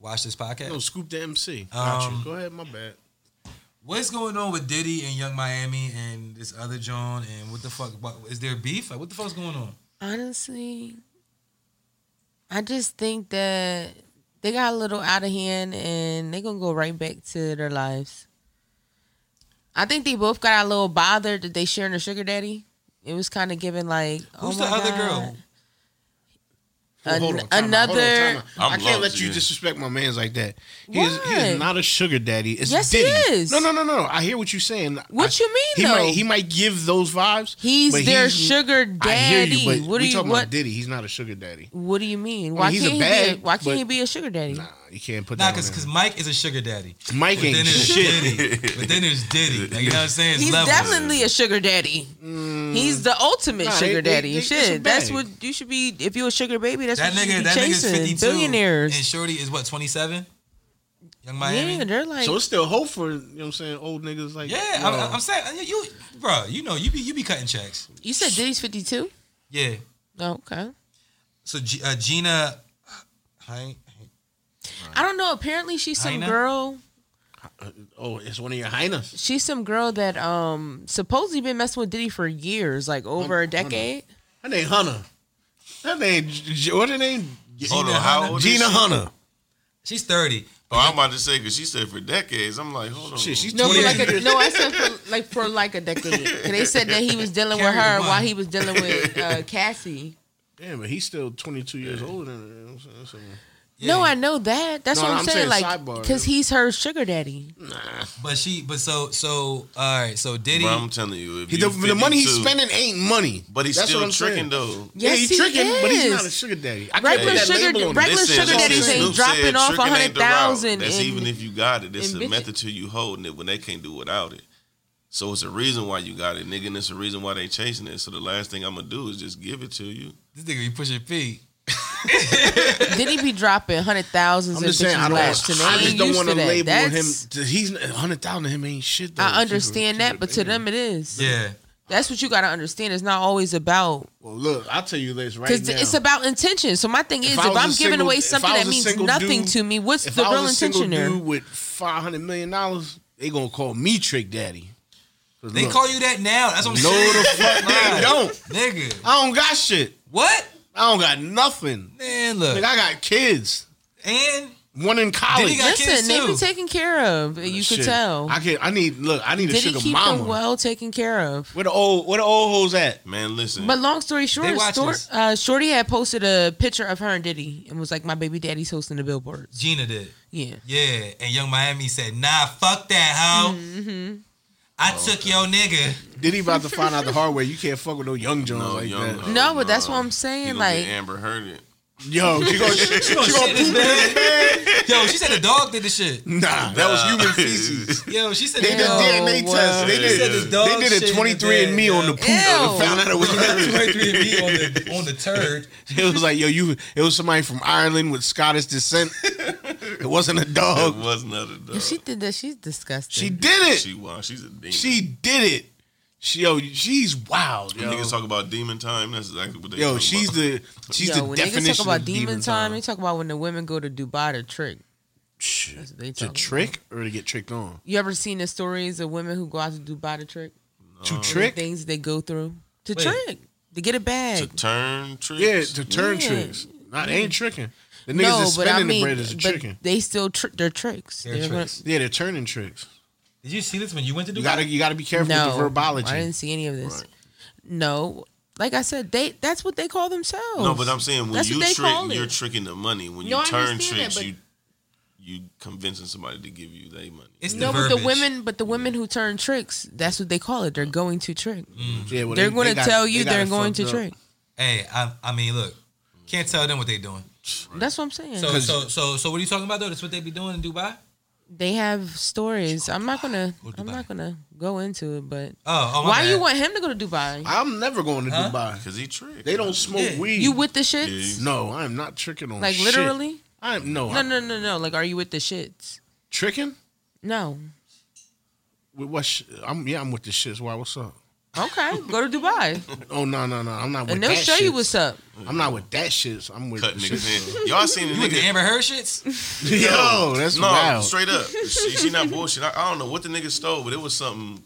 [SPEAKER 1] watch this podcast.
[SPEAKER 3] No, Scoop the MC. Gotcha.
[SPEAKER 1] Um,
[SPEAKER 3] Go ahead, my bad.
[SPEAKER 1] What's going on with Diddy and Young Miami and this other John and what the fuck? What, is there beef? Like, what the fuck's going on?
[SPEAKER 2] Honestly, I just think that they got a little out of hand and they're gonna go right back to their lives. I think they both got a little bothered that they sharing a sugar daddy. It was kind of giving like,
[SPEAKER 1] Who's
[SPEAKER 2] oh
[SPEAKER 1] the
[SPEAKER 2] my
[SPEAKER 1] other
[SPEAKER 2] God.
[SPEAKER 1] girl?
[SPEAKER 2] An-
[SPEAKER 3] hold on, time another. Out, hold on, time out.
[SPEAKER 5] I'm
[SPEAKER 3] I can't
[SPEAKER 5] lost,
[SPEAKER 3] let you
[SPEAKER 5] yeah.
[SPEAKER 3] disrespect my man's like that. He is, he
[SPEAKER 2] Why?
[SPEAKER 3] is not a sugar daddy. It's
[SPEAKER 2] Yes, he
[SPEAKER 3] Diddy.
[SPEAKER 2] is.
[SPEAKER 3] No, no, no, no. I hear what you're saying.
[SPEAKER 2] What
[SPEAKER 3] I-
[SPEAKER 2] you mean,
[SPEAKER 3] He
[SPEAKER 2] though?
[SPEAKER 3] might he might give those vibes.
[SPEAKER 2] He's
[SPEAKER 3] but
[SPEAKER 2] their
[SPEAKER 3] he's-
[SPEAKER 2] sugar daddy.
[SPEAKER 3] I hear you, but
[SPEAKER 2] what do
[SPEAKER 3] we
[SPEAKER 2] you
[SPEAKER 3] talking
[SPEAKER 2] what?
[SPEAKER 3] about Diddy. He's not a sugar daddy.
[SPEAKER 2] what do you mean? Why
[SPEAKER 3] he's a
[SPEAKER 2] can't he
[SPEAKER 3] bag,
[SPEAKER 2] be? A, why
[SPEAKER 3] but-
[SPEAKER 2] can't he be a sugar daddy?
[SPEAKER 3] Nah, you can't put
[SPEAKER 1] Nah,
[SPEAKER 3] that.
[SPEAKER 1] cause,
[SPEAKER 3] on
[SPEAKER 1] cause
[SPEAKER 3] him.
[SPEAKER 1] Mike is a sugar daddy.
[SPEAKER 3] Mike
[SPEAKER 1] But then
[SPEAKER 3] ain't
[SPEAKER 1] there's
[SPEAKER 3] shit.
[SPEAKER 1] Diddy. But then there's Diddy. Like, you know what I'm saying? It's
[SPEAKER 2] He's
[SPEAKER 1] levels.
[SPEAKER 2] definitely a sugar daddy. He's the ultimate
[SPEAKER 3] Mm. Nah,
[SPEAKER 2] sugar
[SPEAKER 3] they- they-
[SPEAKER 2] daddy.
[SPEAKER 3] they- it's a
[SPEAKER 2] Shit, that's
[SPEAKER 3] bag.
[SPEAKER 2] what you should be. If you're a sugar baby, that's
[SPEAKER 1] that
[SPEAKER 2] what you should
[SPEAKER 1] nigga.
[SPEAKER 2] be
[SPEAKER 1] That nigga's
[SPEAKER 2] chasing.
[SPEAKER 1] 52.
[SPEAKER 2] Billionaires.
[SPEAKER 1] And Shorty is what 27. Young Miami.
[SPEAKER 2] yeah, they're like.
[SPEAKER 3] So it's still hope for you know what I'm saying old niggas like
[SPEAKER 1] Yeah,
[SPEAKER 3] yo.
[SPEAKER 1] I'm, I'm saying uh, you, bro. You know, you be you be cutting checks.
[SPEAKER 2] you said Diddy's fifty-two.
[SPEAKER 1] Yeah.
[SPEAKER 2] Oh, okay.
[SPEAKER 1] So G, uh, Gina, I,
[SPEAKER 2] I don't know. Apparently, she's some
[SPEAKER 1] Hyena?
[SPEAKER 2] girl.
[SPEAKER 3] oh it's one of your highness.
[SPEAKER 2] She's some girl that um supposedly been messing with Diddy for years, like over a decade.
[SPEAKER 3] Her name Hunter. Her name J- what her name
[SPEAKER 5] Hold on,
[SPEAKER 1] Gina
[SPEAKER 5] how
[SPEAKER 1] Hunter?
[SPEAKER 5] old
[SPEAKER 3] Gina
[SPEAKER 5] is she?
[SPEAKER 3] Hunter.
[SPEAKER 1] she's 30.
[SPEAKER 5] Oh, I'm about to say because she said for decades. I'm like, hold on.
[SPEAKER 3] Shit, she's
[SPEAKER 2] No, for
[SPEAKER 3] 20
[SPEAKER 2] like a, no, I said for like for like a decade. 'Cause They said that he was dealing with
[SPEAKER 1] Carry the
[SPEAKER 2] her
[SPEAKER 1] one.
[SPEAKER 2] while he was dealing with uh, Cassie.
[SPEAKER 3] Damn, but he's still 22 years older than her. You know what I'm saying?
[SPEAKER 2] No, I know that. That's
[SPEAKER 3] No,
[SPEAKER 2] what I'm,
[SPEAKER 3] I'm
[SPEAKER 2] saying.
[SPEAKER 3] saying
[SPEAKER 2] Like,
[SPEAKER 3] sidebar.
[SPEAKER 2] because he's her sugar daddy.
[SPEAKER 1] But she, but so so. All right. So Diddy.
[SPEAKER 5] Bro, I'm telling you, if
[SPEAKER 3] He, the,
[SPEAKER 5] you
[SPEAKER 3] the money he's
[SPEAKER 5] 52,
[SPEAKER 3] spending ain't money.
[SPEAKER 5] but he's
[SPEAKER 3] That's what
[SPEAKER 5] still
[SPEAKER 3] I'm saying.
[SPEAKER 5] tricking though.
[SPEAKER 3] Yeah,
[SPEAKER 2] Yes,
[SPEAKER 3] he's
[SPEAKER 2] he
[SPEAKER 3] tricking, but he's not a
[SPEAKER 2] is.
[SPEAKER 3] sugar daddy. I
[SPEAKER 2] Regular
[SPEAKER 3] can't put that
[SPEAKER 2] sugar-
[SPEAKER 3] label on him.
[SPEAKER 2] regular
[SPEAKER 5] This
[SPEAKER 2] sugar
[SPEAKER 5] is-
[SPEAKER 2] daddies
[SPEAKER 5] Snoop
[SPEAKER 2] ain't
[SPEAKER 5] said
[SPEAKER 2] dropping off
[SPEAKER 5] tricking ain't the route.
[SPEAKER 2] 100,000
[SPEAKER 5] That's
[SPEAKER 2] and-
[SPEAKER 5] even if you got it. It's
[SPEAKER 2] and
[SPEAKER 5] a
[SPEAKER 2] bitches.
[SPEAKER 5] method to you holding it when they can't do without it. So it's a reason why you got it, nigga, and it's a reason why they chasing it. So the last thing I'm gonna do is just give it to you.
[SPEAKER 1] This nigga be pushing feet.
[SPEAKER 2] Did he be dropping hundred thousands
[SPEAKER 3] I'm
[SPEAKER 2] of
[SPEAKER 3] just saying, I
[SPEAKER 2] bitches
[SPEAKER 3] don't.
[SPEAKER 2] last to me?
[SPEAKER 3] I just don't want to label
[SPEAKER 2] That's,
[SPEAKER 3] him. He's 100,000 to him ain't shit. Though.
[SPEAKER 2] I understand that, but to them it is.
[SPEAKER 1] Yeah.
[SPEAKER 2] That's what you got to understand. It's not always about
[SPEAKER 3] Well, look, I'll tell you this right
[SPEAKER 2] because
[SPEAKER 3] now.
[SPEAKER 2] it's about intention. So my thing is, if,
[SPEAKER 3] I
[SPEAKER 2] I'm
[SPEAKER 3] was a
[SPEAKER 2] giving
[SPEAKER 3] single-
[SPEAKER 2] away
[SPEAKER 3] if I
[SPEAKER 2] something
[SPEAKER 3] was
[SPEAKER 2] that
[SPEAKER 3] a
[SPEAKER 2] means
[SPEAKER 3] single
[SPEAKER 2] nothing
[SPEAKER 3] dude-
[SPEAKER 2] to me, what's
[SPEAKER 3] if
[SPEAKER 2] the
[SPEAKER 3] I
[SPEAKER 2] real
[SPEAKER 3] was a single
[SPEAKER 2] intention there?
[SPEAKER 3] dude with 500 million dollars, they gonna call me trick daddy. 'Cause
[SPEAKER 1] They
[SPEAKER 3] look,
[SPEAKER 1] call you that now. That's what I'm
[SPEAKER 3] No,
[SPEAKER 1] saying.
[SPEAKER 3] the fuck they don't.
[SPEAKER 1] Nigga.
[SPEAKER 3] I don't got shit.
[SPEAKER 1] What?
[SPEAKER 3] I don't got nothing.
[SPEAKER 1] Man,
[SPEAKER 3] Like
[SPEAKER 1] look.
[SPEAKER 3] I got kids.
[SPEAKER 1] And
[SPEAKER 3] One in college.
[SPEAKER 1] got kids,
[SPEAKER 2] Listen, they
[SPEAKER 1] too.
[SPEAKER 2] be taken care of. You could
[SPEAKER 3] Shit.
[SPEAKER 2] tell.
[SPEAKER 3] I can. I need. Look, I need a
[SPEAKER 2] Did he
[SPEAKER 3] sugar
[SPEAKER 2] keep
[SPEAKER 3] mama.
[SPEAKER 2] them well taken care of?
[SPEAKER 3] Where the old Where the old hoes at?
[SPEAKER 5] Man, listen.
[SPEAKER 2] But long story short,
[SPEAKER 1] They watch
[SPEAKER 2] Stor-
[SPEAKER 1] this.
[SPEAKER 2] uh, Shorty had posted a picture of her and Diddy and was like, "My baby daddy's hosting the billboards."
[SPEAKER 1] Gina did.
[SPEAKER 2] Yeah,
[SPEAKER 1] Yeah. And Young Miami said, nah, fuck that, hoe. I
[SPEAKER 3] Oh,
[SPEAKER 1] took your nigga.
[SPEAKER 3] Did he about to find out the hard way? You can't fuck with no young Jones
[SPEAKER 5] No,
[SPEAKER 3] like
[SPEAKER 5] young
[SPEAKER 3] that.
[SPEAKER 5] hoe,
[SPEAKER 2] no, but that's
[SPEAKER 5] nah.
[SPEAKER 2] what I'm
[SPEAKER 5] You
[SPEAKER 2] saying.
[SPEAKER 5] gonna
[SPEAKER 2] Like,
[SPEAKER 5] get Amber Heard it.
[SPEAKER 3] Yo, she gonna, she gonna
[SPEAKER 1] shit
[SPEAKER 3] poop
[SPEAKER 1] this
[SPEAKER 3] in his
[SPEAKER 1] bed.
[SPEAKER 3] bed.
[SPEAKER 1] Yo, she said the dog did the shit.
[SPEAKER 3] Nah, that was human feces.
[SPEAKER 1] Yo, she said
[SPEAKER 3] They did
[SPEAKER 2] Ew,
[SPEAKER 3] DNA
[SPEAKER 2] wow.
[SPEAKER 3] test. They
[SPEAKER 5] She said
[SPEAKER 3] did.
[SPEAKER 5] this
[SPEAKER 1] dog
[SPEAKER 3] They
[SPEAKER 1] shit
[SPEAKER 3] did
[SPEAKER 1] in
[SPEAKER 3] a
[SPEAKER 1] the
[SPEAKER 3] 23 and me
[SPEAKER 1] bed,
[SPEAKER 3] on the
[SPEAKER 1] yo.
[SPEAKER 3] poop. though,
[SPEAKER 2] Ew.
[SPEAKER 3] and Found out it was
[SPEAKER 1] Twenty three and me on the on the turd.
[SPEAKER 3] It was like, yo, you. It was somebody from Ireland with Scottish descent. It wasn't a
[SPEAKER 5] It
[SPEAKER 3] dog.
[SPEAKER 5] was not a dog.
[SPEAKER 2] if she did that, she's disgusting.
[SPEAKER 3] She did it.
[SPEAKER 5] She wow, she's a demon.
[SPEAKER 3] She did it. She, yo, she's wild.
[SPEAKER 5] when
[SPEAKER 3] Yo,
[SPEAKER 5] niggas talk about demon time, that's exactly what they
[SPEAKER 3] yo
[SPEAKER 5] talk
[SPEAKER 3] she's
[SPEAKER 5] about.
[SPEAKER 3] the she's
[SPEAKER 2] Yo,
[SPEAKER 3] the
[SPEAKER 2] when
[SPEAKER 3] definition
[SPEAKER 2] niggas talk about
[SPEAKER 3] of
[SPEAKER 2] demon, time, they
[SPEAKER 3] time.
[SPEAKER 2] talk about when the women go to Dubai to trick. That's what they
[SPEAKER 3] To
[SPEAKER 2] talk
[SPEAKER 3] trick or to get tricked on?
[SPEAKER 2] You ever seen the stories of women who go out to Dubai to trick?
[SPEAKER 3] To
[SPEAKER 2] The
[SPEAKER 3] trick?
[SPEAKER 2] things they go through to
[SPEAKER 1] Wait.
[SPEAKER 2] trick to get a
[SPEAKER 5] to
[SPEAKER 2] bag.
[SPEAKER 5] turn tricks.
[SPEAKER 3] Yeah, to turn
[SPEAKER 2] Yeah.
[SPEAKER 3] tricks. Not they ain't tricking. The niggas
[SPEAKER 2] no,
[SPEAKER 3] that's
[SPEAKER 2] but I
[SPEAKER 3] spending
[SPEAKER 2] mean,
[SPEAKER 3] the bread is a
[SPEAKER 2] but
[SPEAKER 3] tricking.
[SPEAKER 2] they still trick. They're tricks.
[SPEAKER 1] They're
[SPEAKER 2] They're
[SPEAKER 1] tricks.
[SPEAKER 3] Yeah, they're turning tricks.
[SPEAKER 1] Did you see this when you went to
[SPEAKER 3] You
[SPEAKER 1] Dubai?
[SPEAKER 3] gotta you gotta be careful
[SPEAKER 2] no,
[SPEAKER 3] with the
[SPEAKER 2] I didn't
[SPEAKER 3] verbology.
[SPEAKER 2] see any of this. No, like I said, they that's what they call themselves.
[SPEAKER 5] No, but I'm saying when
[SPEAKER 2] That's
[SPEAKER 5] you
[SPEAKER 2] what they call
[SPEAKER 5] trick,
[SPEAKER 2] it.
[SPEAKER 5] you're tricking the money. When
[SPEAKER 2] No, I
[SPEAKER 5] you turn
[SPEAKER 2] understand that,
[SPEAKER 5] tricks,
[SPEAKER 2] but-
[SPEAKER 5] you you convincing somebody to give you their money.
[SPEAKER 1] It's
[SPEAKER 2] no,
[SPEAKER 1] the
[SPEAKER 2] but the
[SPEAKER 1] verbiage.
[SPEAKER 2] women, but the women who turn tricks, that's what they call it. They're going to trick.
[SPEAKER 3] Yeah, well,
[SPEAKER 2] they're
[SPEAKER 3] they-
[SPEAKER 2] going
[SPEAKER 3] they
[SPEAKER 2] to
[SPEAKER 3] got-
[SPEAKER 2] tell
[SPEAKER 3] they
[SPEAKER 2] you
[SPEAKER 3] got
[SPEAKER 2] they're
[SPEAKER 3] it
[SPEAKER 2] going
[SPEAKER 3] fucked
[SPEAKER 2] to
[SPEAKER 3] up.
[SPEAKER 2] trick.
[SPEAKER 1] Hey, I, I mean, look, can't tell them what they doing.
[SPEAKER 2] That's what I'm saying.
[SPEAKER 1] So, so, so, so, what are you talking about though? That's what they be doing in Dubai.
[SPEAKER 2] they have stories. I'm not gonna.
[SPEAKER 1] Go to
[SPEAKER 2] I'm
[SPEAKER 1] Dubai.
[SPEAKER 2] not gonna go into it. But
[SPEAKER 1] Oh, oh my
[SPEAKER 2] why
[SPEAKER 1] bad.
[SPEAKER 2] you want him to go to Dubai?
[SPEAKER 3] I'm never going to
[SPEAKER 1] Huh?
[SPEAKER 3] Dubai.
[SPEAKER 5] Because he tricked.
[SPEAKER 3] They don't smoke
[SPEAKER 1] Yeah.
[SPEAKER 3] weed.
[SPEAKER 2] You with the shits?
[SPEAKER 3] No, I'm not tricking on
[SPEAKER 2] Like
[SPEAKER 3] shit.
[SPEAKER 2] literally?
[SPEAKER 3] I'm no,
[SPEAKER 2] No,
[SPEAKER 3] I'm
[SPEAKER 2] no, no, no. Like, are you with the shits?
[SPEAKER 3] tricking?
[SPEAKER 2] No.
[SPEAKER 3] With what sh- I'm yeah, I'm with the shits. Why what's up?
[SPEAKER 2] Okay, go to Dubai,
[SPEAKER 3] Oh no no no! I'm not with
[SPEAKER 2] and
[SPEAKER 3] that
[SPEAKER 2] they'll show
[SPEAKER 3] shit.
[SPEAKER 2] you what's up.
[SPEAKER 3] I'm not with that shit. so I'm with
[SPEAKER 5] Cut
[SPEAKER 3] the shit.
[SPEAKER 5] niggas in. Y'all seen the
[SPEAKER 1] You with the
[SPEAKER 5] nigga?
[SPEAKER 1] Amber Heard shits?
[SPEAKER 3] Yo, Oh, that's
[SPEAKER 5] no,
[SPEAKER 3] wild.
[SPEAKER 5] straight up. She, she not bullshit. I, I don't know what the nigga stole, but it was something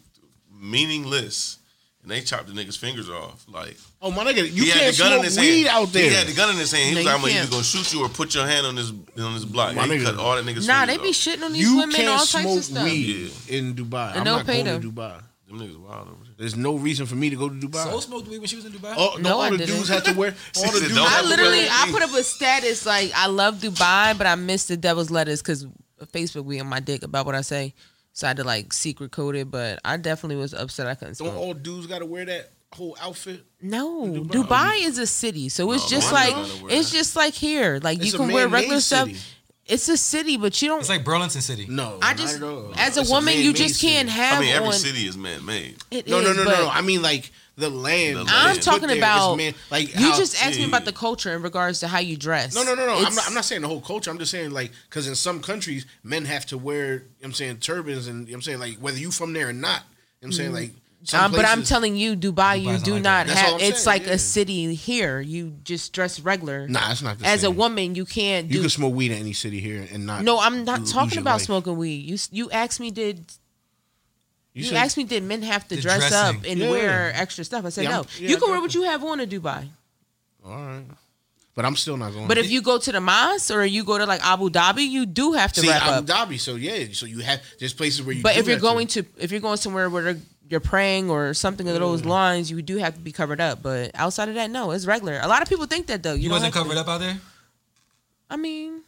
[SPEAKER 5] meaningless, and they chopped the nigga's fingers off. Like
[SPEAKER 3] Oh my nigga, you
[SPEAKER 5] he had
[SPEAKER 3] can't
[SPEAKER 5] the gun in his
[SPEAKER 3] smoke weed
[SPEAKER 5] hand.
[SPEAKER 3] out there.
[SPEAKER 5] He had the gun in his hand. He
[SPEAKER 2] No,
[SPEAKER 5] was
[SPEAKER 2] you
[SPEAKER 5] like, "I'm either
[SPEAKER 2] can't.
[SPEAKER 5] gonna shoot you or put your hand on this on this block."
[SPEAKER 3] My
[SPEAKER 5] and he
[SPEAKER 3] nigga.
[SPEAKER 5] cut all that niggas.
[SPEAKER 2] Nah, they be
[SPEAKER 5] fingers
[SPEAKER 2] shitting on these
[SPEAKER 3] you
[SPEAKER 2] women and
[SPEAKER 3] can't
[SPEAKER 2] all types of
[SPEAKER 3] smoke
[SPEAKER 2] stuff.
[SPEAKER 3] weed in Dubai. I'm
[SPEAKER 2] don't
[SPEAKER 3] not
[SPEAKER 2] pay
[SPEAKER 3] going to
[SPEAKER 2] them.
[SPEAKER 3] Dubai.
[SPEAKER 5] off. Them niggas wild over there.
[SPEAKER 3] There's no reason for me to go to Dubai.
[SPEAKER 1] Soul smoked weed when she was in Dubai.
[SPEAKER 3] Oh,
[SPEAKER 2] No,
[SPEAKER 3] all
[SPEAKER 2] I
[SPEAKER 3] the
[SPEAKER 2] didn't.
[SPEAKER 3] dudes have to wear. All
[SPEAKER 5] said
[SPEAKER 3] the dudes
[SPEAKER 5] don't
[SPEAKER 3] have
[SPEAKER 2] I
[SPEAKER 5] have
[SPEAKER 3] to
[SPEAKER 2] literally,
[SPEAKER 3] wear-
[SPEAKER 2] I put up a status like I love Dubai, but I missed the devil's letters because Facebook be on my dick about what I say, so I had to like secret code it. But I definitely was upset I couldn't.
[SPEAKER 3] Don't
[SPEAKER 2] smoke.
[SPEAKER 3] all dudes got to wear that whole outfit?
[SPEAKER 2] No, Dubai,
[SPEAKER 3] Dubai.
[SPEAKER 2] is a city, so it's
[SPEAKER 5] No,
[SPEAKER 2] just
[SPEAKER 5] London
[SPEAKER 2] like
[SPEAKER 5] don't wear
[SPEAKER 2] it's
[SPEAKER 5] that.
[SPEAKER 2] just like here. Like
[SPEAKER 3] It's
[SPEAKER 2] you
[SPEAKER 3] a
[SPEAKER 2] can wear
[SPEAKER 3] man-made
[SPEAKER 2] regular stuff.
[SPEAKER 3] city.
[SPEAKER 2] It's a city, but you don't.
[SPEAKER 1] It's like Burlington City.
[SPEAKER 3] No,
[SPEAKER 2] I
[SPEAKER 3] not
[SPEAKER 2] just
[SPEAKER 3] at all.
[SPEAKER 2] as
[SPEAKER 3] It's
[SPEAKER 2] a woman, you
[SPEAKER 3] man-made
[SPEAKER 2] just
[SPEAKER 3] city.
[SPEAKER 2] can't have
[SPEAKER 5] I mean, every
[SPEAKER 2] on.
[SPEAKER 5] city is man made.
[SPEAKER 2] It
[SPEAKER 3] No, no,
[SPEAKER 2] is,
[SPEAKER 3] no, no,
[SPEAKER 2] but
[SPEAKER 3] no. I mean, like the land.
[SPEAKER 5] I'm
[SPEAKER 3] that
[SPEAKER 2] I'm
[SPEAKER 3] is put
[SPEAKER 2] talking
[SPEAKER 3] there is
[SPEAKER 2] about
[SPEAKER 3] man- like
[SPEAKER 2] you
[SPEAKER 3] how-
[SPEAKER 2] just asked me
[SPEAKER 5] yeah.
[SPEAKER 2] about the culture in regards to how you dress.
[SPEAKER 3] No, no, no, no. I'm
[SPEAKER 2] It's-
[SPEAKER 3] not, I'm not saying the whole culture. I'm just saying like because in some countries men have to wear. You know what I'm saying turbans and you know what I'm saying like whether you from there or not. You know what I'm saying like. some
[SPEAKER 2] Um, but I'm
[SPEAKER 3] places-
[SPEAKER 2] telling you, Dubai, you
[SPEAKER 1] Dubai's not
[SPEAKER 2] do
[SPEAKER 1] like
[SPEAKER 2] not
[SPEAKER 3] that. That's all
[SPEAKER 2] have.
[SPEAKER 3] I'm
[SPEAKER 2] It's
[SPEAKER 3] saying,
[SPEAKER 2] like
[SPEAKER 3] yeah.
[SPEAKER 2] a city here. You just dress regular.
[SPEAKER 3] Nah, it's not the
[SPEAKER 2] As a
[SPEAKER 3] same.
[SPEAKER 2] woman, you can't
[SPEAKER 3] You
[SPEAKER 2] do.
[SPEAKER 3] can smoke weed in any city here and not.
[SPEAKER 2] no, I'm not
[SPEAKER 3] lose
[SPEAKER 2] talking
[SPEAKER 3] your
[SPEAKER 2] about
[SPEAKER 3] life.
[SPEAKER 2] smoking weed. You s- you asked me did
[SPEAKER 3] You,
[SPEAKER 2] You,
[SPEAKER 3] said-
[SPEAKER 2] asked me, did men have to
[SPEAKER 1] The
[SPEAKER 2] dress
[SPEAKER 1] dressing.
[SPEAKER 2] up and
[SPEAKER 3] Yeah.
[SPEAKER 2] wear extra stuff? I said,
[SPEAKER 3] Yeah,
[SPEAKER 2] no.
[SPEAKER 3] I'm- yeah,
[SPEAKER 2] you
[SPEAKER 3] I Mm-hmm.
[SPEAKER 2] can wear
[SPEAKER 3] got
[SPEAKER 2] what you have on in Dubai.
[SPEAKER 3] All right, but I'm still not going.
[SPEAKER 2] But if you go to the mosque or you go to like Abu Dhabi, you do have to
[SPEAKER 3] see,
[SPEAKER 2] wrap
[SPEAKER 3] I'm
[SPEAKER 2] up.
[SPEAKER 3] Dhabi, so yeah, so you have there's places where you.
[SPEAKER 2] but
[SPEAKER 3] do
[SPEAKER 2] if you're
[SPEAKER 3] have
[SPEAKER 2] going to, if you're going somewhere where you're praying or something of
[SPEAKER 3] Mm.
[SPEAKER 2] those lines, you do have to be covered up. But outside of that, no, it's regular. A lot of people think that though. You,
[SPEAKER 1] You
[SPEAKER 2] don't
[SPEAKER 1] wasn't
[SPEAKER 2] have to.
[SPEAKER 1] covered up out there?
[SPEAKER 2] I mean,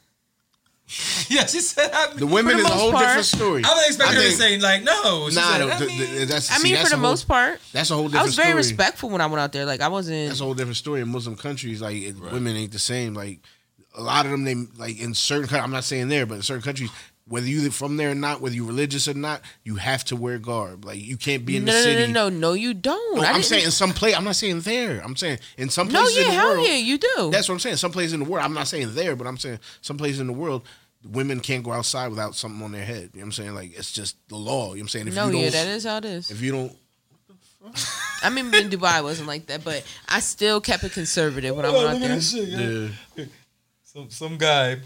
[SPEAKER 1] Yeah, she said. I,
[SPEAKER 3] the
[SPEAKER 2] for
[SPEAKER 3] women
[SPEAKER 2] the
[SPEAKER 3] is a
[SPEAKER 2] most
[SPEAKER 3] whole
[SPEAKER 2] part-
[SPEAKER 3] different story.
[SPEAKER 1] I was expecting
[SPEAKER 3] I
[SPEAKER 1] her to say
[SPEAKER 3] think-
[SPEAKER 1] like no. She
[SPEAKER 3] Nah,
[SPEAKER 1] said,
[SPEAKER 3] no,
[SPEAKER 1] I
[SPEAKER 3] th-
[SPEAKER 1] mean,
[SPEAKER 3] th- that's
[SPEAKER 2] I
[SPEAKER 3] see,
[SPEAKER 2] mean
[SPEAKER 3] that's
[SPEAKER 2] for the
[SPEAKER 3] a whole-
[SPEAKER 2] most part,
[SPEAKER 3] That's a whole different.
[SPEAKER 2] I was very
[SPEAKER 3] story.
[SPEAKER 2] respectful when I went out there. Like I wasn't.
[SPEAKER 3] That's a whole different story in Muslim countries. Like it- women ain't the same. Like a lot of them, they like in certain. coun- I'm not saying there, but in certain countries, whether you from there or not, whether you religious or not, you have to wear garb. Like you can't be in
[SPEAKER 2] no,
[SPEAKER 3] the
[SPEAKER 2] no,
[SPEAKER 3] city.
[SPEAKER 2] no, no, no, no, you don't.
[SPEAKER 3] No,
[SPEAKER 2] I
[SPEAKER 3] I'm
[SPEAKER 2] didn't-
[SPEAKER 3] saying in some place. I'm not saying there. I'm saying in some
[SPEAKER 2] no,
[SPEAKER 3] places
[SPEAKER 2] yeah,
[SPEAKER 3] in the
[SPEAKER 2] hell
[SPEAKER 3] world.
[SPEAKER 2] yeah, you do.
[SPEAKER 3] That's what I'm saying. Some places in the world, I'm not saying there, but I'm saying some places in the world, women can't go outside without something on their head. You know what I'm saying? Like it's just the law. You know what I'm saying? If
[SPEAKER 2] no,
[SPEAKER 3] you don't,
[SPEAKER 2] yeah, that is how it is.
[SPEAKER 3] If you don't,
[SPEAKER 2] I mean, in Dubai it wasn't like that, but I still kept it conservative when I went out there.
[SPEAKER 3] yeah.
[SPEAKER 1] Some some guy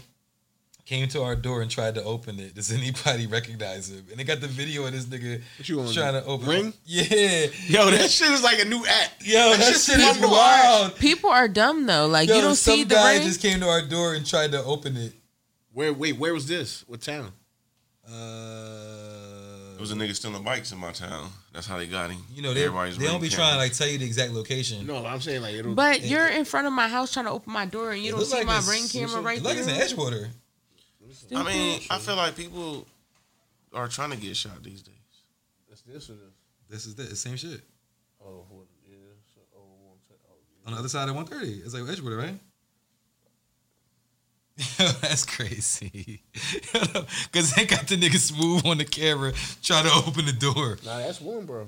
[SPEAKER 1] came to our door and tried to open it. Does anybody recognize him? And they got the video of this nigga
[SPEAKER 3] you gonna
[SPEAKER 1] trying to
[SPEAKER 3] do?
[SPEAKER 1] open
[SPEAKER 3] Ring?
[SPEAKER 1] Yeah.
[SPEAKER 3] yo, that shit is like a new act.
[SPEAKER 1] Yo, that,
[SPEAKER 3] shit's
[SPEAKER 1] shit is
[SPEAKER 3] people
[SPEAKER 1] wild.
[SPEAKER 2] People are dumb though. Like
[SPEAKER 1] Yo,
[SPEAKER 2] you don't
[SPEAKER 1] some
[SPEAKER 2] see the
[SPEAKER 1] guy
[SPEAKER 2] ring.
[SPEAKER 1] just came to our door and tried to open it.
[SPEAKER 3] Where? Wait, where was this? What town?
[SPEAKER 5] It
[SPEAKER 1] Uh,
[SPEAKER 5] was a nigga stealing bikes in my town. That's how they got him.
[SPEAKER 1] you know, they,
[SPEAKER 5] Everybody's
[SPEAKER 1] they don't
[SPEAKER 5] running
[SPEAKER 1] be trying to like tell you the exact location.
[SPEAKER 3] No, I'm saying like it'll.
[SPEAKER 2] But you're in front of my house trying to open my door and you
[SPEAKER 1] It
[SPEAKER 2] don't
[SPEAKER 1] look
[SPEAKER 2] see
[SPEAKER 1] like
[SPEAKER 2] my
[SPEAKER 1] it's-
[SPEAKER 2] ring camera right
[SPEAKER 1] it look like
[SPEAKER 2] there.
[SPEAKER 1] it's in Edgewater.
[SPEAKER 5] cameras. I mean, I feel like people are trying to get shot these days.
[SPEAKER 3] That's this or this?
[SPEAKER 1] This is the same shit.
[SPEAKER 3] Oh, what, yeah. So, oh, one sec. Oh, yeah.
[SPEAKER 1] On the other side of 130. It's like Edgewater, right? Yo, that's crazy. Because they got the nigga smooth on the camera trying to open the door.
[SPEAKER 3] Nah, that's one, bro.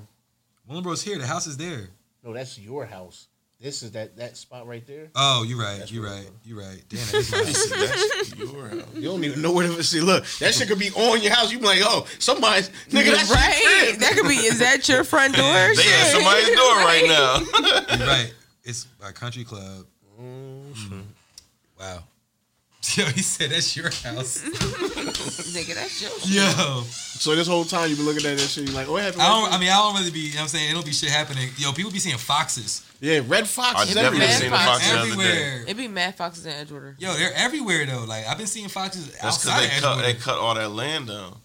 [SPEAKER 1] Willenbro's here. The house is there.
[SPEAKER 3] No, that's your house. This is that that spot right there.
[SPEAKER 1] Oh, you're right. You're right. You're right. Damn, that is my house.
[SPEAKER 5] That's your house.
[SPEAKER 3] You don't even know where to see. Look, that shit could be on your house. You be like, oh, somebody's nigga. That's your
[SPEAKER 2] right.
[SPEAKER 3] crib.
[SPEAKER 2] That could be is that your front door?
[SPEAKER 5] They at
[SPEAKER 2] Shit.
[SPEAKER 5] somebody's door right now.
[SPEAKER 1] You're right. It's a country club. Mm-hmm. Hmm. Wow. Yo, he said that's your house.
[SPEAKER 2] Nigga, that's your shit.
[SPEAKER 1] Yo.
[SPEAKER 3] So this whole time you've been looking at that shit, you're like, oh, it happened.
[SPEAKER 1] I
[SPEAKER 3] right
[SPEAKER 1] don't I mean I don't really be, you know what I'm saying? It don't be shit happening. Yo, people be seeing foxes
[SPEAKER 3] there. yeah, red fox.
[SPEAKER 5] I
[SPEAKER 3] is
[SPEAKER 5] definitely
[SPEAKER 3] everywhere.
[SPEAKER 5] seen a
[SPEAKER 2] Fox
[SPEAKER 5] fox the other day.
[SPEAKER 1] everywhere.
[SPEAKER 2] It'd be mad foxes in Edgewater.
[SPEAKER 1] Yo, they're everywhere though. Like I've been seeing foxes
[SPEAKER 5] That's because
[SPEAKER 1] outside
[SPEAKER 5] they
[SPEAKER 1] of
[SPEAKER 5] cut
[SPEAKER 1] Edgewater.
[SPEAKER 5] they cut all that land down.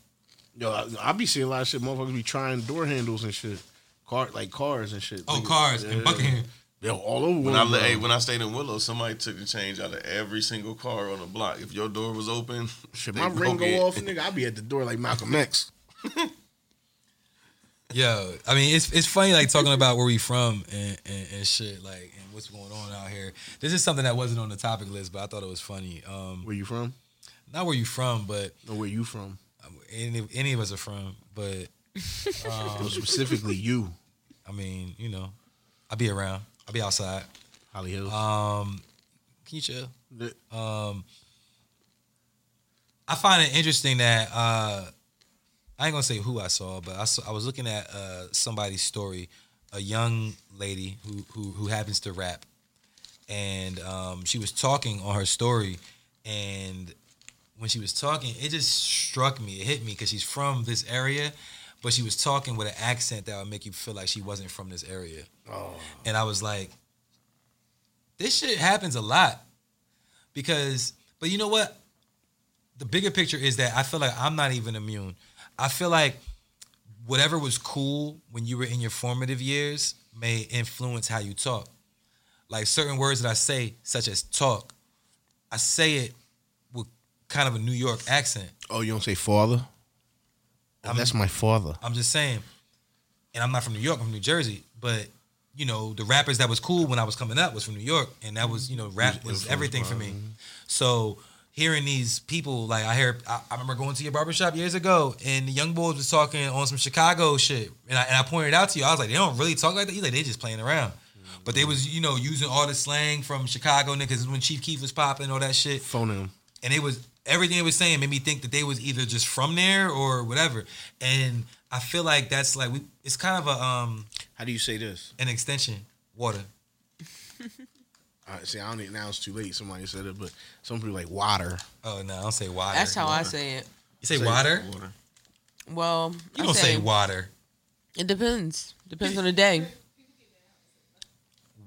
[SPEAKER 3] Yo, I, I be seeing a lot of shit. Motherfuckers be trying door handles and shit, car like cars and shit.
[SPEAKER 1] Oh,
[SPEAKER 3] Nigga,
[SPEAKER 1] cars
[SPEAKER 3] yeah.
[SPEAKER 1] in Buckingham.
[SPEAKER 3] Yo, all over.
[SPEAKER 5] When
[SPEAKER 3] one,
[SPEAKER 5] I li-
[SPEAKER 3] bro.
[SPEAKER 5] hey, when I stayed in Willow, somebody took the change out of every single car on the block. If your door was open,
[SPEAKER 3] shit,
[SPEAKER 5] they
[SPEAKER 3] my ring
[SPEAKER 5] broke
[SPEAKER 3] go
[SPEAKER 5] it.
[SPEAKER 3] off, nigga. I be at the door like Malcolm X.
[SPEAKER 1] Yo, I mean, it's it's funny like talking about where we from and, and, and shit like and what's going on out here. This is something that wasn't on the topic list, but I thought it was funny. Um,
[SPEAKER 3] Where you from?
[SPEAKER 1] not where you from, but
[SPEAKER 3] Or where you from?
[SPEAKER 1] um, any any of us are from. But
[SPEAKER 5] Uh,
[SPEAKER 3] Well, specifically you,
[SPEAKER 1] I mean, you know, I'll be around. I'll be outside.
[SPEAKER 3] Holly Hill.
[SPEAKER 5] uh,
[SPEAKER 1] Can you chill?
[SPEAKER 3] The-
[SPEAKER 1] I find it interesting that uh, I ain't gonna say who I saw, but I saw, I was looking at uh, somebody's story, a a young lady who who who happens to rap, and um, she was talking on her story, and when she was talking, it just struck me, it hit me because she's from this area, but she was talking with an accent that would make you feel like she wasn't from this area, and I was like, this shit happens a lot, because but you know what, the bigger picture is that I feel like I'm not even immune. I feel like whatever was cool when you were in your formative years may influence how you talk. Like certain words that I say, such as talk, I say it with kind of a New York accent.
[SPEAKER 8] Oh, you don't say father? Oh, that's my father.
[SPEAKER 1] I'm just saying, and I'm not from New York, I'm from New Jersey, but you know, the rappers that was cool when I was coming up was from New York, and that was, you know, rap was everything for me. So hearing these people, like I hear, I, I remember going to your barbershop years ago, and the young boys was talking on some Chicago shit, and I, and I pointed out to you, I was like, they don't really talk like that. He's like, they just playing around. But they was, you know, using all the slang from Chicago niggas when Chief Keef was popping, all that shit
[SPEAKER 8] Phoneme.
[SPEAKER 1] and it was everything it was saying made me think that they was either just from there or whatever. And I feel like that's like we it's kind of a um
[SPEAKER 3] How do you say this?
[SPEAKER 1] an extension. Water.
[SPEAKER 3] Uh, see, I don't even, now it's too late. Somebody said it, but some people like water.
[SPEAKER 1] Oh no, I don't say water.
[SPEAKER 2] That's how I say it.
[SPEAKER 1] you say water.
[SPEAKER 2] Well,
[SPEAKER 1] You
[SPEAKER 2] I
[SPEAKER 1] don't
[SPEAKER 2] say,
[SPEAKER 1] say water.
[SPEAKER 2] It depends. Depends on the day.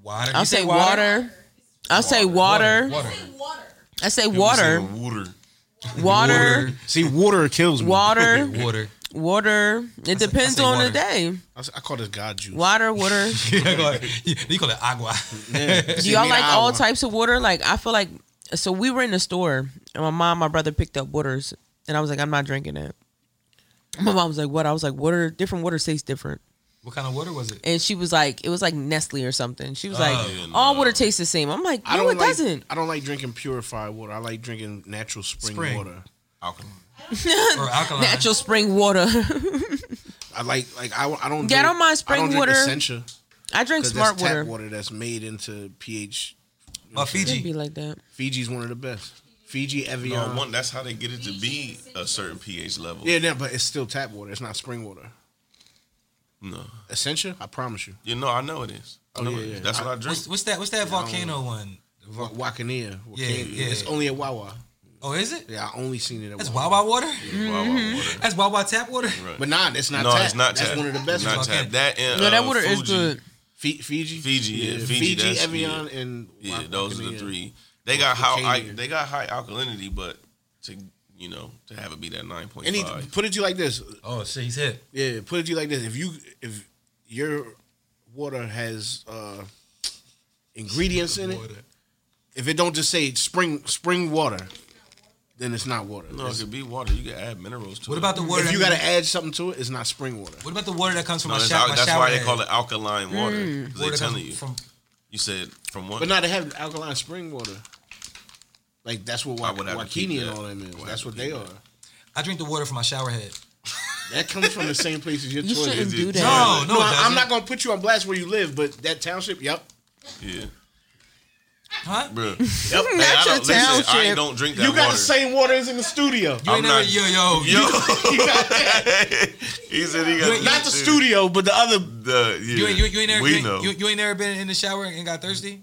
[SPEAKER 1] Water.
[SPEAKER 2] I'll
[SPEAKER 1] You
[SPEAKER 2] say water. I'll say water.
[SPEAKER 1] Water.
[SPEAKER 2] I say water.
[SPEAKER 5] Water.
[SPEAKER 2] Water.
[SPEAKER 8] See, water kills me.
[SPEAKER 2] Water.
[SPEAKER 1] Water. Water.
[SPEAKER 2] Water. It depends
[SPEAKER 1] I say
[SPEAKER 2] on
[SPEAKER 1] water.
[SPEAKER 2] the day.
[SPEAKER 3] I, s- I call this God juice.
[SPEAKER 2] Water, water.
[SPEAKER 1] you call it- you call it agua.
[SPEAKER 2] Do y'all
[SPEAKER 3] me
[SPEAKER 2] like
[SPEAKER 3] the
[SPEAKER 2] all
[SPEAKER 3] agua.
[SPEAKER 2] types of water? Like I feel like so we were in the store and my mom, my brother picked up waters and I was like, I'm not drinking it. My mom was like, What? I was like, Water different water tastes different.
[SPEAKER 1] what kind of water was it?
[SPEAKER 2] And she was like, it was like Nestle or something. She was like,
[SPEAKER 5] yeah,
[SPEAKER 2] all
[SPEAKER 5] no.
[SPEAKER 2] water tastes the same. I'm like, no,
[SPEAKER 3] I don't
[SPEAKER 2] it
[SPEAKER 3] like,
[SPEAKER 2] doesn't.
[SPEAKER 3] I don't like drinking purified water. I like drinking natural spring,
[SPEAKER 1] Spring.
[SPEAKER 3] water.
[SPEAKER 5] Alkaline.
[SPEAKER 1] Or alkaline.
[SPEAKER 2] Natural spring water.
[SPEAKER 3] I like like I, I don't.
[SPEAKER 2] Yeah, I
[SPEAKER 3] drink-
[SPEAKER 2] don't mind spring
[SPEAKER 3] I don't
[SPEAKER 2] water.
[SPEAKER 3] Drink Essentia
[SPEAKER 2] I drink
[SPEAKER 3] because
[SPEAKER 2] smart
[SPEAKER 3] that's
[SPEAKER 2] water.
[SPEAKER 3] tap water that's made into pH.
[SPEAKER 1] My
[SPEAKER 2] It'd be
[SPEAKER 1] Fiji.
[SPEAKER 2] like that.
[SPEAKER 3] Fiji's one of the best. Fiji
[SPEAKER 5] No,
[SPEAKER 3] Evian.
[SPEAKER 5] one. That's how they get it to be a certain pH level.
[SPEAKER 3] yeah, no, but it's still tap water. It's not spring water.
[SPEAKER 5] No.
[SPEAKER 3] Essentia, I promise you.
[SPEAKER 5] You know, I know it is. I
[SPEAKER 3] Oh,
[SPEAKER 5] know
[SPEAKER 3] yeah,
[SPEAKER 5] it is.
[SPEAKER 3] yeah.
[SPEAKER 5] That's what I drink.
[SPEAKER 1] What's, what's that? What's that volcano one?
[SPEAKER 3] Wa- Wakania.
[SPEAKER 1] Yeah,
[SPEAKER 3] Wakania.
[SPEAKER 1] yeah.
[SPEAKER 3] It's only at Wawa.
[SPEAKER 1] Oh, is it?
[SPEAKER 3] Yeah, I only seen it at
[SPEAKER 1] That's Wawa water.
[SPEAKER 5] Wow, wow, water.
[SPEAKER 1] That's Wawa tap water.
[SPEAKER 5] Right.
[SPEAKER 3] But nah, it's not
[SPEAKER 5] no,
[SPEAKER 3] tap.
[SPEAKER 5] it's not
[SPEAKER 3] That's
[SPEAKER 5] tap.
[SPEAKER 3] one of the best.
[SPEAKER 5] Not
[SPEAKER 3] ones.
[SPEAKER 1] Okay.
[SPEAKER 5] tap. That and
[SPEAKER 2] No, that
[SPEAKER 5] uh,
[SPEAKER 2] water is
[SPEAKER 5] Fuji.
[SPEAKER 2] good.
[SPEAKER 3] Fi- Fiji,
[SPEAKER 5] Fiji, yeah, Fiji, that's-
[SPEAKER 3] Evian,
[SPEAKER 5] yeah.
[SPEAKER 3] and
[SPEAKER 5] Yeah,
[SPEAKER 3] Wa-
[SPEAKER 5] those are the
[SPEAKER 3] Wakania.
[SPEAKER 5] three. They got high. I,
[SPEAKER 3] Wakania.
[SPEAKER 5] they got high alkalinity, but to you know to have it be that nine point
[SPEAKER 3] And he,
[SPEAKER 5] five.
[SPEAKER 3] put it to you like this.
[SPEAKER 1] Oh shit, he's hit.
[SPEAKER 3] Yeah, put it to you like this. If you if your water has uh ingredients in it, if it don't just say spring spring water, then it's not water.
[SPEAKER 5] No, it
[SPEAKER 3] It's-
[SPEAKER 5] could be water. You can add minerals to
[SPEAKER 1] What
[SPEAKER 5] it.
[SPEAKER 1] about the water?
[SPEAKER 3] if
[SPEAKER 1] that
[SPEAKER 3] you
[SPEAKER 1] we-
[SPEAKER 3] gotta add something to it, it's not spring water.
[SPEAKER 1] What about the water that comes from
[SPEAKER 5] No,
[SPEAKER 1] my,
[SPEAKER 5] that's,
[SPEAKER 1] shower?
[SPEAKER 5] al-
[SPEAKER 1] my
[SPEAKER 5] that's
[SPEAKER 1] shower
[SPEAKER 5] why they
[SPEAKER 1] head?
[SPEAKER 5] call it alkaline water.
[SPEAKER 2] Mm.
[SPEAKER 5] 'cause
[SPEAKER 1] Water
[SPEAKER 5] They
[SPEAKER 1] that
[SPEAKER 5] telling
[SPEAKER 1] comes
[SPEAKER 5] you.
[SPEAKER 1] From,
[SPEAKER 5] You said from what?
[SPEAKER 3] But now they have alkaline spring water. Like that's what
[SPEAKER 5] I
[SPEAKER 3] Wa-
[SPEAKER 5] would have to keep
[SPEAKER 3] Wakini and
[SPEAKER 5] that.
[SPEAKER 3] all them is.
[SPEAKER 5] Would have
[SPEAKER 3] That's
[SPEAKER 5] to
[SPEAKER 3] what
[SPEAKER 5] keep
[SPEAKER 3] they are.
[SPEAKER 5] that.
[SPEAKER 1] I drink the water from my shower head.
[SPEAKER 3] That comes from the same place as your
[SPEAKER 2] You
[SPEAKER 3] toilet.
[SPEAKER 2] shouldn't
[SPEAKER 5] it-
[SPEAKER 2] do
[SPEAKER 5] No,
[SPEAKER 2] that.
[SPEAKER 1] Oh, No,
[SPEAKER 3] No,
[SPEAKER 1] it
[SPEAKER 3] I, am
[SPEAKER 1] doesn't.
[SPEAKER 3] not gonna put you on blast where you live, but that township, yep.
[SPEAKER 5] Yeah.
[SPEAKER 1] Huh?
[SPEAKER 3] Yep.
[SPEAKER 5] Bruh. Hey, I
[SPEAKER 2] Not your
[SPEAKER 5] don't, listen, I
[SPEAKER 2] township.
[SPEAKER 5] don't drink that
[SPEAKER 3] You got
[SPEAKER 5] water.
[SPEAKER 3] the same water as in the studio.
[SPEAKER 1] You ain't
[SPEAKER 5] I'm
[SPEAKER 1] never,
[SPEAKER 5] not-
[SPEAKER 1] yo, yo,
[SPEAKER 5] Yo.
[SPEAKER 3] You got-
[SPEAKER 5] he said he got
[SPEAKER 3] not the studio, but the other.
[SPEAKER 5] The, yeah.
[SPEAKER 1] You ain't, you, you ain't never,
[SPEAKER 5] we
[SPEAKER 1] you ain't,
[SPEAKER 5] know.
[SPEAKER 1] you, you ain't never been in the shower and got thirsty.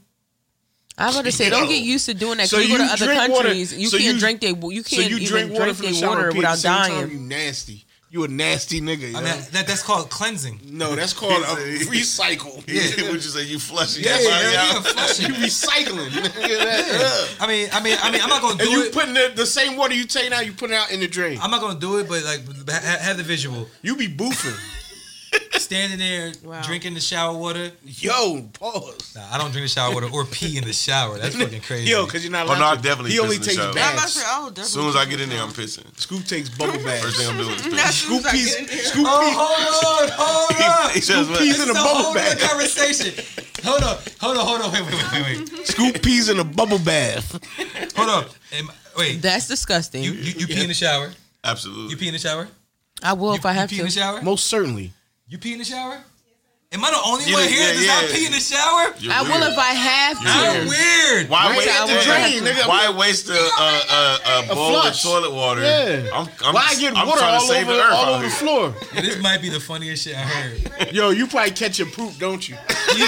[SPEAKER 2] I'm about to say, don't
[SPEAKER 3] Yo.
[SPEAKER 2] get used to doing that. 'cause
[SPEAKER 3] So
[SPEAKER 2] you go
[SPEAKER 3] you
[SPEAKER 2] to other
[SPEAKER 3] drink water-
[SPEAKER 2] countries, you
[SPEAKER 3] so
[SPEAKER 2] can't
[SPEAKER 3] you-
[SPEAKER 2] drink their, you
[SPEAKER 3] So
[SPEAKER 2] can't
[SPEAKER 3] you
[SPEAKER 2] even
[SPEAKER 3] drink water from
[SPEAKER 2] their
[SPEAKER 3] the shower
[SPEAKER 2] water
[SPEAKER 3] and pee at the
[SPEAKER 2] without
[SPEAKER 3] same time,
[SPEAKER 2] dying.
[SPEAKER 3] You nasty. You a nasty nigga.
[SPEAKER 1] I
[SPEAKER 3] yo.
[SPEAKER 1] mean, that, that's called cleansing.
[SPEAKER 3] no, that's called a
[SPEAKER 5] He said-
[SPEAKER 3] recycle.
[SPEAKER 5] yeah, would you say you flushing
[SPEAKER 1] Yeah,
[SPEAKER 5] your body
[SPEAKER 1] yeah,
[SPEAKER 5] out?
[SPEAKER 1] flush
[SPEAKER 3] you
[SPEAKER 1] it.
[SPEAKER 3] recycling. Nigga, that-
[SPEAKER 1] I mean, I mean, I mean, I'm not gonna
[SPEAKER 3] and
[SPEAKER 1] do
[SPEAKER 3] you
[SPEAKER 1] it.
[SPEAKER 3] putting the, the same water you take now, you putting out in the drain.
[SPEAKER 1] I'm not gonna do it, but like, ha- ha- have the visual.
[SPEAKER 3] You be boofing.
[SPEAKER 1] Standing there,
[SPEAKER 2] Wow.
[SPEAKER 1] drinking the shower water.
[SPEAKER 3] Yo, pause.
[SPEAKER 1] Nah, I don't drink the shower water or pee in the shower. That's fucking crazy.
[SPEAKER 3] Yo, because you're not
[SPEAKER 5] Oh,
[SPEAKER 3] allowed
[SPEAKER 5] no, I
[SPEAKER 3] to.
[SPEAKER 5] definitely
[SPEAKER 3] He only
[SPEAKER 5] pissing in the
[SPEAKER 3] takes
[SPEAKER 5] shower.
[SPEAKER 2] I'm about to
[SPEAKER 3] baths.
[SPEAKER 2] say, I would definitely
[SPEAKER 5] As soon as I get in there, I'm
[SPEAKER 2] drink
[SPEAKER 5] pissing.
[SPEAKER 3] Scoop takes bubble
[SPEAKER 5] First
[SPEAKER 3] baths.
[SPEAKER 5] thing I'm doing is
[SPEAKER 2] that. As soon
[SPEAKER 5] pissing.
[SPEAKER 3] Scoop
[SPEAKER 2] as I
[SPEAKER 3] pees,
[SPEAKER 2] get in there.
[SPEAKER 3] scoop
[SPEAKER 1] Oh,
[SPEAKER 3] pees,
[SPEAKER 1] hold on, hold on.
[SPEAKER 5] He says,
[SPEAKER 3] peas
[SPEAKER 5] "Man,
[SPEAKER 3] in a
[SPEAKER 1] It's
[SPEAKER 3] bubble
[SPEAKER 1] whole
[SPEAKER 3] bag.
[SPEAKER 1] other conversation. Hold on, hold on, hold on. Wait, wait, wait, wait, wait.
[SPEAKER 3] scoop peas in a bubble bath.
[SPEAKER 1] Hold on. Am- wait,
[SPEAKER 2] That's disgusting.
[SPEAKER 1] you, you, you pee in the shower? You
[SPEAKER 5] Absolutely.
[SPEAKER 1] pee in the shower?
[SPEAKER 2] I will
[SPEAKER 1] You,
[SPEAKER 2] if I
[SPEAKER 1] you
[SPEAKER 2] have
[SPEAKER 1] pee
[SPEAKER 2] to.
[SPEAKER 1] in the shower?
[SPEAKER 3] Most certainly.
[SPEAKER 1] You pee in the shower? Am I the only
[SPEAKER 5] Yeah,
[SPEAKER 1] one here
[SPEAKER 5] yeah,
[SPEAKER 1] that's not
[SPEAKER 5] yeah.
[SPEAKER 1] pee in the shower?
[SPEAKER 5] You're
[SPEAKER 2] I will
[SPEAKER 5] weird.
[SPEAKER 2] if I have to.
[SPEAKER 5] You're
[SPEAKER 1] I'm weird.
[SPEAKER 5] Why
[SPEAKER 3] Right,
[SPEAKER 5] waste?
[SPEAKER 3] I was
[SPEAKER 5] that?
[SPEAKER 3] drained, nigga.
[SPEAKER 5] Why waste a, a, a, a bowl of
[SPEAKER 3] flush.
[SPEAKER 5] toilet water?
[SPEAKER 3] Yeah.
[SPEAKER 5] I'm, I'm,
[SPEAKER 3] Why I get
[SPEAKER 5] I'm
[SPEAKER 3] water
[SPEAKER 5] trying to
[SPEAKER 3] all
[SPEAKER 5] save
[SPEAKER 3] over,
[SPEAKER 5] the earth
[SPEAKER 3] all
[SPEAKER 5] out
[SPEAKER 3] over the
[SPEAKER 5] here.
[SPEAKER 3] floor?
[SPEAKER 1] This might be the funniest shit I heard.
[SPEAKER 3] Yo, you probably catch your poop, don't you?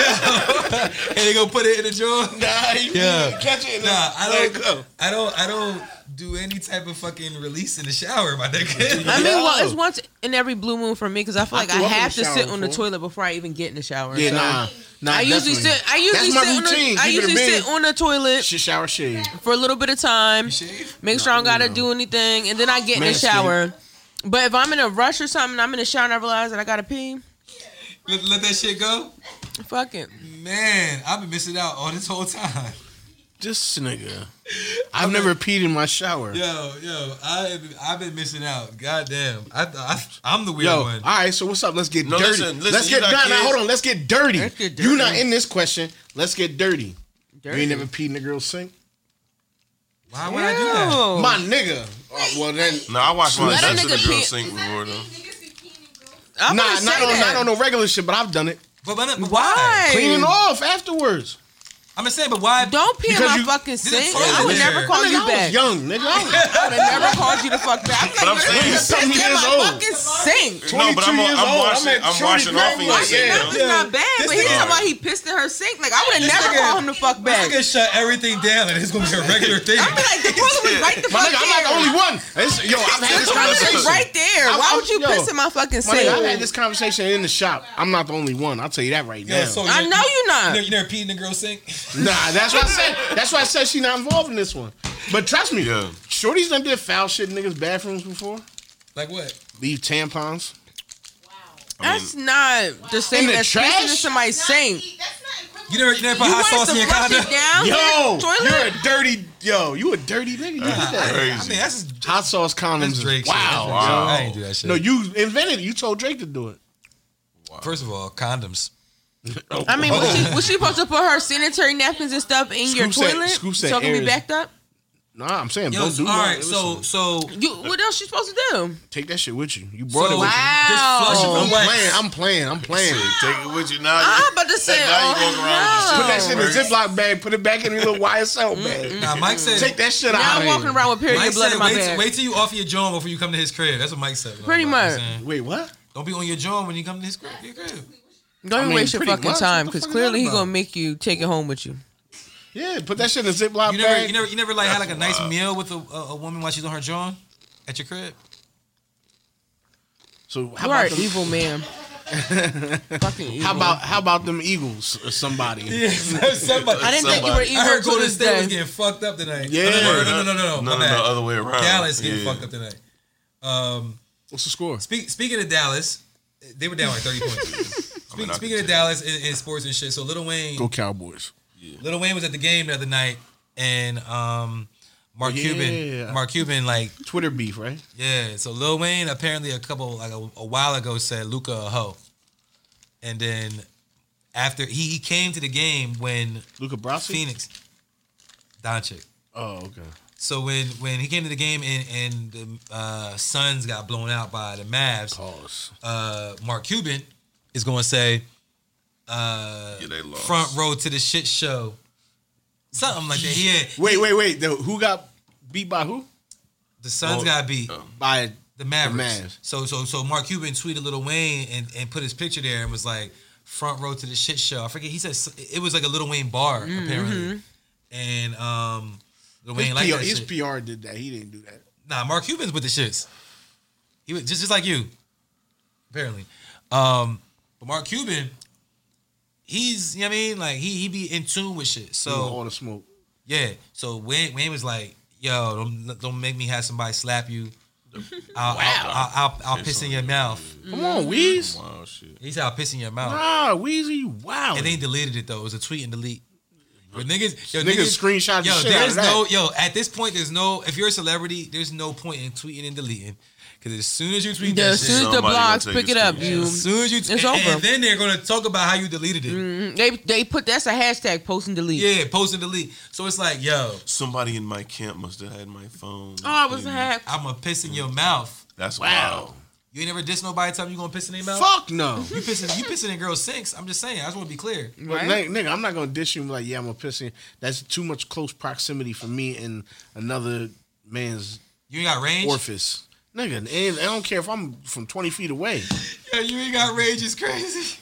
[SPEAKER 1] Yeah. and they gonna put it in the drawer.
[SPEAKER 3] Nah, you
[SPEAKER 1] Yeah.
[SPEAKER 3] catch it. and
[SPEAKER 1] Nah, I
[SPEAKER 3] let it
[SPEAKER 1] don't. I don't. I don't do any type of fucking release in the shower, my nigga.
[SPEAKER 2] I mean, well,
[SPEAKER 3] Yo.
[SPEAKER 2] it's once in every blue moon for me because I feel like I,
[SPEAKER 3] threw up in
[SPEAKER 2] have
[SPEAKER 3] the
[SPEAKER 2] to
[SPEAKER 3] shower
[SPEAKER 2] sit on the
[SPEAKER 3] before.
[SPEAKER 2] toilet before I even get in the shower.
[SPEAKER 3] Yeah,
[SPEAKER 2] So,
[SPEAKER 3] nah, nah.
[SPEAKER 2] I usually
[SPEAKER 3] definitely.
[SPEAKER 2] sit. I usually
[SPEAKER 3] That's my
[SPEAKER 2] sit. On
[SPEAKER 3] routine.
[SPEAKER 2] the, I
[SPEAKER 3] Keep it a
[SPEAKER 2] usually
[SPEAKER 3] bean.
[SPEAKER 2] sit on the toilet
[SPEAKER 3] Shit, shower shade.
[SPEAKER 2] for a little bit of time.
[SPEAKER 1] shave?
[SPEAKER 2] Make sure I don't gotta do anything, and then I get in the
[SPEAKER 3] Manscaped.
[SPEAKER 2] shower. But if I'm in a rush or something, I'm in the shower and I realize that I gotta pee.
[SPEAKER 1] Let, let that shit go,
[SPEAKER 2] Fuck it.
[SPEAKER 1] man. I've been missing out all this whole time.
[SPEAKER 3] This nigga. I've never peed in my shower.
[SPEAKER 1] Yo, yo, I I've been missing out. Goddamn, I, I I'm the weird
[SPEAKER 3] Yo, all
[SPEAKER 1] one.
[SPEAKER 3] right, so what's up? Let's get
[SPEAKER 5] No,
[SPEAKER 3] dirty.
[SPEAKER 5] listen, listen,
[SPEAKER 3] let's
[SPEAKER 5] you
[SPEAKER 3] get
[SPEAKER 5] got
[SPEAKER 3] nah, nah,
[SPEAKER 5] kids?
[SPEAKER 3] hold on. Let's get dirty.
[SPEAKER 2] Let's get
[SPEAKER 3] You're not
[SPEAKER 2] dirty.
[SPEAKER 3] in this question. Let's get dirty. You
[SPEAKER 2] Dirty.
[SPEAKER 3] ain't never peed in the girl's sink,
[SPEAKER 1] Why would I do that?
[SPEAKER 2] Ew.
[SPEAKER 3] my nigga. Uh, well then,
[SPEAKER 5] No, I wash my
[SPEAKER 3] Let a
[SPEAKER 5] nuts in the
[SPEAKER 2] nigga
[SPEAKER 5] girl
[SPEAKER 2] pee-
[SPEAKER 5] sink before though.
[SPEAKER 2] I'm
[SPEAKER 3] nah,
[SPEAKER 2] gonna
[SPEAKER 3] not
[SPEAKER 2] say
[SPEAKER 3] on
[SPEAKER 2] that.
[SPEAKER 3] not on no regular shit, but I've done it.
[SPEAKER 1] But, but, but
[SPEAKER 2] Why?
[SPEAKER 3] Cleaning off afterwards.
[SPEAKER 1] I'm just saying, but why?
[SPEAKER 2] Don't pee in
[SPEAKER 3] Because
[SPEAKER 2] my
[SPEAKER 3] you-
[SPEAKER 2] fucking
[SPEAKER 1] is
[SPEAKER 2] sink.
[SPEAKER 1] toilet
[SPEAKER 2] I would
[SPEAKER 1] there.
[SPEAKER 2] never call Oh, you
[SPEAKER 3] Nigga, I was
[SPEAKER 2] back.
[SPEAKER 3] young, nigga.
[SPEAKER 2] I
[SPEAKER 3] I
[SPEAKER 2] would have never called you the fuck back.
[SPEAKER 5] But
[SPEAKER 2] I'm
[SPEAKER 5] I'm
[SPEAKER 2] like,
[SPEAKER 5] saying-
[SPEAKER 2] you're
[SPEAKER 3] Seven
[SPEAKER 2] pissed in
[SPEAKER 3] years
[SPEAKER 2] my
[SPEAKER 3] old.
[SPEAKER 2] fucking sink.
[SPEAKER 5] No, but I'm,
[SPEAKER 3] years
[SPEAKER 5] I'm
[SPEAKER 3] old.
[SPEAKER 5] washing.
[SPEAKER 3] I'm at
[SPEAKER 5] I'm washing
[SPEAKER 3] Shorty
[SPEAKER 5] off in your
[SPEAKER 3] Grandma's.
[SPEAKER 5] sink.
[SPEAKER 3] Yeah.
[SPEAKER 2] That was
[SPEAKER 5] though.
[SPEAKER 2] not bad,
[SPEAKER 1] This
[SPEAKER 2] but he
[SPEAKER 1] nigga-
[SPEAKER 2] talking about he pissed in her sink. Like I would
[SPEAKER 1] This
[SPEAKER 2] have never
[SPEAKER 1] nigga-
[SPEAKER 2] called him the fuck
[SPEAKER 1] This
[SPEAKER 2] back.
[SPEAKER 1] nigga shut everything down, and it's gonna be a regular thing.
[SPEAKER 2] I'm be like, the toilet was right the
[SPEAKER 3] My
[SPEAKER 2] fuck
[SPEAKER 3] nigga, I'm not the
[SPEAKER 2] there.
[SPEAKER 3] only one. It's- yo, I've had this
[SPEAKER 2] The toilet
[SPEAKER 3] conversation.
[SPEAKER 2] is right there.
[SPEAKER 3] I'm-
[SPEAKER 2] Why
[SPEAKER 3] I'm-
[SPEAKER 2] would you
[SPEAKER 3] yo.
[SPEAKER 2] piss in my fucking
[SPEAKER 3] My
[SPEAKER 2] sink?
[SPEAKER 3] nigga, I've had this conversation in the shop. I'm not the only one. I'll tell you that right
[SPEAKER 1] Yo,
[SPEAKER 3] now.
[SPEAKER 1] so
[SPEAKER 2] I
[SPEAKER 1] you-
[SPEAKER 2] know you're
[SPEAKER 1] You
[SPEAKER 2] not.
[SPEAKER 1] never, you never peed in the girl's sink.
[SPEAKER 3] Nah, that's why I said. That's why I said she not involved in this one. But trust me,
[SPEAKER 5] Yeah.
[SPEAKER 3] Shorty's done did foul shit in niggas' bathrooms before.
[SPEAKER 1] Like what?
[SPEAKER 3] Leave tampons.
[SPEAKER 2] That's not the same
[SPEAKER 3] In the
[SPEAKER 2] as pissing in
[SPEAKER 3] trash?
[SPEAKER 2] somebody's sink.
[SPEAKER 1] You never, you never put
[SPEAKER 2] You
[SPEAKER 1] hot sauce
[SPEAKER 2] want to
[SPEAKER 1] in your
[SPEAKER 2] flush
[SPEAKER 1] condom.
[SPEAKER 2] it down
[SPEAKER 3] Yo,
[SPEAKER 2] the Oh, toilet?
[SPEAKER 3] you're a dirty yo. You a dirty nigga. You did that.
[SPEAKER 5] Crazy.
[SPEAKER 1] I mean, that's just
[SPEAKER 3] Hot sauce
[SPEAKER 1] that's
[SPEAKER 3] condoms.
[SPEAKER 1] Drake.
[SPEAKER 3] Drake
[SPEAKER 1] shit. That's
[SPEAKER 3] wow.
[SPEAKER 1] Drake shit. I
[SPEAKER 5] Wow.
[SPEAKER 1] ain't do that shit.
[SPEAKER 3] No, you invented it. You told Drake to do it.
[SPEAKER 1] First of all, condoms.
[SPEAKER 2] I mean, was she, was she supposed to put her sanitary napkins and stuff in your
[SPEAKER 3] Scoop said-
[SPEAKER 2] toilet
[SPEAKER 3] Scoop said
[SPEAKER 2] so it can be
[SPEAKER 3] air is-
[SPEAKER 2] backed up?
[SPEAKER 3] Nah, I'm saying
[SPEAKER 1] Yo,
[SPEAKER 3] don't do
[SPEAKER 1] all
[SPEAKER 3] that.
[SPEAKER 1] right. So,
[SPEAKER 3] Listen,
[SPEAKER 1] so
[SPEAKER 2] You, what else she supposed to do?
[SPEAKER 3] take that shit with you. You brought
[SPEAKER 1] so
[SPEAKER 3] it with you.
[SPEAKER 1] Just flush it
[SPEAKER 2] Wow.
[SPEAKER 3] Oh,
[SPEAKER 1] from
[SPEAKER 3] I'm
[SPEAKER 1] wax.
[SPEAKER 3] playing. I'm playing. I'm playing.
[SPEAKER 5] Take it with you now.
[SPEAKER 2] I'm about to say,
[SPEAKER 5] now you
[SPEAKER 2] oh,
[SPEAKER 5] walk around.
[SPEAKER 2] no.
[SPEAKER 3] Put that shit in a
[SPEAKER 5] Words.
[SPEAKER 3] Ziploc bag. Put it back in your little YSL bag.
[SPEAKER 1] Mm, Nah, Mike said.
[SPEAKER 3] Take that shit
[SPEAKER 2] Now
[SPEAKER 3] out.
[SPEAKER 2] I'm walking around with period
[SPEAKER 1] Mike
[SPEAKER 2] blood
[SPEAKER 1] said,
[SPEAKER 2] in my
[SPEAKER 1] wait,
[SPEAKER 2] bag.
[SPEAKER 1] wait till you off your joint before you come to his crib. That's what Mike said.
[SPEAKER 2] Pretty
[SPEAKER 1] You know what I'm
[SPEAKER 2] much.
[SPEAKER 1] saying?
[SPEAKER 3] Wait, what?
[SPEAKER 1] Don't be on your joint when you come to his crib. Your crib.
[SPEAKER 2] Don't
[SPEAKER 3] I
[SPEAKER 2] even
[SPEAKER 3] mean,
[SPEAKER 2] waste your
[SPEAKER 3] pretty
[SPEAKER 2] fucking
[SPEAKER 3] much.
[SPEAKER 2] time
[SPEAKER 3] What the
[SPEAKER 2] because
[SPEAKER 3] fuck
[SPEAKER 2] clearly
[SPEAKER 3] is
[SPEAKER 2] he
[SPEAKER 3] that
[SPEAKER 2] gonna
[SPEAKER 3] about?
[SPEAKER 2] make you take it home with you.
[SPEAKER 3] Yeah, put that shit in a Ziploc
[SPEAKER 1] You
[SPEAKER 3] bag.
[SPEAKER 1] never, you never, you never like had like a nice meal with a, a, a woman while she's on her joint at your crib.
[SPEAKER 3] so how
[SPEAKER 2] You are
[SPEAKER 3] about
[SPEAKER 2] an
[SPEAKER 3] them,
[SPEAKER 2] evil man. fucking evil.
[SPEAKER 3] how about how about them Eagles or somebody?
[SPEAKER 1] Somebody.
[SPEAKER 2] I didn't think you were
[SPEAKER 5] somebody-
[SPEAKER 2] evil
[SPEAKER 1] I heard
[SPEAKER 2] to
[SPEAKER 1] Golden
[SPEAKER 2] this
[SPEAKER 1] State was
[SPEAKER 2] day.
[SPEAKER 1] getting fucked up tonight.
[SPEAKER 3] Yeah.
[SPEAKER 1] No, no, no, no, no, no.
[SPEAKER 5] No,
[SPEAKER 1] my
[SPEAKER 5] no,
[SPEAKER 1] bad.
[SPEAKER 5] no, other way around.
[SPEAKER 1] Dallas getting
[SPEAKER 5] Yeah.
[SPEAKER 1] fucked up tonight. Um,
[SPEAKER 3] What's the score?
[SPEAKER 1] speak, speaking of Dallas, they were down like thirty points.
[SPEAKER 5] mean,
[SPEAKER 1] Speak,
[SPEAKER 5] I
[SPEAKER 1] speaking
[SPEAKER 5] could
[SPEAKER 1] of
[SPEAKER 5] tell.
[SPEAKER 1] Dallas in, in sports and shit, so Little Wayne,
[SPEAKER 3] Go Cowboys.
[SPEAKER 1] Little Wayne was at the game the other night, and um, Mark
[SPEAKER 3] Yeah.
[SPEAKER 1] Cuban, Mark Cuban, like
[SPEAKER 3] Twitter beef, right?
[SPEAKER 1] yeah. So Lil Wayne apparently a couple like a, a while ago said Luca a hoe, and then after he, he came to the game when
[SPEAKER 3] Luca Brasi.
[SPEAKER 1] Phoenix, Doncic.
[SPEAKER 3] Oh, okay.
[SPEAKER 1] So when when he came to the game and and the uh, Suns got blown out by the Mavs,
[SPEAKER 3] Oh. Pause.
[SPEAKER 1] uh, Mark Cuban is going to say uh,
[SPEAKER 5] Yeah, they lost.
[SPEAKER 1] front row to the shit show, something like that. Yeah,
[SPEAKER 3] Wait, wait, wait. The, who got beat by who?
[SPEAKER 1] the Suns
[SPEAKER 3] Oh,
[SPEAKER 1] got beat.
[SPEAKER 3] By
[SPEAKER 1] The Mavericks.
[SPEAKER 3] Mavs.
[SPEAKER 1] So so so Mark Cuban tweeted Little Wayne and, and put his picture there and was like front row to the shit show. I forget he said s- it was like a Little Wayne bar apparently, and um Lil
[SPEAKER 3] his,
[SPEAKER 1] Wayne like
[SPEAKER 3] PR,
[SPEAKER 1] that
[SPEAKER 3] his
[SPEAKER 1] shit.
[SPEAKER 3] PR did that. He didn't do that.
[SPEAKER 1] Nah, Mark Cuban's with the shits. He was just just like you, apparently. Um, but Mark Cuban, he's you know what I mean like he he be in tune with shit.
[SPEAKER 3] So all
[SPEAKER 1] So
[SPEAKER 3] the smoke.
[SPEAKER 1] yeah, so Wayne Wayne was like, yo, don't don't make me have somebody slap you. I'll, I'll, I'll, I'll, I'll piss in your mouth.
[SPEAKER 3] Come on, Weez.
[SPEAKER 5] Wow, Oh, shit.
[SPEAKER 1] He said I'll piss in your mouth.
[SPEAKER 3] Ah, Weezy, you wow.
[SPEAKER 1] And they deleted it though. It was a tweet and delete. But niggas, yo,
[SPEAKER 3] Niggas screenshot the
[SPEAKER 1] Yo,
[SPEAKER 3] shit out
[SPEAKER 1] there's
[SPEAKER 3] of that.
[SPEAKER 1] no, yo. At this point, there's no. If you're a celebrity, there's no point in tweeting and deleting. Because as soon as you tweet
[SPEAKER 2] The,
[SPEAKER 1] that
[SPEAKER 2] as soon
[SPEAKER 1] shit,
[SPEAKER 2] as the
[SPEAKER 5] Somebody gonna
[SPEAKER 2] blogs
[SPEAKER 5] take
[SPEAKER 2] pick
[SPEAKER 5] your
[SPEAKER 2] it up,
[SPEAKER 5] screenshot.
[SPEAKER 2] you
[SPEAKER 1] as soon as you,
[SPEAKER 2] It's
[SPEAKER 1] and,
[SPEAKER 2] over. Mm-hmm.
[SPEAKER 1] and then they're gonna talk about how you deleted it.
[SPEAKER 2] Mm, they they put that's a hashtag post and delete.
[SPEAKER 1] Yeah, post and delete. So it's like, yo,
[SPEAKER 5] Somebody in my camp must have had my phone.
[SPEAKER 2] Oh, I was
[SPEAKER 3] Mm-hmm.
[SPEAKER 5] Yeah.
[SPEAKER 2] hacked.
[SPEAKER 1] I'm gonna piss in your mouth.
[SPEAKER 5] That's
[SPEAKER 3] Wow.
[SPEAKER 5] wow.
[SPEAKER 1] You ain't never diss nobody telling you gonna piss in their mouth.
[SPEAKER 3] Fuck no.
[SPEAKER 1] You pissing you pissing in girls' sinks. I'm just saying. I just want to be clear.
[SPEAKER 3] But nigga, nigga, I'm not gonna dish you and be like, yeah, I'm gonna piss in. you." That's too much close proximity for me and another man's
[SPEAKER 1] You ain't got range.
[SPEAKER 3] orifice. Nigga, and I don't care if I'm from 20 feet away.
[SPEAKER 1] Yeah, you ain't got range. It's crazy.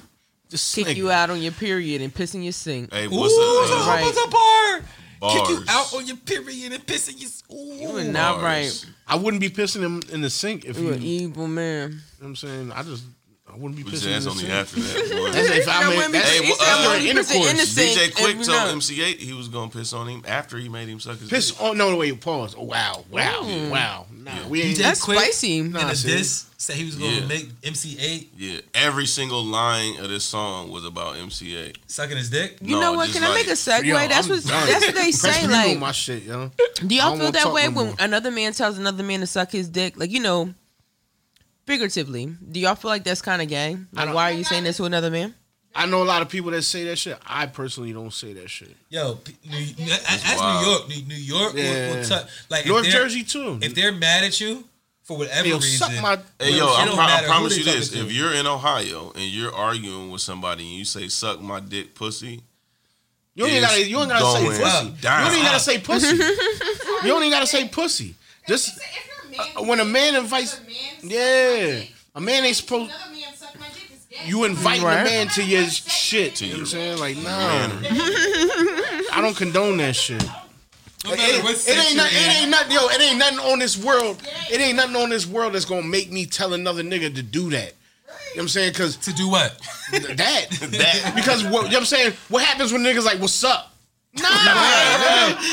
[SPEAKER 3] Just
[SPEAKER 2] Kick
[SPEAKER 3] nigga.
[SPEAKER 2] you out on your period and piss in your sink.
[SPEAKER 5] Hey,
[SPEAKER 1] Ooh,
[SPEAKER 5] what's
[SPEAKER 1] it's a
[SPEAKER 5] up? uh,
[SPEAKER 2] Right.
[SPEAKER 1] right. bar. Kick you
[SPEAKER 5] Bars.
[SPEAKER 1] out on your period and pissing your.
[SPEAKER 2] You
[SPEAKER 1] Ooh.
[SPEAKER 2] are not
[SPEAKER 5] Bars.
[SPEAKER 2] right.
[SPEAKER 3] I wouldn't be pissing him in the sink if
[SPEAKER 2] You
[SPEAKER 3] you.
[SPEAKER 2] an
[SPEAKER 3] you know
[SPEAKER 2] evil man.
[SPEAKER 3] what I'm saying I just I wouldn't be
[SPEAKER 5] But
[SPEAKER 3] pissing him in
[SPEAKER 5] that's
[SPEAKER 3] the
[SPEAKER 5] only
[SPEAKER 3] sink.
[SPEAKER 5] after
[SPEAKER 3] That's
[SPEAKER 5] that. boy.
[SPEAKER 3] if I
[SPEAKER 2] wouldn't be-
[SPEAKER 3] made, that's
[SPEAKER 5] Hey,
[SPEAKER 2] he
[SPEAKER 5] well,
[SPEAKER 2] said
[SPEAKER 5] uh,
[SPEAKER 2] wouldn't be pissing in the
[SPEAKER 3] intercourse.
[SPEAKER 2] sink
[SPEAKER 5] DJ
[SPEAKER 2] if
[SPEAKER 5] Quick
[SPEAKER 2] we
[SPEAKER 5] told
[SPEAKER 2] not-
[SPEAKER 5] MC8 he was gonna piss on him after he made him suck his dick.
[SPEAKER 3] piss. Oh no, wait, pause. Oh, wow, wow,
[SPEAKER 2] Mm.
[SPEAKER 3] wow. Nah, we ain't.
[SPEAKER 1] That's
[SPEAKER 2] That's
[SPEAKER 1] quick.
[SPEAKER 2] spicy.
[SPEAKER 1] And
[SPEAKER 3] Nah,
[SPEAKER 1] the
[SPEAKER 3] see.
[SPEAKER 1] diss said he was gonna
[SPEAKER 5] Yeah.
[SPEAKER 1] make MC8
[SPEAKER 5] Yeah, every single line of this song was about MCA.
[SPEAKER 1] sucking his dick.
[SPEAKER 2] You
[SPEAKER 5] No,
[SPEAKER 2] know what?
[SPEAKER 5] just
[SPEAKER 2] Can I
[SPEAKER 5] like-
[SPEAKER 2] make a segue?
[SPEAKER 3] Yo,
[SPEAKER 2] that's
[SPEAKER 3] I'm
[SPEAKER 2] what
[SPEAKER 3] done.
[SPEAKER 2] that's what they
[SPEAKER 3] Press
[SPEAKER 2] say.
[SPEAKER 3] mute on
[SPEAKER 2] Like,
[SPEAKER 3] my shit, yo.
[SPEAKER 2] do
[SPEAKER 3] I
[SPEAKER 2] y'all
[SPEAKER 3] don't
[SPEAKER 2] feel
[SPEAKER 3] wanna
[SPEAKER 2] that
[SPEAKER 3] talk
[SPEAKER 2] way
[SPEAKER 3] no
[SPEAKER 2] when
[SPEAKER 3] more.
[SPEAKER 2] another man tells another man to suck his dick? Like, you know, figuratively, do y'all feel like that's kind of gay? Like,
[SPEAKER 3] don't-
[SPEAKER 2] why are you saying this to another man?
[SPEAKER 3] I know a lot of people that say that shit. I personally don't say that shit.
[SPEAKER 1] Yo, P- New, that's
[SPEAKER 5] wild.
[SPEAKER 1] New York. New, New York will, will
[SPEAKER 3] Yeah.
[SPEAKER 1] touch. Like if
[SPEAKER 3] North
[SPEAKER 1] they're-
[SPEAKER 3] Jersey too.
[SPEAKER 1] If they're mad at you for whatever
[SPEAKER 3] They'll
[SPEAKER 1] reason,
[SPEAKER 3] suck my-
[SPEAKER 5] Hey
[SPEAKER 1] it
[SPEAKER 5] yo, I,
[SPEAKER 1] don't
[SPEAKER 5] pro- I
[SPEAKER 1] matter who
[SPEAKER 5] promise
[SPEAKER 1] they
[SPEAKER 5] you this:
[SPEAKER 1] talking
[SPEAKER 5] if
[SPEAKER 1] to.
[SPEAKER 5] you're in Ohio and you're arguing with somebody and you say "suck my dick, pussy,"
[SPEAKER 3] You don't even
[SPEAKER 5] It's
[SPEAKER 3] gotta. You don't gotta say
[SPEAKER 5] going
[SPEAKER 3] pussy.
[SPEAKER 5] down.
[SPEAKER 3] You don't even gotta say pussy. you don't even gotta say pussy. Just uh, when a man invites, yeah, a man ain't supposed. You invite
[SPEAKER 2] Right.
[SPEAKER 3] a man to your shit. you know what I'm saying like, nah, I don't condone that shit.
[SPEAKER 1] No
[SPEAKER 3] It,
[SPEAKER 1] matter what
[SPEAKER 3] it,
[SPEAKER 1] sex
[SPEAKER 3] ain't
[SPEAKER 1] you're
[SPEAKER 3] not, it
[SPEAKER 1] in.
[SPEAKER 3] ain't nothing, yo. It ain't nothing on this world. It ain't nothing on this world that's gonna make me tell another nigga to do that. You know what I'm saying? Cause
[SPEAKER 1] to do what?
[SPEAKER 3] that. that. Because what, you know what I'm saying? What happens when niggas like, what's up? Nah,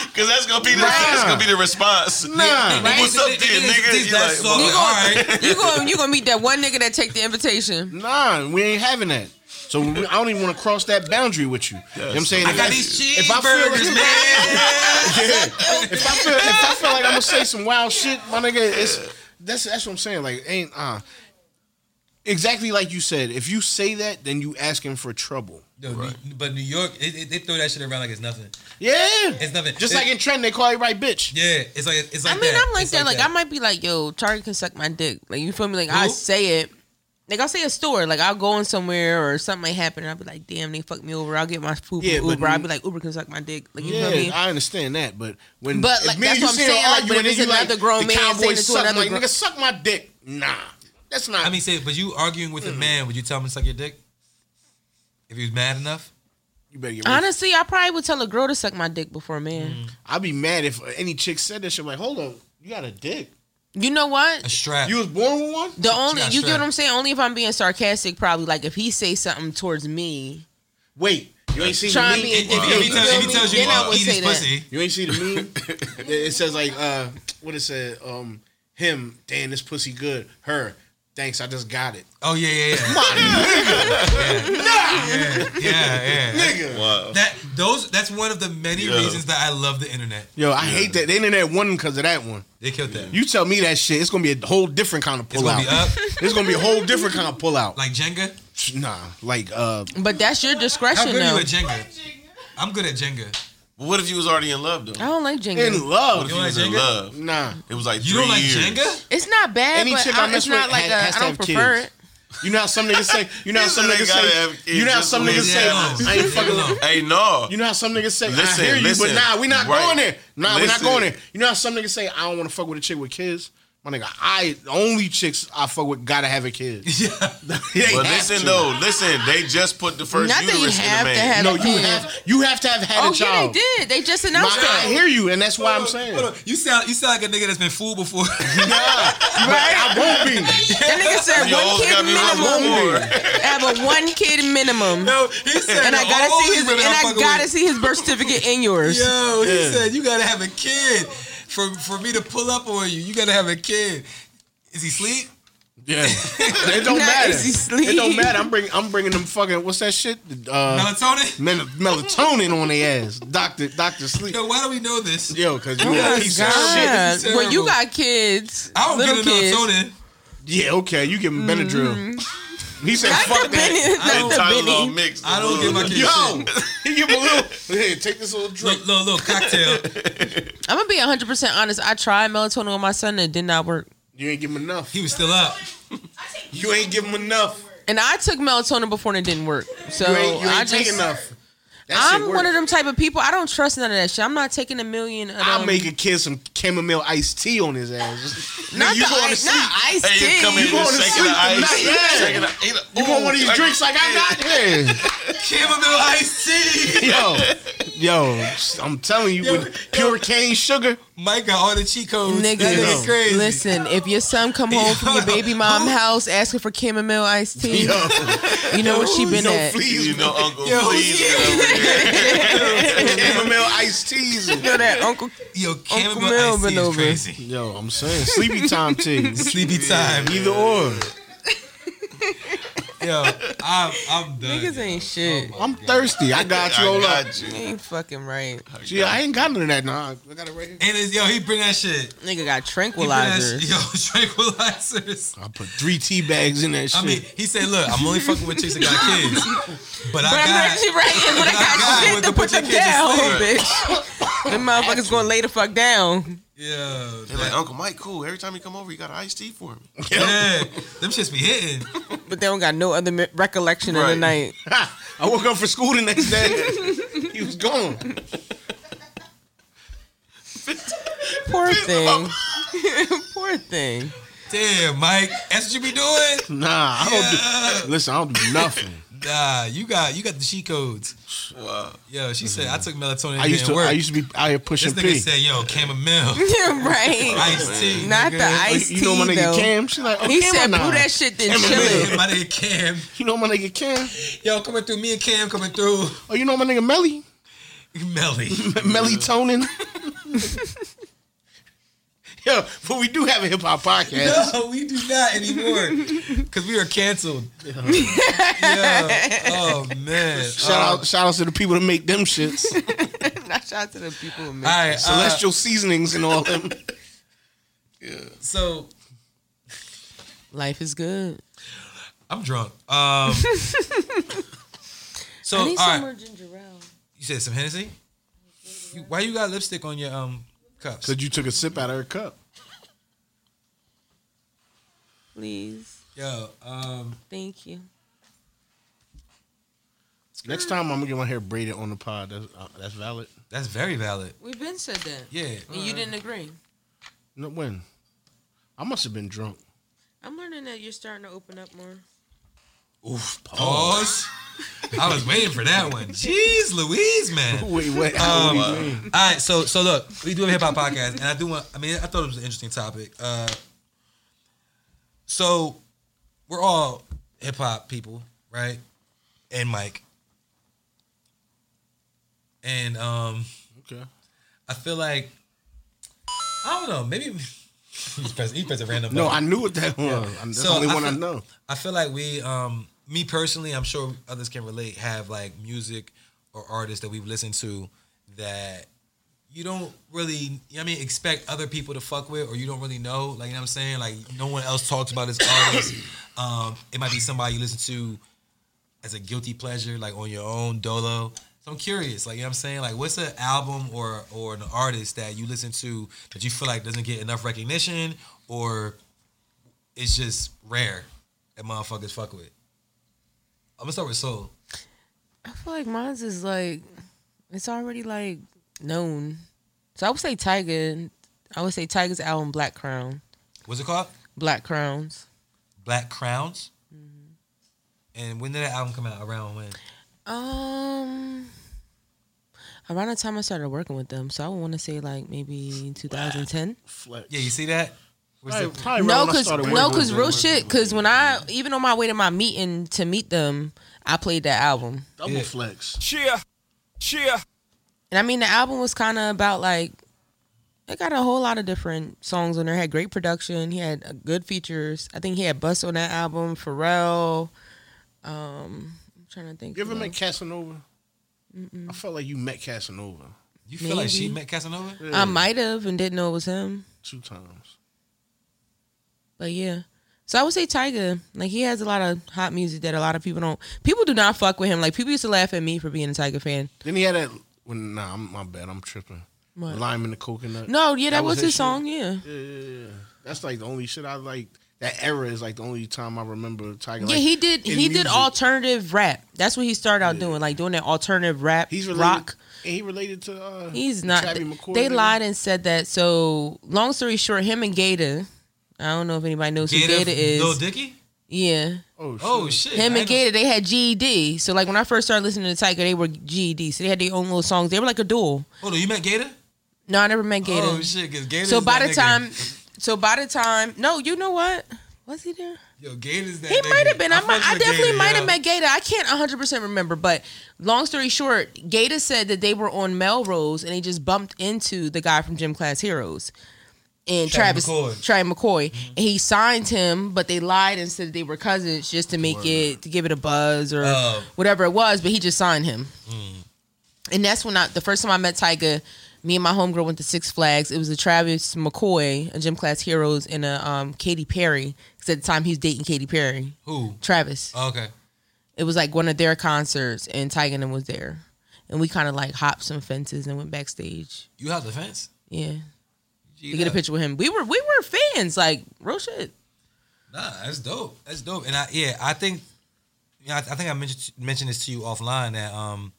[SPEAKER 5] because that's gonna be the that's gonna be the response.
[SPEAKER 3] nah.
[SPEAKER 5] What's up,
[SPEAKER 1] They- they- they-
[SPEAKER 5] there,
[SPEAKER 1] they-
[SPEAKER 5] nigga? You
[SPEAKER 1] that's
[SPEAKER 5] like,
[SPEAKER 1] so-
[SPEAKER 5] "Fuck."
[SPEAKER 1] All right.
[SPEAKER 2] You going you gonna meet that one nigga that take the invitation?
[SPEAKER 3] Nah, we ain't having that. So we, I don't even want to cross that boundary with you. You know what I'm saying?
[SPEAKER 1] I got
[SPEAKER 3] If-
[SPEAKER 1] these
[SPEAKER 3] if I feel-
[SPEAKER 1] cheeseburgers, man.
[SPEAKER 3] Yeah. If I feel if I feel like I'm gonna say some wild shit, my nigga, it's that's that's what I'm saying. Like ain't uh exactly like you said. If you say that, then you asking for trouble.
[SPEAKER 1] Yo, New- But New York, it, it, they throw that shit around like it's nothing.
[SPEAKER 3] Yeah,
[SPEAKER 1] It's nothing.
[SPEAKER 3] Just
[SPEAKER 1] It-
[SPEAKER 3] like in Trenton, they call you right bitch.
[SPEAKER 1] Yeah, it's like it's like
[SPEAKER 2] I mean,
[SPEAKER 1] that.
[SPEAKER 2] I'm like
[SPEAKER 1] It's
[SPEAKER 2] that. Like, I might be like, yo, Charlie can suck my dick. Like, you feel me? Like, I
[SPEAKER 1] Who?
[SPEAKER 2] say it. Like, I'll say a story. Like, I'll go in somewhere or something might happen, and I'll be like, damn, they fucked me over. I'll get my food
[SPEAKER 3] Yeah,
[SPEAKER 2] from
[SPEAKER 3] but
[SPEAKER 2] Uber. I'll
[SPEAKER 3] you-
[SPEAKER 2] be like, Uber can suck my dick. Like, you
[SPEAKER 3] Yeah,
[SPEAKER 2] feel me?
[SPEAKER 3] I understand that, but when
[SPEAKER 2] But,
[SPEAKER 3] if
[SPEAKER 2] like,
[SPEAKER 3] me
[SPEAKER 2] that's
[SPEAKER 3] and you
[SPEAKER 2] what I'm
[SPEAKER 3] sit here
[SPEAKER 2] saying, like,
[SPEAKER 3] arguing
[SPEAKER 2] when
[SPEAKER 3] and
[SPEAKER 2] it's
[SPEAKER 3] you
[SPEAKER 2] another grown
[SPEAKER 3] the
[SPEAKER 2] man saying
[SPEAKER 3] Cowboys
[SPEAKER 2] it to
[SPEAKER 3] suck, I'm
[SPEAKER 2] another
[SPEAKER 3] like
[SPEAKER 2] gro-
[SPEAKER 3] nigga, suck my dick. Nah, that's not.
[SPEAKER 1] I mean, say, but you arguing with a man, would you tell him to suck your dick if he was mad enough?
[SPEAKER 3] you better get. Honest,
[SPEAKER 2] Honestly, I probably would tell a girl to suck my dick before a man.
[SPEAKER 3] I'd be mad if any chick said that shit. I'm like, hold on, you got a dick.
[SPEAKER 2] You know what?
[SPEAKER 1] A strap.
[SPEAKER 3] You was born with one.
[SPEAKER 2] The only
[SPEAKER 1] got
[SPEAKER 2] you get
[SPEAKER 1] strap.
[SPEAKER 2] what I'm saying. Only if I'm being sarcastic, probably. Like if he say something towards me,
[SPEAKER 3] Wait, you ain't seen
[SPEAKER 2] Trying
[SPEAKER 3] the
[SPEAKER 2] to
[SPEAKER 3] meme?
[SPEAKER 2] be
[SPEAKER 1] if, if, he
[SPEAKER 3] You
[SPEAKER 1] tells,
[SPEAKER 3] feel
[SPEAKER 1] if he
[SPEAKER 3] me?
[SPEAKER 1] tells you,
[SPEAKER 2] Then I
[SPEAKER 1] to
[SPEAKER 2] would
[SPEAKER 1] eat his
[SPEAKER 2] say that.
[SPEAKER 1] pussy,
[SPEAKER 3] You ain't see the meme? it it says like uh what it said, um him, damn this pussy good. Her, thanks, I just got it.
[SPEAKER 1] oh yeah, yeah, yeah. yeah, yeah, yeah.
[SPEAKER 3] Nigga.
[SPEAKER 5] Wow.
[SPEAKER 1] That those that's one of the many
[SPEAKER 5] Yeah.
[SPEAKER 1] reasons that I love the internet.
[SPEAKER 3] Yo, I hate that. The internet won because of that one.
[SPEAKER 1] They killed that.
[SPEAKER 3] You tell me that shit, it's gonna be a whole different kind of
[SPEAKER 1] it's
[SPEAKER 3] pull
[SPEAKER 1] gonna
[SPEAKER 3] out.
[SPEAKER 1] be up
[SPEAKER 3] It's gonna be a whole different kind of pull out. Like
[SPEAKER 1] like Jenga.
[SPEAKER 3] nah, like uh
[SPEAKER 2] but that's your
[SPEAKER 1] How
[SPEAKER 2] discretion.
[SPEAKER 1] good are
[SPEAKER 2] Though
[SPEAKER 1] you at Jenga? I'm good at Jenga.
[SPEAKER 5] But what if you was already in love
[SPEAKER 2] I
[SPEAKER 5] though?
[SPEAKER 2] don't like Jenga.
[SPEAKER 3] in
[SPEAKER 5] What
[SPEAKER 3] love.
[SPEAKER 5] if
[SPEAKER 1] You
[SPEAKER 5] you
[SPEAKER 1] don't
[SPEAKER 5] was
[SPEAKER 1] like
[SPEAKER 5] in
[SPEAKER 1] Jenga?
[SPEAKER 5] love?
[SPEAKER 3] Nah.
[SPEAKER 5] It was like
[SPEAKER 1] You
[SPEAKER 5] three
[SPEAKER 1] don't like
[SPEAKER 5] years.
[SPEAKER 1] Jenga?
[SPEAKER 2] it's not bad,
[SPEAKER 3] Any
[SPEAKER 2] but
[SPEAKER 3] chick
[SPEAKER 2] I,
[SPEAKER 3] I mess
[SPEAKER 2] it's not
[SPEAKER 3] with
[SPEAKER 2] like
[SPEAKER 3] has-
[SPEAKER 2] I I
[SPEAKER 3] has to
[SPEAKER 2] don't
[SPEAKER 3] have
[SPEAKER 2] prefer
[SPEAKER 3] kids.
[SPEAKER 2] it.
[SPEAKER 3] You know how some niggas say you know how some
[SPEAKER 5] They
[SPEAKER 3] niggas
[SPEAKER 5] gotta
[SPEAKER 3] say
[SPEAKER 5] have kids
[SPEAKER 3] you know how
[SPEAKER 5] just
[SPEAKER 3] some
[SPEAKER 5] to
[SPEAKER 3] niggas
[SPEAKER 5] live
[SPEAKER 3] say
[SPEAKER 1] alone.
[SPEAKER 3] I ain't fucking
[SPEAKER 1] Alone.
[SPEAKER 5] Hey, no.
[SPEAKER 3] You know how some niggas say,
[SPEAKER 5] Listen,
[SPEAKER 3] I hear you,
[SPEAKER 5] listen.
[SPEAKER 3] but nah, we not
[SPEAKER 5] Right.
[SPEAKER 3] going there. Nah, we not
[SPEAKER 5] Listen.
[SPEAKER 3] going there. You know how some niggas say, I don't want to fuck with a chick with kids? My nigga, I the only chicks I fuck with gotta have a kid.
[SPEAKER 5] but listen though, listen. They just put the first
[SPEAKER 2] Not that you
[SPEAKER 5] uterus in the
[SPEAKER 2] have to
[SPEAKER 5] man.
[SPEAKER 2] have-
[SPEAKER 3] No,
[SPEAKER 2] a
[SPEAKER 3] you
[SPEAKER 2] kid.
[SPEAKER 3] have you have to have had
[SPEAKER 2] Oh
[SPEAKER 3] a
[SPEAKER 2] yeah, they
[SPEAKER 3] child.
[SPEAKER 2] did. They just
[SPEAKER 3] My-
[SPEAKER 2] announced
[SPEAKER 3] I
[SPEAKER 2] that.
[SPEAKER 3] hear you, and that's why
[SPEAKER 1] Hold
[SPEAKER 3] I'm
[SPEAKER 1] on,
[SPEAKER 3] saying.
[SPEAKER 1] hold on. You sound you sound like a nigga that's been fooled before.
[SPEAKER 3] I won't be.
[SPEAKER 2] That nigga said
[SPEAKER 5] You
[SPEAKER 2] one
[SPEAKER 5] always
[SPEAKER 2] kid
[SPEAKER 5] gotta be
[SPEAKER 2] minimum.
[SPEAKER 5] one more.
[SPEAKER 2] I have a one kid minimum,
[SPEAKER 1] no, he said.
[SPEAKER 2] and I
[SPEAKER 1] the
[SPEAKER 2] gotta
[SPEAKER 1] only
[SPEAKER 2] see his
[SPEAKER 1] women
[SPEAKER 2] and
[SPEAKER 1] I'm
[SPEAKER 2] I
[SPEAKER 1] fucking
[SPEAKER 2] gotta
[SPEAKER 1] with-
[SPEAKER 2] see his birth certificate and yours.
[SPEAKER 1] Yo, he said you gotta have a kid for for me to pull up on you. You gotta have a kid. Is he sleep?
[SPEAKER 3] Yeah, it don't
[SPEAKER 2] Nah,
[SPEAKER 3] matter.
[SPEAKER 2] is he sleep?
[SPEAKER 3] It don't matter. I'm bringing I'm bringing them fucking what's that shit? Uh,
[SPEAKER 1] Melatonin?
[SPEAKER 3] mel- melatonin on their ass. Doctor Doctor Sleep.
[SPEAKER 1] Yo, why do we know this?
[SPEAKER 3] Yo, cause you
[SPEAKER 2] Oh
[SPEAKER 3] a
[SPEAKER 2] my
[SPEAKER 3] piece of shit.
[SPEAKER 2] God.
[SPEAKER 1] is
[SPEAKER 2] Well, you
[SPEAKER 1] terrible.
[SPEAKER 2] got kids.
[SPEAKER 1] I don't
[SPEAKER 2] little
[SPEAKER 1] get
[SPEAKER 2] kids.
[SPEAKER 1] enough soda.
[SPEAKER 3] Yeah, okay, you give him Benadryl.
[SPEAKER 2] Mm-hmm.
[SPEAKER 3] He said,
[SPEAKER 2] Not
[SPEAKER 3] "Fuck
[SPEAKER 2] the
[SPEAKER 3] that."
[SPEAKER 2] Benny.
[SPEAKER 5] And
[SPEAKER 2] Not the
[SPEAKER 5] Tylenol
[SPEAKER 2] Benny.
[SPEAKER 5] mixed.
[SPEAKER 1] I don't give my kids
[SPEAKER 3] Yo,
[SPEAKER 1] shit.
[SPEAKER 3] he give him a little. Hey, take this little drink.
[SPEAKER 1] Look, look, look, cocktail.
[SPEAKER 2] I'm gonna be 100 percent honest. I tried melatonin with my son and it did not work.
[SPEAKER 3] You ain't give him enough.
[SPEAKER 1] He was still up.
[SPEAKER 3] You ain't give him enough.
[SPEAKER 2] And I took melatonin before and it didn't work. So
[SPEAKER 3] You ain't, you
[SPEAKER 2] I
[SPEAKER 3] ain't take
[SPEAKER 2] just,
[SPEAKER 3] enough. That shit
[SPEAKER 2] I'm
[SPEAKER 3] work.
[SPEAKER 2] one of them type of people. I don't trust none of that shit. I'm not taking a million. Of
[SPEAKER 3] I'll
[SPEAKER 2] them-
[SPEAKER 3] make a kid some chamomile iced tea on his ass. Nigga,
[SPEAKER 2] Not
[SPEAKER 3] you
[SPEAKER 2] the
[SPEAKER 3] going to
[SPEAKER 2] ice,
[SPEAKER 3] sleep.
[SPEAKER 2] not iced
[SPEAKER 5] Hey, you
[SPEAKER 2] tea.
[SPEAKER 5] come in
[SPEAKER 3] going
[SPEAKER 5] and
[SPEAKER 3] to
[SPEAKER 5] shaking
[SPEAKER 3] sleep
[SPEAKER 5] the ice.
[SPEAKER 3] tonight. Yeah.
[SPEAKER 5] shaking the- ain't a-
[SPEAKER 3] you want one of
[SPEAKER 5] Ooh,
[SPEAKER 3] these drinks like I got? Yeah.
[SPEAKER 1] Chamomile iced tea.
[SPEAKER 3] yo, yo, I'm telling you, with pure cane sugar,
[SPEAKER 1] Mike got all the cheat codes.
[SPEAKER 2] Nigga,
[SPEAKER 1] that
[SPEAKER 3] Yo.
[SPEAKER 1] nigga crazy.
[SPEAKER 2] listen. If your son come home from your baby mom house asking for chamomile iced tea,
[SPEAKER 3] yo,
[SPEAKER 2] you know what she been
[SPEAKER 3] no
[SPEAKER 2] at.
[SPEAKER 3] fleas,
[SPEAKER 5] You know, Uncle,
[SPEAKER 1] Yo,
[SPEAKER 5] please get over here.
[SPEAKER 3] chamomile iced teas. and-
[SPEAKER 2] You know that uncle.
[SPEAKER 1] Yo, chamomile
[SPEAKER 2] Mel
[SPEAKER 1] iced
[SPEAKER 2] been
[SPEAKER 1] tea is
[SPEAKER 2] over.
[SPEAKER 1] crazy.
[SPEAKER 3] Yo, I'm saying sleepy time tea.
[SPEAKER 1] Sleepy time.
[SPEAKER 3] Either or,
[SPEAKER 1] Yo, I'm, I'm done.
[SPEAKER 2] Niggas ain't shit.
[SPEAKER 1] Oh
[SPEAKER 3] I'm thirsty. I got you.
[SPEAKER 5] I
[SPEAKER 3] Hold up.
[SPEAKER 5] got
[SPEAKER 2] You
[SPEAKER 5] you.
[SPEAKER 2] ain't fucking right.
[SPEAKER 3] Gee, I ain't got none of that. Nah, I got it right here.
[SPEAKER 1] And it's, yo, he bring that shit.
[SPEAKER 2] Nigga got
[SPEAKER 1] He bring that shit-
[SPEAKER 2] tranquilizers.
[SPEAKER 1] Yo, tranquilizers.
[SPEAKER 3] I put three tea bags in that shit.
[SPEAKER 1] I mean, he said, "Look, I'm only fucking with chicks that got kids, but I
[SPEAKER 2] But I'm
[SPEAKER 1] got."
[SPEAKER 2] not you right. And when I
[SPEAKER 1] I got
[SPEAKER 2] got shit
[SPEAKER 1] what
[SPEAKER 2] to
[SPEAKER 1] to
[SPEAKER 2] put
[SPEAKER 1] put your
[SPEAKER 2] them
[SPEAKER 1] kids to
[SPEAKER 2] down,
[SPEAKER 1] sleep.
[SPEAKER 2] bitch. Them motherfuckers gonna lay the fuck down.
[SPEAKER 1] Yeah,
[SPEAKER 5] They're like, Uncle Mike, cool. Every time he come over, he got an iced tea for me.
[SPEAKER 1] yeah, them shits be hitting.
[SPEAKER 2] But they don't got no other me- recollection of the
[SPEAKER 5] Right.
[SPEAKER 2] night.
[SPEAKER 3] I woke up for school the next day. he was gone.
[SPEAKER 2] Poor thing. Poor thing.
[SPEAKER 1] Damn, Mike, that's what you be doing.
[SPEAKER 3] Nah, I don't do. Listen, I don't do nothing.
[SPEAKER 1] Nah, you got you got the she codes. Yo, she said I took melatonin.
[SPEAKER 3] I used to.
[SPEAKER 1] Work.
[SPEAKER 3] I used to be out here
[SPEAKER 1] This
[SPEAKER 3] pushing
[SPEAKER 1] nigga
[SPEAKER 3] pee.
[SPEAKER 1] said, "Yo, chamomile,
[SPEAKER 2] Yeah, right.
[SPEAKER 1] iced tea."
[SPEAKER 2] Not the
[SPEAKER 1] nigga.
[SPEAKER 2] iced
[SPEAKER 3] you know my
[SPEAKER 2] tea,
[SPEAKER 3] nigga
[SPEAKER 2] though.
[SPEAKER 3] Cam. She like, oh,
[SPEAKER 2] He
[SPEAKER 3] Cam
[SPEAKER 2] said,
[SPEAKER 3] or nah?
[SPEAKER 2] "Brew that shit, then
[SPEAKER 3] Chamomile.
[SPEAKER 2] chill it."
[SPEAKER 1] My nigga Cam.
[SPEAKER 3] You know my nigga Cam.
[SPEAKER 1] Yo, coming through. Me and Cam coming through.
[SPEAKER 3] Oh, you know my nigga Melly.
[SPEAKER 1] Melly.
[SPEAKER 3] Melatonin. yeah, but we do have a hip hop podcast.
[SPEAKER 1] No, we do not anymore because we are canceled. yeah. Oh man.
[SPEAKER 3] Shout out, shout out to the people that make them shits,
[SPEAKER 2] Shout out to the people who
[SPEAKER 1] All
[SPEAKER 2] make
[SPEAKER 1] right. uh,
[SPEAKER 3] celestial seasonings and all them.
[SPEAKER 1] so
[SPEAKER 2] Life is good.
[SPEAKER 1] I'm drunk. Um. so all right.
[SPEAKER 2] ginger ale.
[SPEAKER 1] You said some Hennessy. You- Why you got lipstick on your um cups?
[SPEAKER 3] Said you took a sip out of her cup.
[SPEAKER 2] Please.
[SPEAKER 1] Yo. Um.
[SPEAKER 2] Thank you.
[SPEAKER 3] Next time I'm gonna get my hair braided on the pod. That's uh, that's valid.
[SPEAKER 1] That's very valid.
[SPEAKER 2] We've been said that.
[SPEAKER 1] Yeah.
[SPEAKER 2] And you didn't agree.
[SPEAKER 3] No, when? I must have been drunk.
[SPEAKER 2] I'm learning that you're starting to open up more.
[SPEAKER 3] Oof.
[SPEAKER 1] Pause. I was waiting for that one. Jeez, Louise, man.
[SPEAKER 3] Wait, wait. what Um, do you mean?
[SPEAKER 1] All right, so so look, we do have a hip hop podcast, and I do want. I mean, I thought it was an interesting topic. Uh, so we're all hip hop people, right? And Mike, and um,
[SPEAKER 3] Okay.
[SPEAKER 1] I feel like I don't know. Maybe he's pressing. He pressed a random.
[SPEAKER 3] No,
[SPEAKER 1] button.
[SPEAKER 3] I knew what that was. I'm- That's
[SPEAKER 1] So,
[SPEAKER 3] the only
[SPEAKER 1] I
[SPEAKER 3] one I
[SPEAKER 1] feel-
[SPEAKER 3] know.
[SPEAKER 1] I feel like we, um, me personally, I'm sure others can relate, have like music or artists that we've listened to that you don't really, you know what I mean, expect other people to fuck with or you don't really know. Like, you know what I'm saying? Like, no one else talks about this artist. um, it might be somebody you listen to as a guilty pleasure, like on your own dolo. So I'm curious, like you know what I'm saying, like what's an album or or an artist that you listen to that you feel like doesn't get enough recognition or it's just rare that motherfuckers fuck with. I'm gonna start with soul.
[SPEAKER 2] I feel like mine's is like it's already like known. So I would say Tiger. I would say Tiger's album Black Crown.
[SPEAKER 1] What's it called?
[SPEAKER 2] Black Crowns.
[SPEAKER 1] Black Crowns.
[SPEAKER 2] Mm-hmm.
[SPEAKER 1] And when did that album come out? Around when?
[SPEAKER 2] Um around the time I started working with them. So I would want to say like maybe 2010.
[SPEAKER 3] Flex.
[SPEAKER 1] Yeah, you see that? Where's
[SPEAKER 3] Probably,
[SPEAKER 1] the-
[SPEAKER 3] probably right
[SPEAKER 2] No,
[SPEAKER 3] when I
[SPEAKER 2] cause
[SPEAKER 3] started
[SPEAKER 2] no,
[SPEAKER 3] working
[SPEAKER 2] cause
[SPEAKER 3] with
[SPEAKER 2] real
[SPEAKER 3] them.
[SPEAKER 2] shit. Cause when I even on my way to my meeting to meet them, I played that album.
[SPEAKER 3] Double
[SPEAKER 1] Yeah.
[SPEAKER 3] flex.
[SPEAKER 2] And I mean, the album was kind of about like it got a whole lot of different songs on there. It had great production. He had uh, good features. I think he had Bust on that album. Pharrell. Um, I'm trying to think.
[SPEAKER 3] You ever
[SPEAKER 2] who
[SPEAKER 3] met
[SPEAKER 2] else.
[SPEAKER 3] Casanova? I felt like you met Casanova
[SPEAKER 1] you feel like she
[SPEAKER 2] Maybe.
[SPEAKER 1] met Casanova?
[SPEAKER 2] I might have and didn't know it was him.
[SPEAKER 3] two times.
[SPEAKER 2] But yeah. So I would say Tyga. Like he has a lot of hot music that a lot of people don't people do not fuck with him. Like people used to laugh at me for being a Tyga fan.
[SPEAKER 3] Then he had that. When, nah, I'm, my bad. I'm tripping.
[SPEAKER 2] What?
[SPEAKER 3] Lime in the coconut.
[SPEAKER 2] No, yeah, that,
[SPEAKER 3] That
[SPEAKER 2] was,
[SPEAKER 3] was
[SPEAKER 2] his
[SPEAKER 3] his shit?
[SPEAKER 2] song, yeah.
[SPEAKER 3] Yeah, yeah, yeah. That's like the only shit I like. that era is like the only time I remember Tiger.
[SPEAKER 2] Yeah,
[SPEAKER 3] like,
[SPEAKER 2] he did.
[SPEAKER 3] in
[SPEAKER 2] He did
[SPEAKER 3] music.
[SPEAKER 2] alternative rap. That's what he started out doing, like doing that alternative rap,
[SPEAKER 3] He's related,
[SPEAKER 2] rock.
[SPEAKER 3] And he related to. Uh,
[SPEAKER 2] He's not.
[SPEAKER 3] Travis McCoy,
[SPEAKER 2] they
[SPEAKER 3] nigga.
[SPEAKER 2] lied and said that. So long story short, him and Gator. I don't know if anybody knows who Gator is.
[SPEAKER 1] Lil Dicky.
[SPEAKER 2] yeah,
[SPEAKER 3] Oh, shit.
[SPEAKER 1] Oh shit.
[SPEAKER 2] him
[SPEAKER 1] I
[SPEAKER 2] and
[SPEAKER 1] ain't
[SPEAKER 2] Gator. They had GED. So like when I first started listening to Tiger, they were GED. So they had their own little songs. They were like a duel.
[SPEAKER 1] know- Hold on, you met Gator?
[SPEAKER 2] No, I never met Gator.
[SPEAKER 1] Oh shit, because Gator.
[SPEAKER 2] so
[SPEAKER 1] is
[SPEAKER 2] by
[SPEAKER 1] that
[SPEAKER 2] the
[SPEAKER 1] nigga.
[SPEAKER 2] time, so by the time, no, you know what? Was he there?
[SPEAKER 1] yo, Gator's that.
[SPEAKER 2] He
[SPEAKER 1] nigga.
[SPEAKER 2] might have been. I, might,
[SPEAKER 1] fucks
[SPEAKER 2] I
[SPEAKER 1] with
[SPEAKER 2] definitely
[SPEAKER 1] Gator,
[SPEAKER 2] might
[SPEAKER 1] yo.
[SPEAKER 2] have met Gator. I can't 100% remember, but long story short, Gator said that they were on Melrose and they just bumped into the guy from Gym Class Heroes and
[SPEAKER 1] Travis
[SPEAKER 2] Travis,
[SPEAKER 1] McCoy.
[SPEAKER 2] Travis McCoy. And he signed him, but they lied and said they were cousins just to make it, to give it a buzz or
[SPEAKER 1] Oh.
[SPEAKER 2] whatever it was, but he just signed him. And that's when I, the first time I met Tyga, me and my homegirl went to Six Flags. It was a Travis McCoy, a Gym Class Heroes, and a um, Katy Perry. Because at the time he was dating Katy Perry.
[SPEAKER 1] Who? Oh,
[SPEAKER 2] Travis.
[SPEAKER 1] Okay.
[SPEAKER 2] It was like one of their concerts, and Tiger and was there, and we kind of like hopped some fences and went backstage.
[SPEAKER 1] You have the fence?
[SPEAKER 2] Yeah,
[SPEAKER 1] G
[SPEAKER 2] to get a
[SPEAKER 1] that.
[SPEAKER 2] picture with him. We were we were fans, like real shit.
[SPEAKER 1] Nah, that's dope. That's dope. And I yeah, I think you know, I, I think I mentioned mentioned this to you offline that um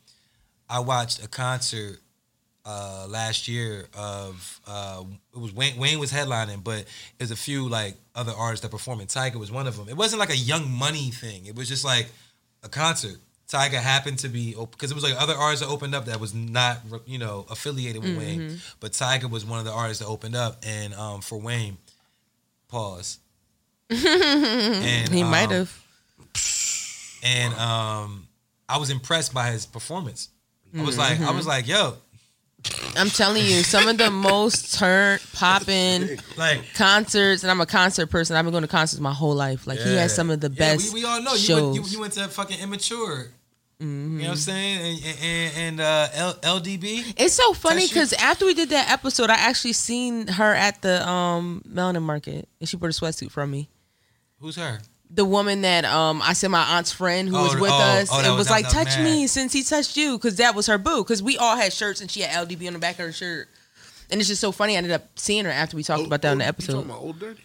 [SPEAKER 1] I watched a concert uh last year of uh it was Wayne, Wayne was headlining, but there's a few like other artists that performed and Tiger was one of them. It wasn't like a young money thing. It was just like a concert. Tiger happened to be because it was like other artists that opened up that was not you know affiliated with
[SPEAKER 2] Mm-hmm.
[SPEAKER 1] Wayne, but Tiger was one of the artists that opened up and um for Wayne pause. and,
[SPEAKER 2] He
[SPEAKER 1] um,
[SPEAKER 2] might have.
[SPEAKER 1] and um, I was impressed by his performance. I
[SPEAKER 2] Mm-hmm.
[SPEAKER 1] was like, I was like, yo,
[SPEAKER 2] I'm telling you, some of the most turn popping
[SPEAKER 1] like
[SPEAKER 2] concerts, and I'm a concert person. I've been going to concerts my whole life. Like he
[SPEAKER 1] Yeah.
[SPEAKER 2] has some of the
[SPEAKER 1] yeah,
[SPEAKER 2] best
[SPEAKER 1] we, we all know you
[SPEAKER 2] shows. Mm-hmm.
[SPEAKER 1] went, you, you went to fucking immature. You know what I'm saying? And and, and uh, L- LDB.
[SPEAKER 2] it's so funny
[SPEAKER 1] That shit-
[SPEAKER 2] because after we did that episode, I actually seen her at the um, Melanin Market, and she bought a sweatsuit from me.
[SPEAKER 1] Who's her?
[SPEAKER 2] the woman that um I said my aunt's friend who
[SPEAKER 1] Oh,
[SPEAKER 2] was with
[SPEAKER 1] oh,
[SPEAKER 2] us
[SPEAKER 1] oh,
[SPEAKER 2] and
[SPEAKER 1] that
[SPEAKER 2] was,
[SPEAKER 1] was- that
[SPEAKER 2] like,
[SPEAKER 1] was
[SPEAKER 2] "Touch
[SPEAKER 1] mad.
[SPEAKER 2] me since he touched you," because that was her boo. Because we all had shirts and she had LDB on the back of her shirt, and it's just so funny. I ended up seeing her after we talked
[SPEAKER 1] Oh,
[SPEAKER 2] oh, about that on the
[SPEAKER 3] You talking
[SPEAKER 2] episode.
[SPEAKER 3] about Old Dirty?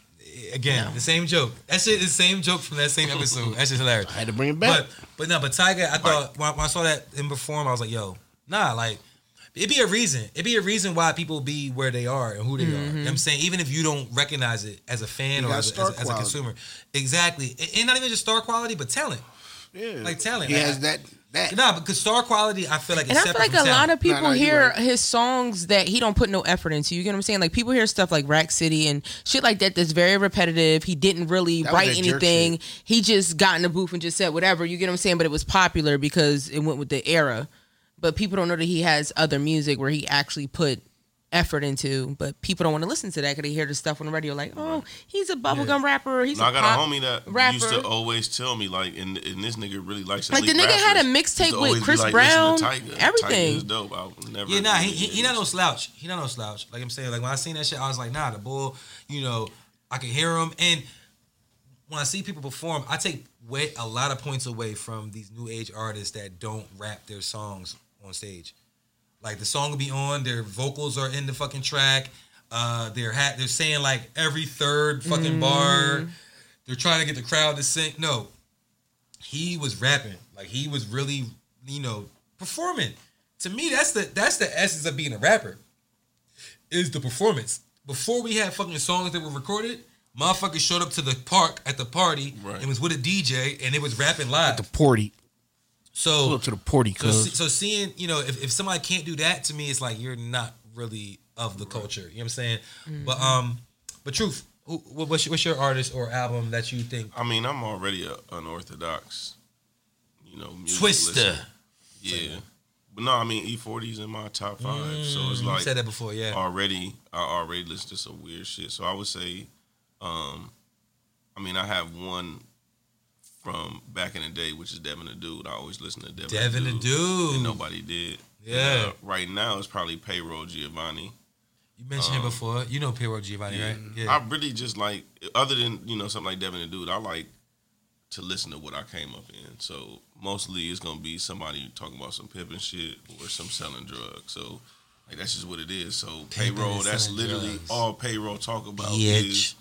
[SPEAKER 1] Again, the same joke. That shit is the same joke from that same episode. That's just hilarious.
[SPEAKER 3] I had to bring it back.
[SPEAKER 1] But but no, but Tiger, I thought when I, when I saw that him perform, I was like, yo, nah, like it'd be a reason. It'd be a reason why people be where they are and who they are. You know
[SPEAKER 2] Mm-hmm.
[SPEAKER 1] what I'm saying? Even if you don't recognize it as a fan
[SPEAKER 3] You
[SPEAKER 1] or
[SPEAKER 3] got
[SPEAKER 1] as, a- as
[SPEAKER 3] star
[SPEAKER 1] a- as a
[SPEAKER 3] quality.
[SPEAKER 1] consumer. Exactly. And- And not even just star quality, but talent.
[SPEAKER 3] yeah,
[SPEAKER 1] Like talent.
[SPEAKER 3] He
[SPEAKER 1] Like,
[SPEAKER 3] has that. That
[SPEAKER 1] Nah, because star quality, I feel like
[SPEAKER 2] And
[SPEAKER 1] it's
[SPEAKER 2] I feel
[SPEAKER 1] separate
[SPEAKER 2] like
[SPEAKER 1] from
[SPEAKER 2] a lot
[SPEAKER 1] talent.
[SPEAKER 2] of people
[SPEAKER 3] no, you
[SPEAKER 2] hear
[SPEAKER 3] right.
[SPEAKER 2] his songs that he don't put no effort into. You get what I'm saying? Like people hear stuff like Rack City and shit like that that's very repetitive. He didn't really
[SPEAKER 3] That was
[SPEAKER 2] write
[SPEAKER 3] that jerk
[SPEAKER 2] anything. He just got in the booth and just said whatever. You get what I'm saying? But it was popular because it went with the era. But people don't know that he has other music where he actually put effort into. But people don't want to listen to that because they hear the stuff on the radio like, oh, he's a bubblegum rapper. He's
[SPEAKER 5] No,
[SPEAKER 2] a
[SPEAKER 5] I got
[SPEAKER 2] pop
[SPEAKER 5] a homie that
[SPEAKER 2] rapper.
[SPEAKER 5] used to always tell me like, and, and this nigga really likes
[SPEAKER 2] Like, the
[SPEAKER 5] elite
[SPEAKER 2] nigga had a
[SPEAKER 5] rappers.
[SPEAKER 2] mixtape
[SPEAKER 5] Used to
[SPEAKER 2] with
[SPEAKER 5] always be
[SPEAKER 2] Chris
[SPEAKER 5] like,
[SPEAKER 2] Brown,
[SPEAKER 5] listen to Tyga. Tyga
[SPEAKER 2] everything.
[SPEAKER 5] is dope. I would never.
[SPEAKER 1] Yeah, nah, he, he, he not no slouch. He not no slouch. Like I'm saying, like when I seen that shit, I was like, nah, the bull. You know, I can hear him, and when I see people perform, I take way a lot of points away from these new age artists that don't rap their songs on stage. Like the song will be on, their vocals are in the fucking track. Uh, they're ha- they're saying like every third fucking bar. They're trying to get the crowd to sing. No, he was rapping. Like he was really, you know, performing. To me, that's the that's the essence of being a rapper. Is the performance. Before we had fucking songs that were recorded, motherfuckers showed up to the park at the party
[SPEAKER 5] Right.
[SPEAKER 1] and was with a DJ and it was rapping live.
[SPEAKER 8] The porty. Pull
[SPEAKER 1] So
[SPEAKER 8] up to the porty,
[SPEAKER 1] so,
[SPEAKER 8] cuz.
[SPEAKER 1] see- so seeing, you know, if, if somebody can't do that to me, it's like you're not really of the culture. You know what I'm saying? But um, but truth, who, what- what's your, what's your artist or album that you think
[SPEAKER 5] I mean, I'm already a unorthodox. You know, music
[SPEAKER 1] Twister?
[SPEAKER 5] listener. Yeah, but no, I mean E40's in my top five, so it's
[SPEAKER 1] Mm, You
[SPEAKER 5] like
[SPEAKER 1] said that before, yeah.
[SPEAKER 5] already I already listened to some weird shit. So I would say, um, I mean, I have one from back in the day, which is Devin the Dude. I always listen to Devin.
[SPEAKER 1] Devin the Dude.
[SPEAKER 5] And nobody did.
[SPEAKER 1] Yeah.
[SPEAKER 5] Uh, right now, it's probably Payroll Giovanni.
[SPEAKER 1] You mentioned him before. You know Piero Giovanni, right?
[SPEAKER 5] I really just like, other than you know something like Devin the Dude, I like to listen to what I came up in. So mostly it's gonna be somebody talking about some pimping shit or some selling drugs. So. Like that's just what it is. So
[SPEAKER 1] Pimping and
[SPEAKER 5] payroll, that's
[SPEAKER 1] selling
[SPEAKER 5] literally
[SPEAKER 1] drugs.
[SPEAKER 5] all payroll talk about
[SPEAKER 1] Bitch.
[SPEAKER 5] is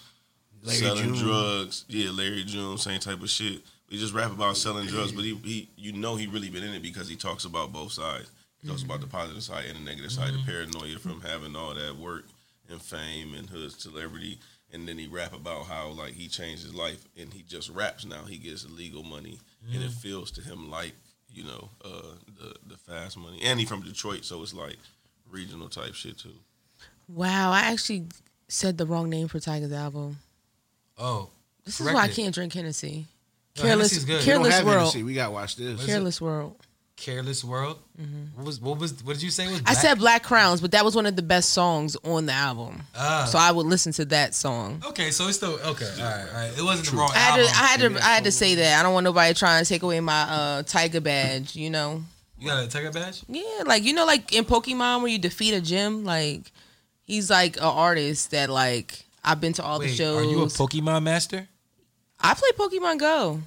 [SPEAKER 8] Larry
[SPEAKER 5] selling
[SPEAKER 8] June.
[SPEAKER 5] drugs. Yeah, Larry June, same type of shit. We just rap about selling drugs, but he, he you know he really been in it because he talks about both sides. He talks about the positive side and the negative side, the paranoia from having all that work and fame and hood celebrity. And then he rap about how like he changed his life and he just raps now. He gets illegal money and it feels to him like, you know, uh, the the fast money. And he from Detroit, so it's like regional type shit too.
[SPEAKER 2] Wow, I actually said the wrong name for Tiger's album.
[SPEAKER 1] Oh,
[SPEAKER 2] This
[SPEAKER 1] correct
[SPEAKER 2] is why I
[SPEAKER 1] it.
[SPEAKER 2] can't drink Hennessy.
[SPEAKER 1] No,
[SPEAKER 2] Careless,
[SPEAKER 1] Hennessy's good.
[SPEAKER 2] care-
[SPEAKER 8] We don't
[SPEAKER 2] Careless
[SPEAKER 8] have
[SPEAKER 2] World.
[SPEAKER 8] Hennessy. We gotta watch this.
[SPEAKER 2] Careless World.
[SPEAKER 1] Careless World. What was what was what did you say was?
[SPEAKER 2] Mm-hmm. I
[SPEAKER 1] black?
[SPEAKER 2] said Black Crowns, but that was one of the best songs on the album.
[SPEAKER 1] Ah.
[SPEAKER 2] so I would listen to that song.
[SPEAKER 1] Okay, so it's still okay. All right, all right. It wasn't the wrong
[SPEAKER 2] I had to,
[SPEAKER 1] album.
[SPEAKER 2] I had to, I had to say that. I don't want nobody trying to take away my uh, tiger badge. You know,
[SPEAKER 1] you got a tiger badge?
[SPEAKER 2] yeah, like you know, like in Pokemon where you defeat a gym, like he's like an artist that like I've been to all the
[SPEAKER 1] Wait,
[SPEAKER 2] shows.
[SPEAKER 1] are you a Pokemon master?
[SPEAKER 2] I play Pokemon Go.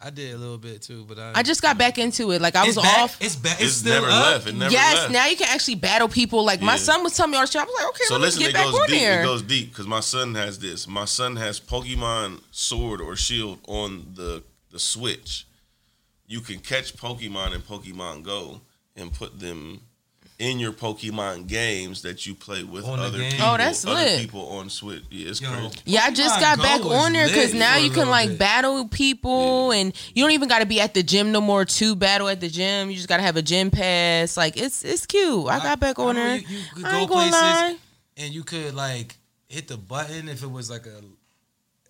[SPEAKER 1] I did a little bit too, but I
[SPEAKER 2] I just got back into it. Like I was
[SPEAKER 1] it's back,
[SPEAKER 2] off.
[SPEAKER 1] It's back. It's,
[SPEAKER 5] It's,
[SPEAKER 1] still
[SPEAKER 5] never
[SPEAKER 1] up.
[SPEAKER 5] left. It never
[SPEAKER 2] yes,
[SPEAKER 5] left.
[SPEAKER 2] now you can actually battle people. Like my
[SPEAKER 5] Yeah.
[SPEAKER 2] son was telling me all the shit. I was like, okay,
[SPEAKER 5] So
[SPEAKER 2] let
[SPEAKER 5] listen,
[SPEAKER 2] me
[SPEAKER 5] it
[SPEAKER 2] get back
[SPEAKER 5] goes
[SPEAKER 2] on
[SPEAKER 5] deep.
[SPEAKER 2] there.
[SPEAKER 5] It goes deep because my son has this. My son has Pokemon Sword or Shield on the the Switch. You can catch Pokemon in Pokemon Go and put them in your Pokemon games that you play with
[SPEAKER 1] On the
[SPEAKER 5] other
[SPEAKER 1] game.
[SPEAKER 5] people.
[SPEAKER 2] Oh, that's
[SPEAKER 5] other
[SPEAKER 2] lit.
[SPEAKER 5] people on Switch. Yeah, it's
[SPEAKER 1] Yo,
[SPEAKER 5] crazy.
[SPEAKER 2] Yeah, I just
[SPEAKER 1] Pokemon
[SPEAKER 2] got
[SPEAKER 1] Go
[SPEAKER 2] back
[SPEAKER 1] was
[SPEAKER 2] on there because
[SPEAKER 1] lit
[SPEAKER 2] now
[SPEAKER 1] for a
[SPEAKER 2] you can
[SPEAKER 1] little
[SPEAKER 2] like
[SPEAKER 1] bit.
[SPEAKER 2] battle people, and you don't even got to be at the gym no more to battle at the gym. You just got to have a gym pass. Like it's it's cute. I, got back on
[SPEAKER 1] I know
[SPEAKER 2] there.
[SPEAKER 1] You, you could
[SPEAKER 2] I
[SPEAKER 1] go
[SPEAKER 2] ain't gonna
[SPEAKER 1] places
[SPEAKER 2] lie.
[SPEAKER 1] and you could like hit the button if it was like a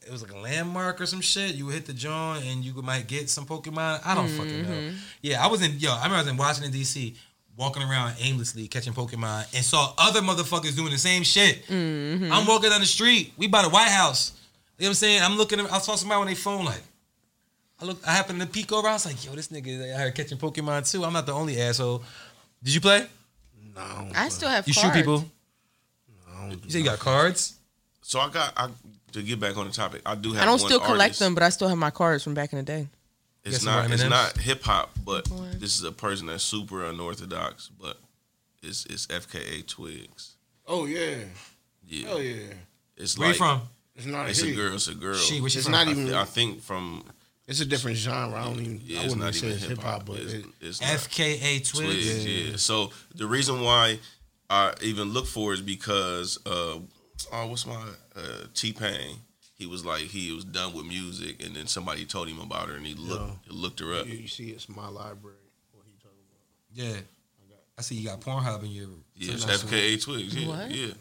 [SPEAKER 1] it was like a landmark or some shit. You would hit the joint and you might get some Pokemon. I don't fucking know.
[SPEAKER 2] Mm-hmm.
[SPEAKER 1] Yeah, I was in yo. I remember I was in Washington D.C. walking around aimlessly catching Pokemon and saw other motherfuckers doing the same shit.
[SPEAKER 2] Mm-hmm.
[SPEAKER 1] I'm walking down the street. We by the White House. You know what I'm saying? I'm looking. I saw somebody on their phone like. I look. I happened to peek over. I was like, "Yo, this nigga is out here catching Pokemon too." I'm not the only asshole. Did you play?
[SPEAKER 8] No,
[SPEAKER 2] I still have
[SPEAKER 1] You
[SPEAKER 2] cards.
[SPEAKER 1] shoot people.
[SPEAKER 8] I don't
[SPEAKER 1] You say you got cards?
[SPEAKER 5] So I got I to get back on the topic. I do have.
[SPEAKER 2] I don't
[SPEAKER 5] one
[SPEAKER 2] still collect
[SPEAKER 5] artist.
[SPEAKER 2] them, but I still have my cards from back in the day.
[SPEAKER 5] It's
[SPEAKER 1] Guess what,
[SPEAKER 5] not. It's
[SPEAKER 1] M&Ms?
[SPEAKER 5] not hip hop, but this is a person that's super unorthodox. But it's it's FKA Twigs.
[SPEAKER 3] Oh yeah,
[SPEAKER 5] Yeah,
[SPEAKER 8] Oh,
[SPEAKER 3] hell yeah.
[SPEAKER 5] it's
[SPEAKER 1] Where
[SPEAKER 5] like
[SPEAKER 1] you from?
[SPEAKER 3] It's not
[SPEAKER 5] It's
[SPEAKER 3] a
[SPEAKER 5] a
[SPEAKER 3] hit.
[SPEAKER 5] girl. It's a girl.
[SPEAKER 1] She, where she
[SPEAKER 3] It's
[SPEAKER 1] from?
[SPEAKER 3] not
[SPEAKER 5] I,
[SPEAKER 3] even.
[SPEAKER 5] thi- I think from
[SPEAKER 3] it's a different genre. I don't even.
[SPEAKER 5] yeah,
[SPEAKER 3] I
[SPEAKER 5] it's
[SPEAKER 3] wouldn't
[SPEAKER 5] not
[SPEAKER 3] say
[SPEAKER 5] even
[SPEAKER 3] it's hip hop, but
[SPEAKER 5] It's,
[SPEAKER 3] it,
[SPEAKER 5] it's not
[SPEAKER 1] FKA Twigs.
[SPEAKER 5] Twigs. Yeah. So the reason why I even look for is because uh, oh, what's my uh, T Pain? He was like he was done with music, and then somebody told him about her, and he looked looked her up.
[SPEAKER 3] you see, it's my library. What he talking about?
[SPEAKER 1] Yeah. I see you got Pornhub in your.
[SPEAKER 5] Yeah, it's FKA Twigs. Yeah,
[SPEAKER 2] What?
[SPEAKER 5] yeah.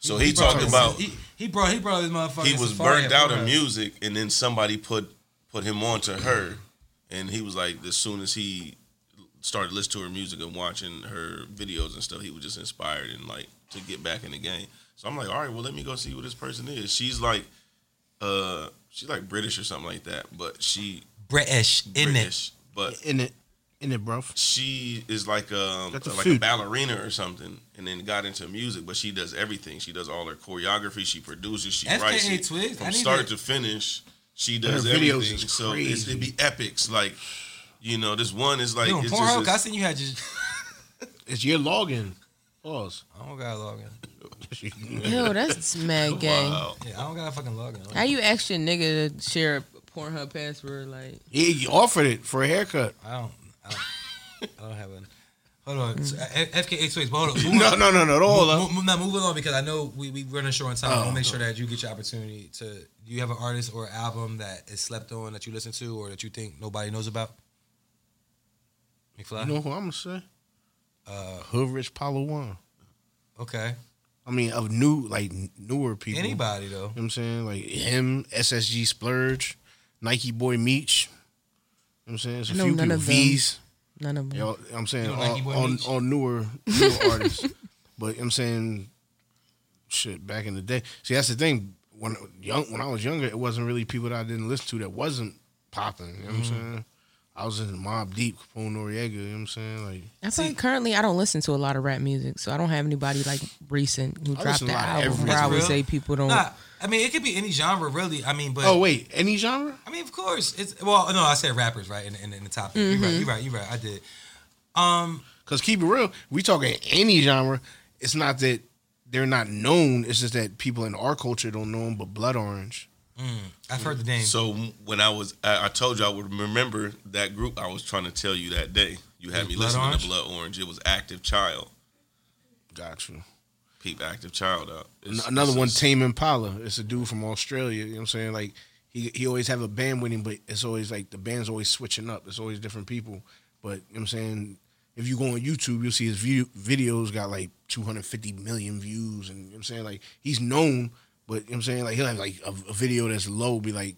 [SPEAKER 5] So he
[SPEAKER 1] brought
[SPEAKER 5] talked
[SPEAKER 1] his-
[SPEAKER 5] about
[SPEAKER 1] He, he brought he brought his motherfucker.
[SPEAKER 5] he was burnt out in music, and then somebody put put him on to her, and he was like, as soon as he started listening to her music and watching her videos and stuff, he was just inspired and like to get back in the game. So I'm like, all right, well, let me go see who this person is. She's like, uh, she's like British or something like that, but she
[SPEAKER 1] British, in it.
[SPEAKER 5] British, but
[SPEAKER 8] in it, in it, bro.
[SPEAKER 5] she is like um
[SPEAKER 8] That's a
[SPEAKER 5] like a
[SPEAKER 8] food.
[SPEAKER 5] ballerina or something, and then got into music. But she does everything. She does all her choreography. She produces. She
[SPEAKER 1] FKA
[SPEAKER 5] writes. She,
[SPEAKER 1] Twigs, I
[SPEAKER 5] from
[SPEAKER 1] need
[SPEAKER 5] start
[SPEAKER 1] to-
[SPEAKER 5] to finish, she does
[SPEAKER 3] videos
[SPEAKER 5] everything.
[SPEAKER 3] is
[SPEAKER 5] so it's, it'd be epics. Like you know, this one is like
[SPEAKER 1] You on
[SPEAKER 5] it's
[SPEAKER 1] Pornhub? I
[SPEAKER 5] just,
[SPEAKER 1] seen you had just.
[SPEAKER 8] It's your login. Pause.
[SPEAKER 1] I don't gotta log in.
[SPEAKER 2] Ew, that's mad
[SPEAKER 5] it's,
[SPEAKER 2] gay.
[SPEAKER 5] wow.
[SPEAKER 1] Yeah, I don't gotta fucking log in.
[SPEAKER 2] How you ask your nigga to share a Pornhub password? Like
[SPEAKER 8] Yeah, you offered it for a haircut.
[SPEAKER 1] I don't. I don't, I don't have a. Hold on. So, uh, F- FKA Twigs. But hold on.
[SPEAKER 8] No, no, no, no. Hold
[SPEAKER 1] Mo-
[SPEAKER 8] up.
[SPEAKER 1] mo- now moving on because I know we we running short on time. I want
[SPEAKER 8] Oh.
[SPEAKER 1] to make sure that you get your opportunity to. Do you have an artist or album that is slept on that you listen to or that you think nobody knows about? McFly.
[SPEAKER 8] You know who I'm gonna say?
[SPEAKER 1] Uh,
[SPEAKER 8] Hood Rich Paulo One.
[SPEAKER 1] okay.
[SPEAKER 8] I mean, of new, like newer people.
[SPEAKER 1] Anybody though.
[SPEAKER 8] You know what I'm saying? Like him, SSG Splurge, Nike Boy Meech. You know what I'm saying? It's a
[SPEAKER 2] I know
[SPEAKER 8] few
[SPEAKER 2] none
[SPEAKER 8] people.
[SPEAKER 2] of them.
[SPEAKER 8] V's.
[SPEAKER 2] none of them.
[SPEAKER 8] You know, I'm saying
[SPEAKER 1] You know Nike
[SPEAKER 8] all,
[SPEAKER 1] Boy
[SPEAKER 8] all,
[SPEAKER 1] Meech?
[SPEAKER 8] all newer, newer artists. But I'm saying shit back in the day. See, that's the thing. When young when I was younger, it wasn't really people that I didn't listen to that wasn't popping. You know what
[SPEAKER 3] Mm-hmm.
[SPEAKER 8] I'm saying? I was in Mob Deep, Capone Noriega, you know what I'm saying? Like
[SPEAKER 2] I feel like currently I don't listen to a lot of rap music, so I don't have anybody like recent who
[SPEAKER 8] I
[SPEAKER 2] dropped
[SPEAKER 8] listen
[SPEAKER 2] an
[SPEAKER 8] to a lot of
[SPEAKER 2] album.
[SPEAKER 8] everything.
[SPEAKER 2] Where I would
[SPEAKER 1] Real?
[SPEAKER 2] say people don't.
[SPEAKER 1] Nah, I mean it could be any genre really. I mean, but
[SPEAKER 8] Oh wait, any genre?
[SPEAKER 1] I mean, of course, it's well. No, I said rappers, right? In, in, in the topic, you're
[SPEAKER 8] Mm-hmm.
[SPEAKER 1] right. You're right. You're right. I did. Um,
[SPEAKER 8] Cause keep it real, we talking any genre. It's not that
[SPEAKER 3] they're not known. It's just that people in our culture don't know them. But Blood Orange,
[SPEAKER 1] I've heard the name.
[SPEAKER 5] So when I was, I, I told you I would remember that group. I was trying to tell you that day. You had
[SPEAKER 1] Was
[SPEAKER 5] me
[SPEAKER 1] Blood
[SPEAKER 5] listening
[SPEAKER 1] Orange?
[SPEAKER 5] to Blood Orange. It was Active Child.
[SPEAKER 3] got you.
[SPEAKER 5] Peep Active Child out.
[SPEAKER 3] An- Another one, Tame Impala. It's a dude from Australia. You know what I'm saying? Like he he always have a band with him, but it's always like the band's always switching up. It's always different people. But you know what I'm saying? If you go on YouTube, you'll see his view, videos got like 250 million views, and you know what I'm saying like he's known. But you know what I'm saying like he'll have like a, a video that's low, be like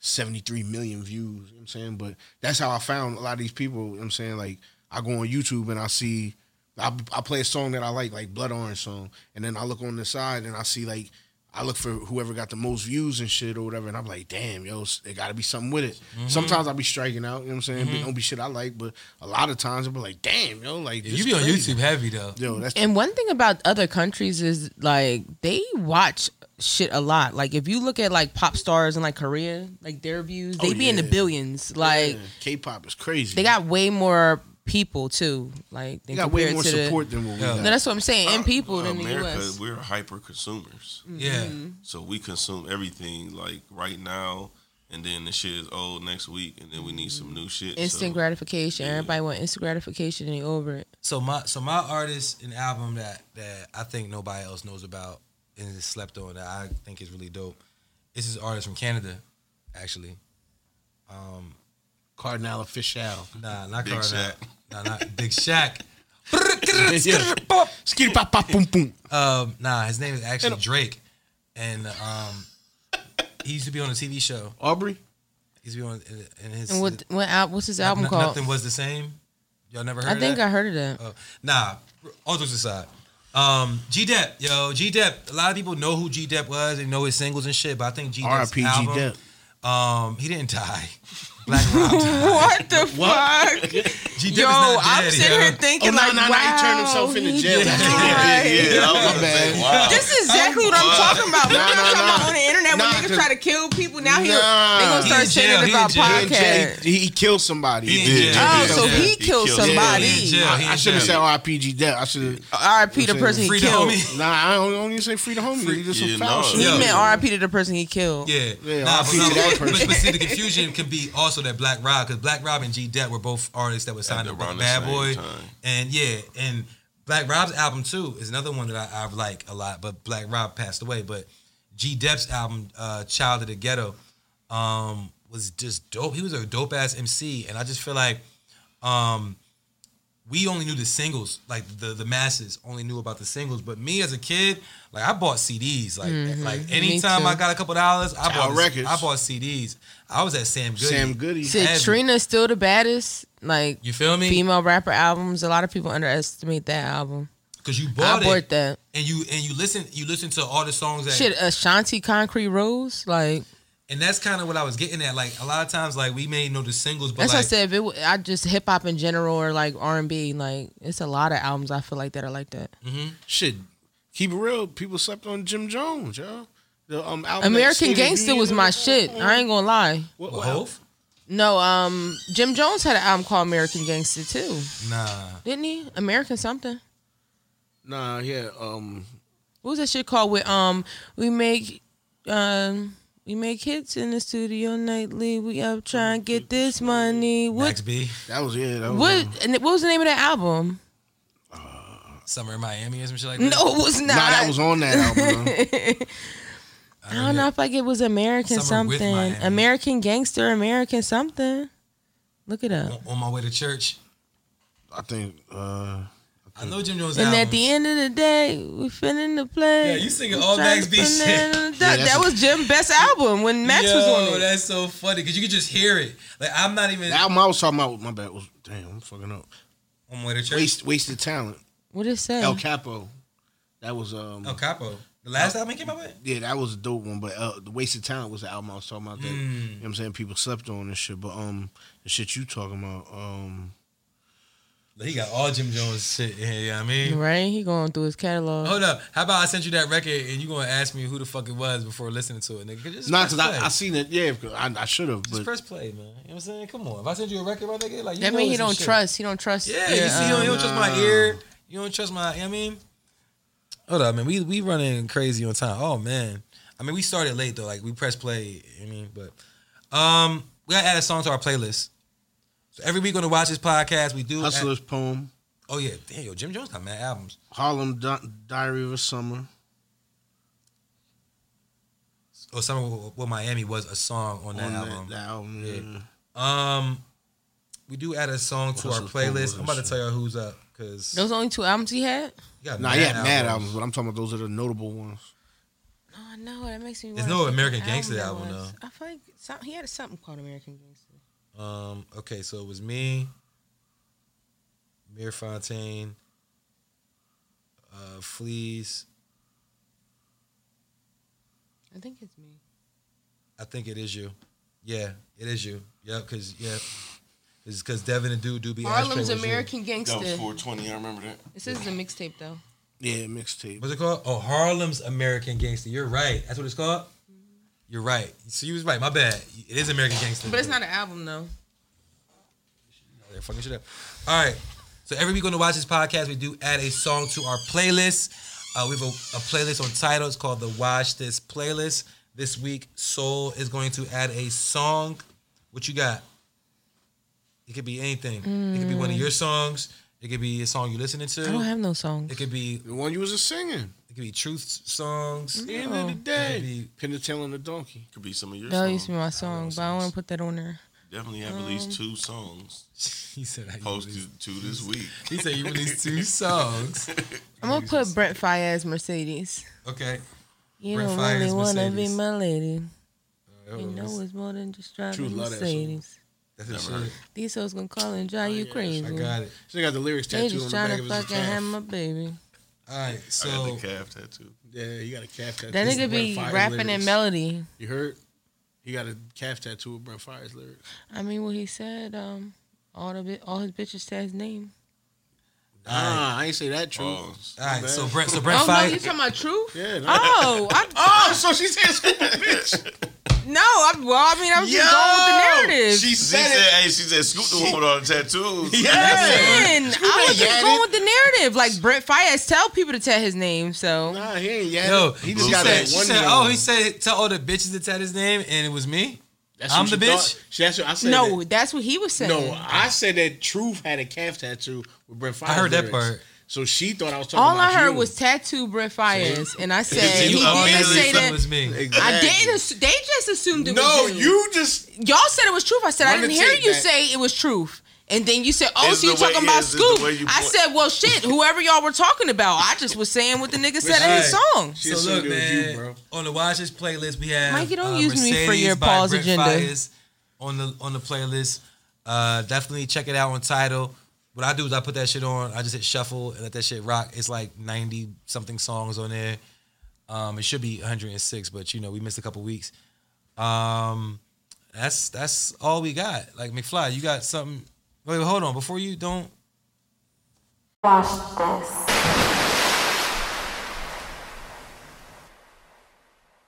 [SPEAKER 3] 73 million views. You know what I'm saying? But that's how I found a lot of these people. You know what I'm saying? Like, I go on YouTube and I see, I, I play a song that I like, like Blood Orange song. And then I look on the side and I see, like, I look for whoever got the most views and shit or whatever. And I'm like, damn, yo, s- there got to be something with it.
[SPEAKER 1] Mm-hmm.
[SPEAKER 3] Sometimes I'll be striking out. You know what I'm saying? It don't be shit I like. But a lot of times I'll be like, damn, yo, like,
[SPEAKER 1] Yeah,
[SPEAKER 3] this
[SPEAKER 1] you be on
[SPEAKER 3] crazy.
[SPEAKER 1] YouTube heavy though.
[SPEAKER 3] Yo, that's
[SPEAKER 2] And one thing about other countries is like they watch shit a lot. Like if you look at like pop stars in like Korea, like their views, they
[SPEAKER 3] Oh,
[SPEAKER 2] be in the
[SPEAKER 3] yeah.
[SPEAKER 2] billions. Like
[SPEAKER 3] K pop is crazy.
[SPEAKER 2] they got way more people too. Like
[SPEAKER 3] They
[SPEAKER 2] they
[SPEAKER 3] got way more
[SPEAKER 2] to
[SPEAKER 3] support Uh,
[SPEAKER 2] The,
[SPEAKER 3] than what we
[SPEAKER 1] Yeah.
[SPEAKER 3] got.
[SPEAKER 2] no, that's what I'm saying. And people in the
[SPEAKER 5] America,
[SPEAKER 2] U.S.
[SPEAKER 5] we're hyper consumers.
[SPEAKER 1] Yeah.
[SPEAKER 5] So we consume everything like right now, and then the shit is old next week, and then we need some new shit.
[SPEAKER 2] Instant
[SPEAKER 5] so,
[SPEAKER 2] gratification. Everybody want instant gratification and they over it.
[SPEAKER 1] So my so my artist and album that that I think nobody else knows about and is slept on that I think is really dope. This is an artist from Canada, actually.
[SPEAKER 3] Cardinal Official.
[SPEAKER 1] Nah, not
[SPEAKER 5] Big
[SPEAKER 1] Cardinal.
[SPEAKER 5] Shaq.
[SPEAKER 1] Nah, not Big Shaq.
[SPEAKER 3] Skitty pop pop boom boom.
[SPEAKER 1] Um, nah, his name is actually
[SPEAKER 5] uh,
[SPEAKER 1] Drake, and um, he used to be on a TV show.
[SPEAKER 3] Aubrey?
[SPEAKER 1] He's be on in his.
[SPEAKER 2] And what what al- what's his
[SPEAKER 1] No-
[SPEAKER 2] album
[SPEAKER 1] no-
[SPEAKER 2] called?
[SPEAKER 1] Nothing was the same. Y'all never heard.
[SPEAKER 2] I think
[SPEAKER 1] of that?
[SPEAKER 2] I heard of that.
[SPEAKER 1] Oh, nah, all jokes aside. Um, G Dep, yo, G Dep. A lot of people know who G Dep was and know his singles and shit, but I think G Dep's
[SPEAKER 3] R.I.P. G
[SPEAKER 1] album.
[SPEAKER 3] Dep.
[SPEAKER 1] Um, he didn't die. Black Rob died.
[SPEAKER 2] What the fuck?
[SPEAKER 1] G Dep
[SPEAKER 2] Yo,
[SPEAKER 1] is not dead.
[SPEAKER 2] I'm sitting
[SPEAKER 1] yo.
[SPEAKER 2] here thinking
[SPEAKER 3] Oh, no,
[SPEAKER 2] like,
[SPEAKER 3] no, no,
[SPEAKER 2] wow,
[SPEAKER 3] he turned himself into
[SPEAKER 2] he
[SPEAKER 3] jail.
[SPEAKER 2] died.
[SPEAKER 5] yeah, I was
[SPEAKER 3] My
[SPEAKER 5] gonna
[SPEAKER 3] bad.
[SPEAKER 5] say, wow.
[SPEAKER 2] This is exactly what I'm talking about. We're
[SPEAKER 3] Nah,
[SPEAKER 2] not
[SPEAKER 3] nah,
[SPEAKER 2] talking about
[SPEAKER 3] nah.
[SPEAKER 2] on the internet
[SPEAKER 3] Nah,
[SPEAKER 2] when niggas
[SPEAKER 3] cause-
[SPEAKER 2] try to kill people. Now he,
[SPEAKER 3] Nah.
[SPEAKER 2] they gonna
[SPEAKER 1] He
[SPEAKER 2] start
[SPEAKER 1] in
[SPEAKER 2] saying
[SPEAKER 1] jail,
[SPEAKER 2] it
[SPEAKER 1] he
[SPEAKER 2] about
[SPEAKER 1] in jail.
[SPEAKER 3] He, in jail.
[SPEAKER 2] podcast.
[SPEAKER 3] He- he killed somebody.
[SPEAKER 1] He in
[SPEAKER 5] did.
[SPEAKER 1] jail.
[SPEAKER 5] Oh,
[SPEAKER 2] Oh,
[SPEAKER 5] Yeah,
[SPEAKER 2] so
[SPEAKER 5] yeah.
[SPEAKER 2] he
[SPEAKER 5] He
[SPEAKER 2] killed
[SPEAKER 5] killed
[SPEAKER 1] Yeah, he in
[SPEAKER 2] somebody.
[SPEAKER 1] jail.
[SPEAKER 3] I,
[SPEAKER 1] He in
[SPEAKER 3] should have said
[SPEAKER 1] jail.
[SPEAKER 3] R.I.P.G. Death. I should
[SPEAKER 2] R.I.P. the person he
[SPEAKER 1] Free the
[SPEAKER 2] killed.
[SPEAKER 1] homie.
[SPEAKER 3] have. Nah, I don't, I don't even say free the homie. Free, just some
[SPEAKER 5] yeah,
[SPEAKER 3] foul
[SPEAKER 5] no.
[SPEAKER 3] shit.
[SPEAKER 2] He
[SPEAKER 1] Yo.
[SPEAKER 2] meant R.I.P. to the person he killed.
[SPEAKER 1] Yeah,
[SPEAKER 3] Yeah,
[SPEAKER 1] nah, but,
[SPEAKER 3] R.I.P.
[SPEAKER 1] no,
[SPEAKER 3] to that
[SPEAKER 1] but,
[SPEAKER 3] person.
[SPEAKER 1] but see, the confusion can be also that Black Rob because Black Rob and G Dep were both artists that were signed to
[SPEAKER 5] around the
[SPEAKER 1] Bad
[SPEAKER 5] same
[SPEAKER 1] Boy,
[SPEAKER 5] time.
[SPEAKER 1] and yeah, and Black Rob's album too is another one that I, I like a lot. But Black Rob passed away, but G Dep's album, uh, Child of the Ghetto, um, was just dope. He was a dope ass MC, and I just feel like um, we only knew the singles, like the the masses only knew about the singles. But me as a kid, like I bought CDs, like like anytime
[SPEAKER 2] Mm-hmm. too.
[SPEAKER 1] I got a couple dollars, I
[SPEAKER 3] Tower
[SPEAKER 1] bought
[SPEAKER 3] Records.
[SPEAKER 1] I bought CDs. I was at Sam Goody.
[SPEAKER 3] Sam Goody.
[SPEAKER 2] Said
[SPEAKER 1] Heavy.
[SPEAKER 2] Trina's still the baddest. Like
[SPEAKER 1] You feel me?
[SPEAKER 2] female rapper albums. A lot of people underestimate that album.
[SPEAKER 1] Because you bought
[SPEAKER 2] I bought
[SPEAKER 1] it
[SPEAKER 2] that.
[SPEAKER 1] and you and you listen you listen to all the songs that
[SPEAKER 2] Shit, Ashanti Concrete Rose. Like
[SPEAKER 1] and that's kind of what I was getting at. Like a lot of times, like we may know the singles, but
[SPEAKER 2] that's
[SPEAKER 1] like
[SPEAKER 2] what I said. If it, wa- I just hip hop in general or like R and B. Like it's a lot of albums I feel like that are like that.
[SPEAKER 3] Shit. Keep it real. People slept on Jim Jones, yo. The, um, album that
[SPEAKER 2] American
[SPEAKER 3] Stevie
[SPEAKER 2] Gangster
[SPEAKER 3] B-
[SPEAKER 2] was my shit. I ain't gonna lie.
[SPEAKER 3] What-
[SPEAKER 1] Well,
[SPEAKER 3] what-
[SPEAKER 1] Hov?
[SPEAKER 2] No, um, Jim Jones had an album called American Gangster too,
[SPEAKER 1] Nah,
[SPEAKER 2] didn't he? American something.
[SPEAKER 3] Nah, yeah. Um,
[SPEAKER 2] What was that shit called? With um, we make, um, we make hits in the studio nightly. We up trying to get this money.
[SPEAKER 1] Max
[SPEAKER 2] What?
[SPEAKER 1] B,
[SPEAKER 3] that was it. That was,
[SPEAKER 2] What?
[SPEAKER 3] uh,
[SPEAKER 2] And what was the name of that album?
[SPEAKER 1] Summer in Miami, or some shit like that.
[SPEAKER 2] No, it was not.
[SPEAKER 3] Nah, that was on that album. yo.
[SPEAKER 2] I don't know if like it was American
[SPEAKER 1] Summer with
[SPEAKER 2] something.
[SPEAKER 1] Miami.
[SPEAKER 2] American Gangster, American something. Look it up.
[SPEAKER 1] On, on my way to church,
[SPEAKER 3] I think. Uh,
[SPEAKER 1] I know Jim Jones.
[SPEAKER 2] And at
[SPEAKER 1] albums.
[SPEAKER 2] the end of the day, we finna to play.
[SPEAKER 1] Yeah, you singing
[SPEAKER 2] We
[SPEAKER 1] all
[SPEAKER 2] tryna
[SPEAKER 1] Max B
[SPEAKER 2] finna-
[SPEAKER 1] shit.
[SPEAKER 3] Yeah,
[SPEAKER 2] That,
[SPEAKER 3] that's
[SPEAKER 2] that
[SPEAKER 3] a-
[SPEAKER 2] was Jim's best album when Max
[SPEAKER 1] Yo,
[SPEAKER 2] was on it.
[SPEAKER 1] that's so funny because you can just hear it. Like I'm not even
[SPEAKER 3] the album I was talking about, my bad, was. Damn, I'm fucking up.
[SPEAKER 1] on my way to church.
[SPEAKER 3] Waste, Wasted Talent.
[SPEAKER 2] What it say?
[SPEAKER 3] El Capo. That was. um.
[SPEAKER 1] El Oh, Capo. The last album he came out with?
[SPEAKER 3] Yeah, that was a dope one, but uh, the Wasted Talent was the album I was talking about that you
[SPEAKER 1] Mm.
[SPEAKER 3] know what I'm saying people slept on and shit. But um the shit you talking about, um
[SPEAKER 1] He got all Jim Jones shit in here, you know what I mean?
[SPEAKER 2] Right? He going through his catalog.
[SPEAKER 1] Hold up. How about I sent you that record and you gonna ask me who the fuck it was before listening to it, nigga? Just
[SPEAKER 3] not
[SPEAKER 1] press
[SPEAKER 3] because
[SPEAKER 1] play.
[SPEAKER 3] I, I seen it, yeah, 'cause I, I should have,
[SPEAKER 1] just
[SPEAKER 3] but
[SPEAKER 1] press play, man. You know what I'm saying? Come on. If I send you a record, my nigga, like you
[SPEAKER 2] that
[SPEAKER 1] know
[SPEAKER 2] means he
[SPEAKER 1] it's some
[SPEAKER 2] don't
[SPEAKER 1] shit.
[SPEAKER 2] trust. um, He don't trust.
[SPEAKER 1] Yeah,
[SPEAKER 2] your,
[SPEAKER 1] you see, you don't, you
[SPEAKER 2] um,
[SPEAKER 1] don't trust my ear. You don't trust my. You know what I mean, Hold up, man. We we running crazy on time. Oh man. I mean, we started late though. Like we press play. I mean, but um, we gotta add a song to our playlist. So every week on the Watch This podcast, we do. add-
[SPEAKER 3] Hustler's poem,
[SPEAKER 1] oh yeah, damn, yo, Jim Jones got mad albums.
[SPEAKER 3] Harlem Di- Diary of a Summer.
[SPEAKER 1] Oh, summer with with Miami was a song on that
[SPEAKER 3] on
[SPEAKER 1] album.
[SPEAKER 3] That, that album.
[SPEAKER 1] Yeah.
[SPEAKER 3] yeah.
[SPEAKER 1] Um, we do add a song to our
[SPEAKER 3] Hustler's Poem was
[SPEAKER 1] playlist. I'm about to
[SPEAKER 3] that
[SPEAKER 1] tell y'all who's up because
[SPEAKER 2] Those only two albums he had.
[SPEAKER 3] Nah, yeah, mad albums, but I'm talking about those are the notable ones.
[SPEAKER 2] Oh no, that makes me.
[SPEAKER 1] There's
[SPEAKER 2] wanna
[SPEAKER 1] no
[SPEAKER 2] see
[SPEAKER 1] American
[SPEAKER 2] what
[SPEAKER 1] Gangster
[SPEAKER 2] that
[SPEAKER 1] album,
[SPEAKER 2] was. I feel like some, he had something called American Gangster.
[SPEAKER 1] Um, okay, so it was me, Mir Fontaine, uh, Fleas.
[SPEAKER 2] I think it's me.
[SPEAKER 1] I think it is you. Yeah, it is you. Yep, because yeah, because Devin and Dude do be.
[SPEAKER 2] Harlem's
[SPEAKER 1] ashtray was you.
[SPEAKER 2] American
[SPEAKER 5] That was
[SPEAKER 2] Gangster.
[SPEAKER 5] 420. I remember that.
[SPEAKER 2] This is the mixtape though.
[SPEAKER 3] Yeah, mixtape.
[SPEAKER 1] What's it called? Oh, Harlem's American Gangster. You're right. That's what it's called.
[SPEAKER 2] Mm-hmm.
[SPEAKER 1] You're right. So you was right. My bad. It is American Gangster.
[SPEAKER 2] But it's not an album though.
[SPEAKER 1] They're fucking shit up. All right. So every week on the Watch This podcast, we do add a song to our playlist. Uh, we have a, a playlist on title. It's called the Watch This playlist. This week, Soul is going to add a song. What you got? It could be anything. It could be one of your songs. It could be a song you're listening
[SPEAKER 2] Oh, I don't
[SPEAKER 1] to.
[SPEAKER 2] have no songs.
[SPEAKER 1] It could be
[SPEAKER 3] The one you was just singing.
[SPEAKER 1] it could be truth songs.
[SPEAKER 3] At the end of the day,
[SPEAKER 1] Maybe-
[SPEAKER 3] pin the tail on the donkey.
[SPEAKER 5] Could be some of your
[SPEAKER 2] That
[SPEAKER 5] songs.
[SPEAKER 2] used to be my song, but I don't want to put that on there.
[SPEAKER 5] Definitely have at
[SPEAKER 2] Mm.
[SPEAKER 5] least two songs
[SPEAKER 2] Mm-hmm.
[SPEAKER 1] He said I
[SPEAKER 5] posted to this week.
[SPEAKER 1] He said you released two songs.
[SPEAKER 2] I'm gonna put Brent Fayez Mercedes.
[SPEAKER 1] Okay.
[SPEAKER 2] You
[SPEAKER 1] Brent
[SPEAKER 2] don't really
[SPEAKER 1] Faiyaz,
[SPEAKER 2] wanna be
[SPEAKER 1] Mercedes.
[SPEAKER 2] my lady. You know it's more than just driving
[SPEAKER 3] Truth love that song.
[SPEAKER 2] Mercedes.
[SPEAKER 1] That's a
[SPEAKER 5] Never
[SPEAKER 1] shit.
[SPEAKER 5] heard it.
[SPEAKER 2] These hoes gonna call and drive you crazy.
[SPEAKER 1] I got it.
[SPEAKER 3] She got the lyrics
[SPEAKER 2] They
[SPEAKER 3] tattooed on
[SPEAKER 2] just
[SPEAKER 3] the
[SPEAKER 2] trying
[SPEAKER 3] back
[SPEAKER 2] to
[SPEAKER 3] of his
[SPEAKER 2] fucking have
[SPEAKER 3] calf.
[SPEAKER 2] my baby.
[SPEAKER 1] All right. So
[SPEAKER 5] I got the calf tattoo.
[SPEAKER 3] Yeah, he got a calf tattoo.
[SPEAKER 2] That
[SPEAKER 3] with
[SPEAKER 2] nigga
[SPEAKER 3] Brent
[SPEAKER 2] be
[SPEAKER 3] Fires
[SPEAKER 2] rapping in
[SPEAKER 3] lyrics.
[SPEAKER 2] melody.
[SPEAKER 3] You heard? He got a calf tattoo with Brent Fires lyrics.
[SPEAKER 2] I mean, what he said, um, all the bi- all his bitches said his name.
[SPEAKER 3] Nah, I ain't say that true.
[SPEAKER 5] Oh,
[SPEAKER 1] All right,
[SPEAKER 3] bad.
[SPEAKER 1] so Brent, so Brent
[SPEAKER 2] Oh no, you
[SPEAKER 1] Fayez,
[SPEAKER 2] talking about truth?
[SPEAKER 3] Yeah. Nah.
[SPEAKER 2] Oh, I,
[SPEAKER 3] Oh, so she said scoop a bitch.
[SPEAKER 2] no, I, well, I mean, I'm just going with the narrative.
[SPEAKER 3] She
[SPEAKER 5] She
[SPEAKER 3] said
[SPEAKER 5] said,
[SPEAKER 3] it.
[SPEAKER 5] hey, she said, scoop the one with all the tattoos.
[SPEAKER 2] Listen, I was
[SPEAKER 3] yeah,
[SPEAKER 2] just going
[SPEAKER 3] it-
[SPEAKER 2] with the narrative. Like Brent Fayez tell people to tell his name. So
[SPEAKER 3] Nah, he ain't yet.
[SPEAKER 1] Yo,
[SPEAKER 3] he just
[SPEAKER 1] she
[SPEAKER 3] got
[SPEAKER 1] said,
[SPEAKER 3] that
[SPEAKER 1] she
[SPEAKER 3] one.
[SPEAKER 1] said,
[SPEAKER 3] joint.
[SPEAKER 1] "Oh, he said tell all the bitches to tell his name, and it was me."
[SPEAKER 3] That's
[SPEAKER 1] I'm
[SPEAKER 3] what
[SPEAKER 1] the
[SPEAKER 3] she
[SPEAKER 1] bitch?
[SPEAKER 3] thought. She- that's what I said.
[SPEAKER 2] no,
[SPEAKER 3] that-
[SPEAKER 2] that's what he was saying.
[SPEAKER 3] no, I said that Truth had a calf tattoo with Brent Fires.
[SPEAKER 1] I heard that
[SPEAKER 3] lyrics.
[SPEAKER 1] part.
[SPEAKER 3] So she thought I was talking
[SPEAKER 2] all
[SPEAKER 3] about
[SPEAKER 2] I heard
[SPEAKER 3] you.
[SPEAKER 2] was tattoo Brent Fayez, and I said
[SPEAKER 1] And
[SPEAKER 2] he
[SPEAKER 1] you
[SPEAKER 2] didn't
[SPEAKER 1] immediately
[SPEAKER 2] say
[SPEAKER 1] said it
[SPEAKER 2] that.
[SPEAKER 1] was me.
[SPEAKER 2] I
[SPEAKER 3] Exactly.
[SPEAKER 2] didn't. Assu- they just assumed it
[SPEAKER 3] No,
[SPEAKER 2] was you.
[SPEAKER 3] you just
[SPEAKER 2] Y'all said it was truth. I said I
[SPEAKER 3] Run the
[SPEAKER 2] didn't hear
[SPEAKER 3] tape
[SPEAKER 2] you
[SPEAKER 3] back.
[SPEAKER 2] say it was truth. And then you said, "Oh,
[SPEAKER 5] It's
[SPEAKER 2] so you
[SPEAKER 5] the way-
[SPEAKER 2] talking about
[SPEAKER 5] it's the
[SPEAKER 2] Scoop?"
[SPEAKER 5] way you
[SPEAKER 2] I
[SPEAKER 5] point-
[SPEAKER 2] said, "Well, shit, whoever y'all were talking about, I just was saying what the nigga said in his
[SPEAKER 1] Right.
[SPEAKER 2] song."
[SPEAKER 3] She
[SPEAKER 1] So
[SPEAKER 3] assumed
[SPEAKER 1] look,
[SPEAKER 3] it was
[SPEAKER 1] man,
[SPEAKER 3] you, bro.
[SPEAKER 1] on the Watch This playlist, we have
[SPEAKER 2] Mikey, don't
[SPEAKER 1] uh,
[SPEAKER 2] use me for
[SPEAKER 1] Mercedes
[SPEAKER 2] your
[SPEAKER 1] by
[SPEAKER 2] pause
[SPEAKER 1] Brent
[SPEAKER 2] agenda.
[SPEAKER 1] Fayez on the on the playlist. Uh, definitely check it out on title. What I do is I put that shit on. I just hit shuffle and let that shit rock. It's like ninety something songs on there. Um, it should be 106, but you know we missed a couple weeks. Um, that's that's all we got. Like McFly, you got something? Wait, hold on. Before you don't
[SPEAKER 9] Watch this.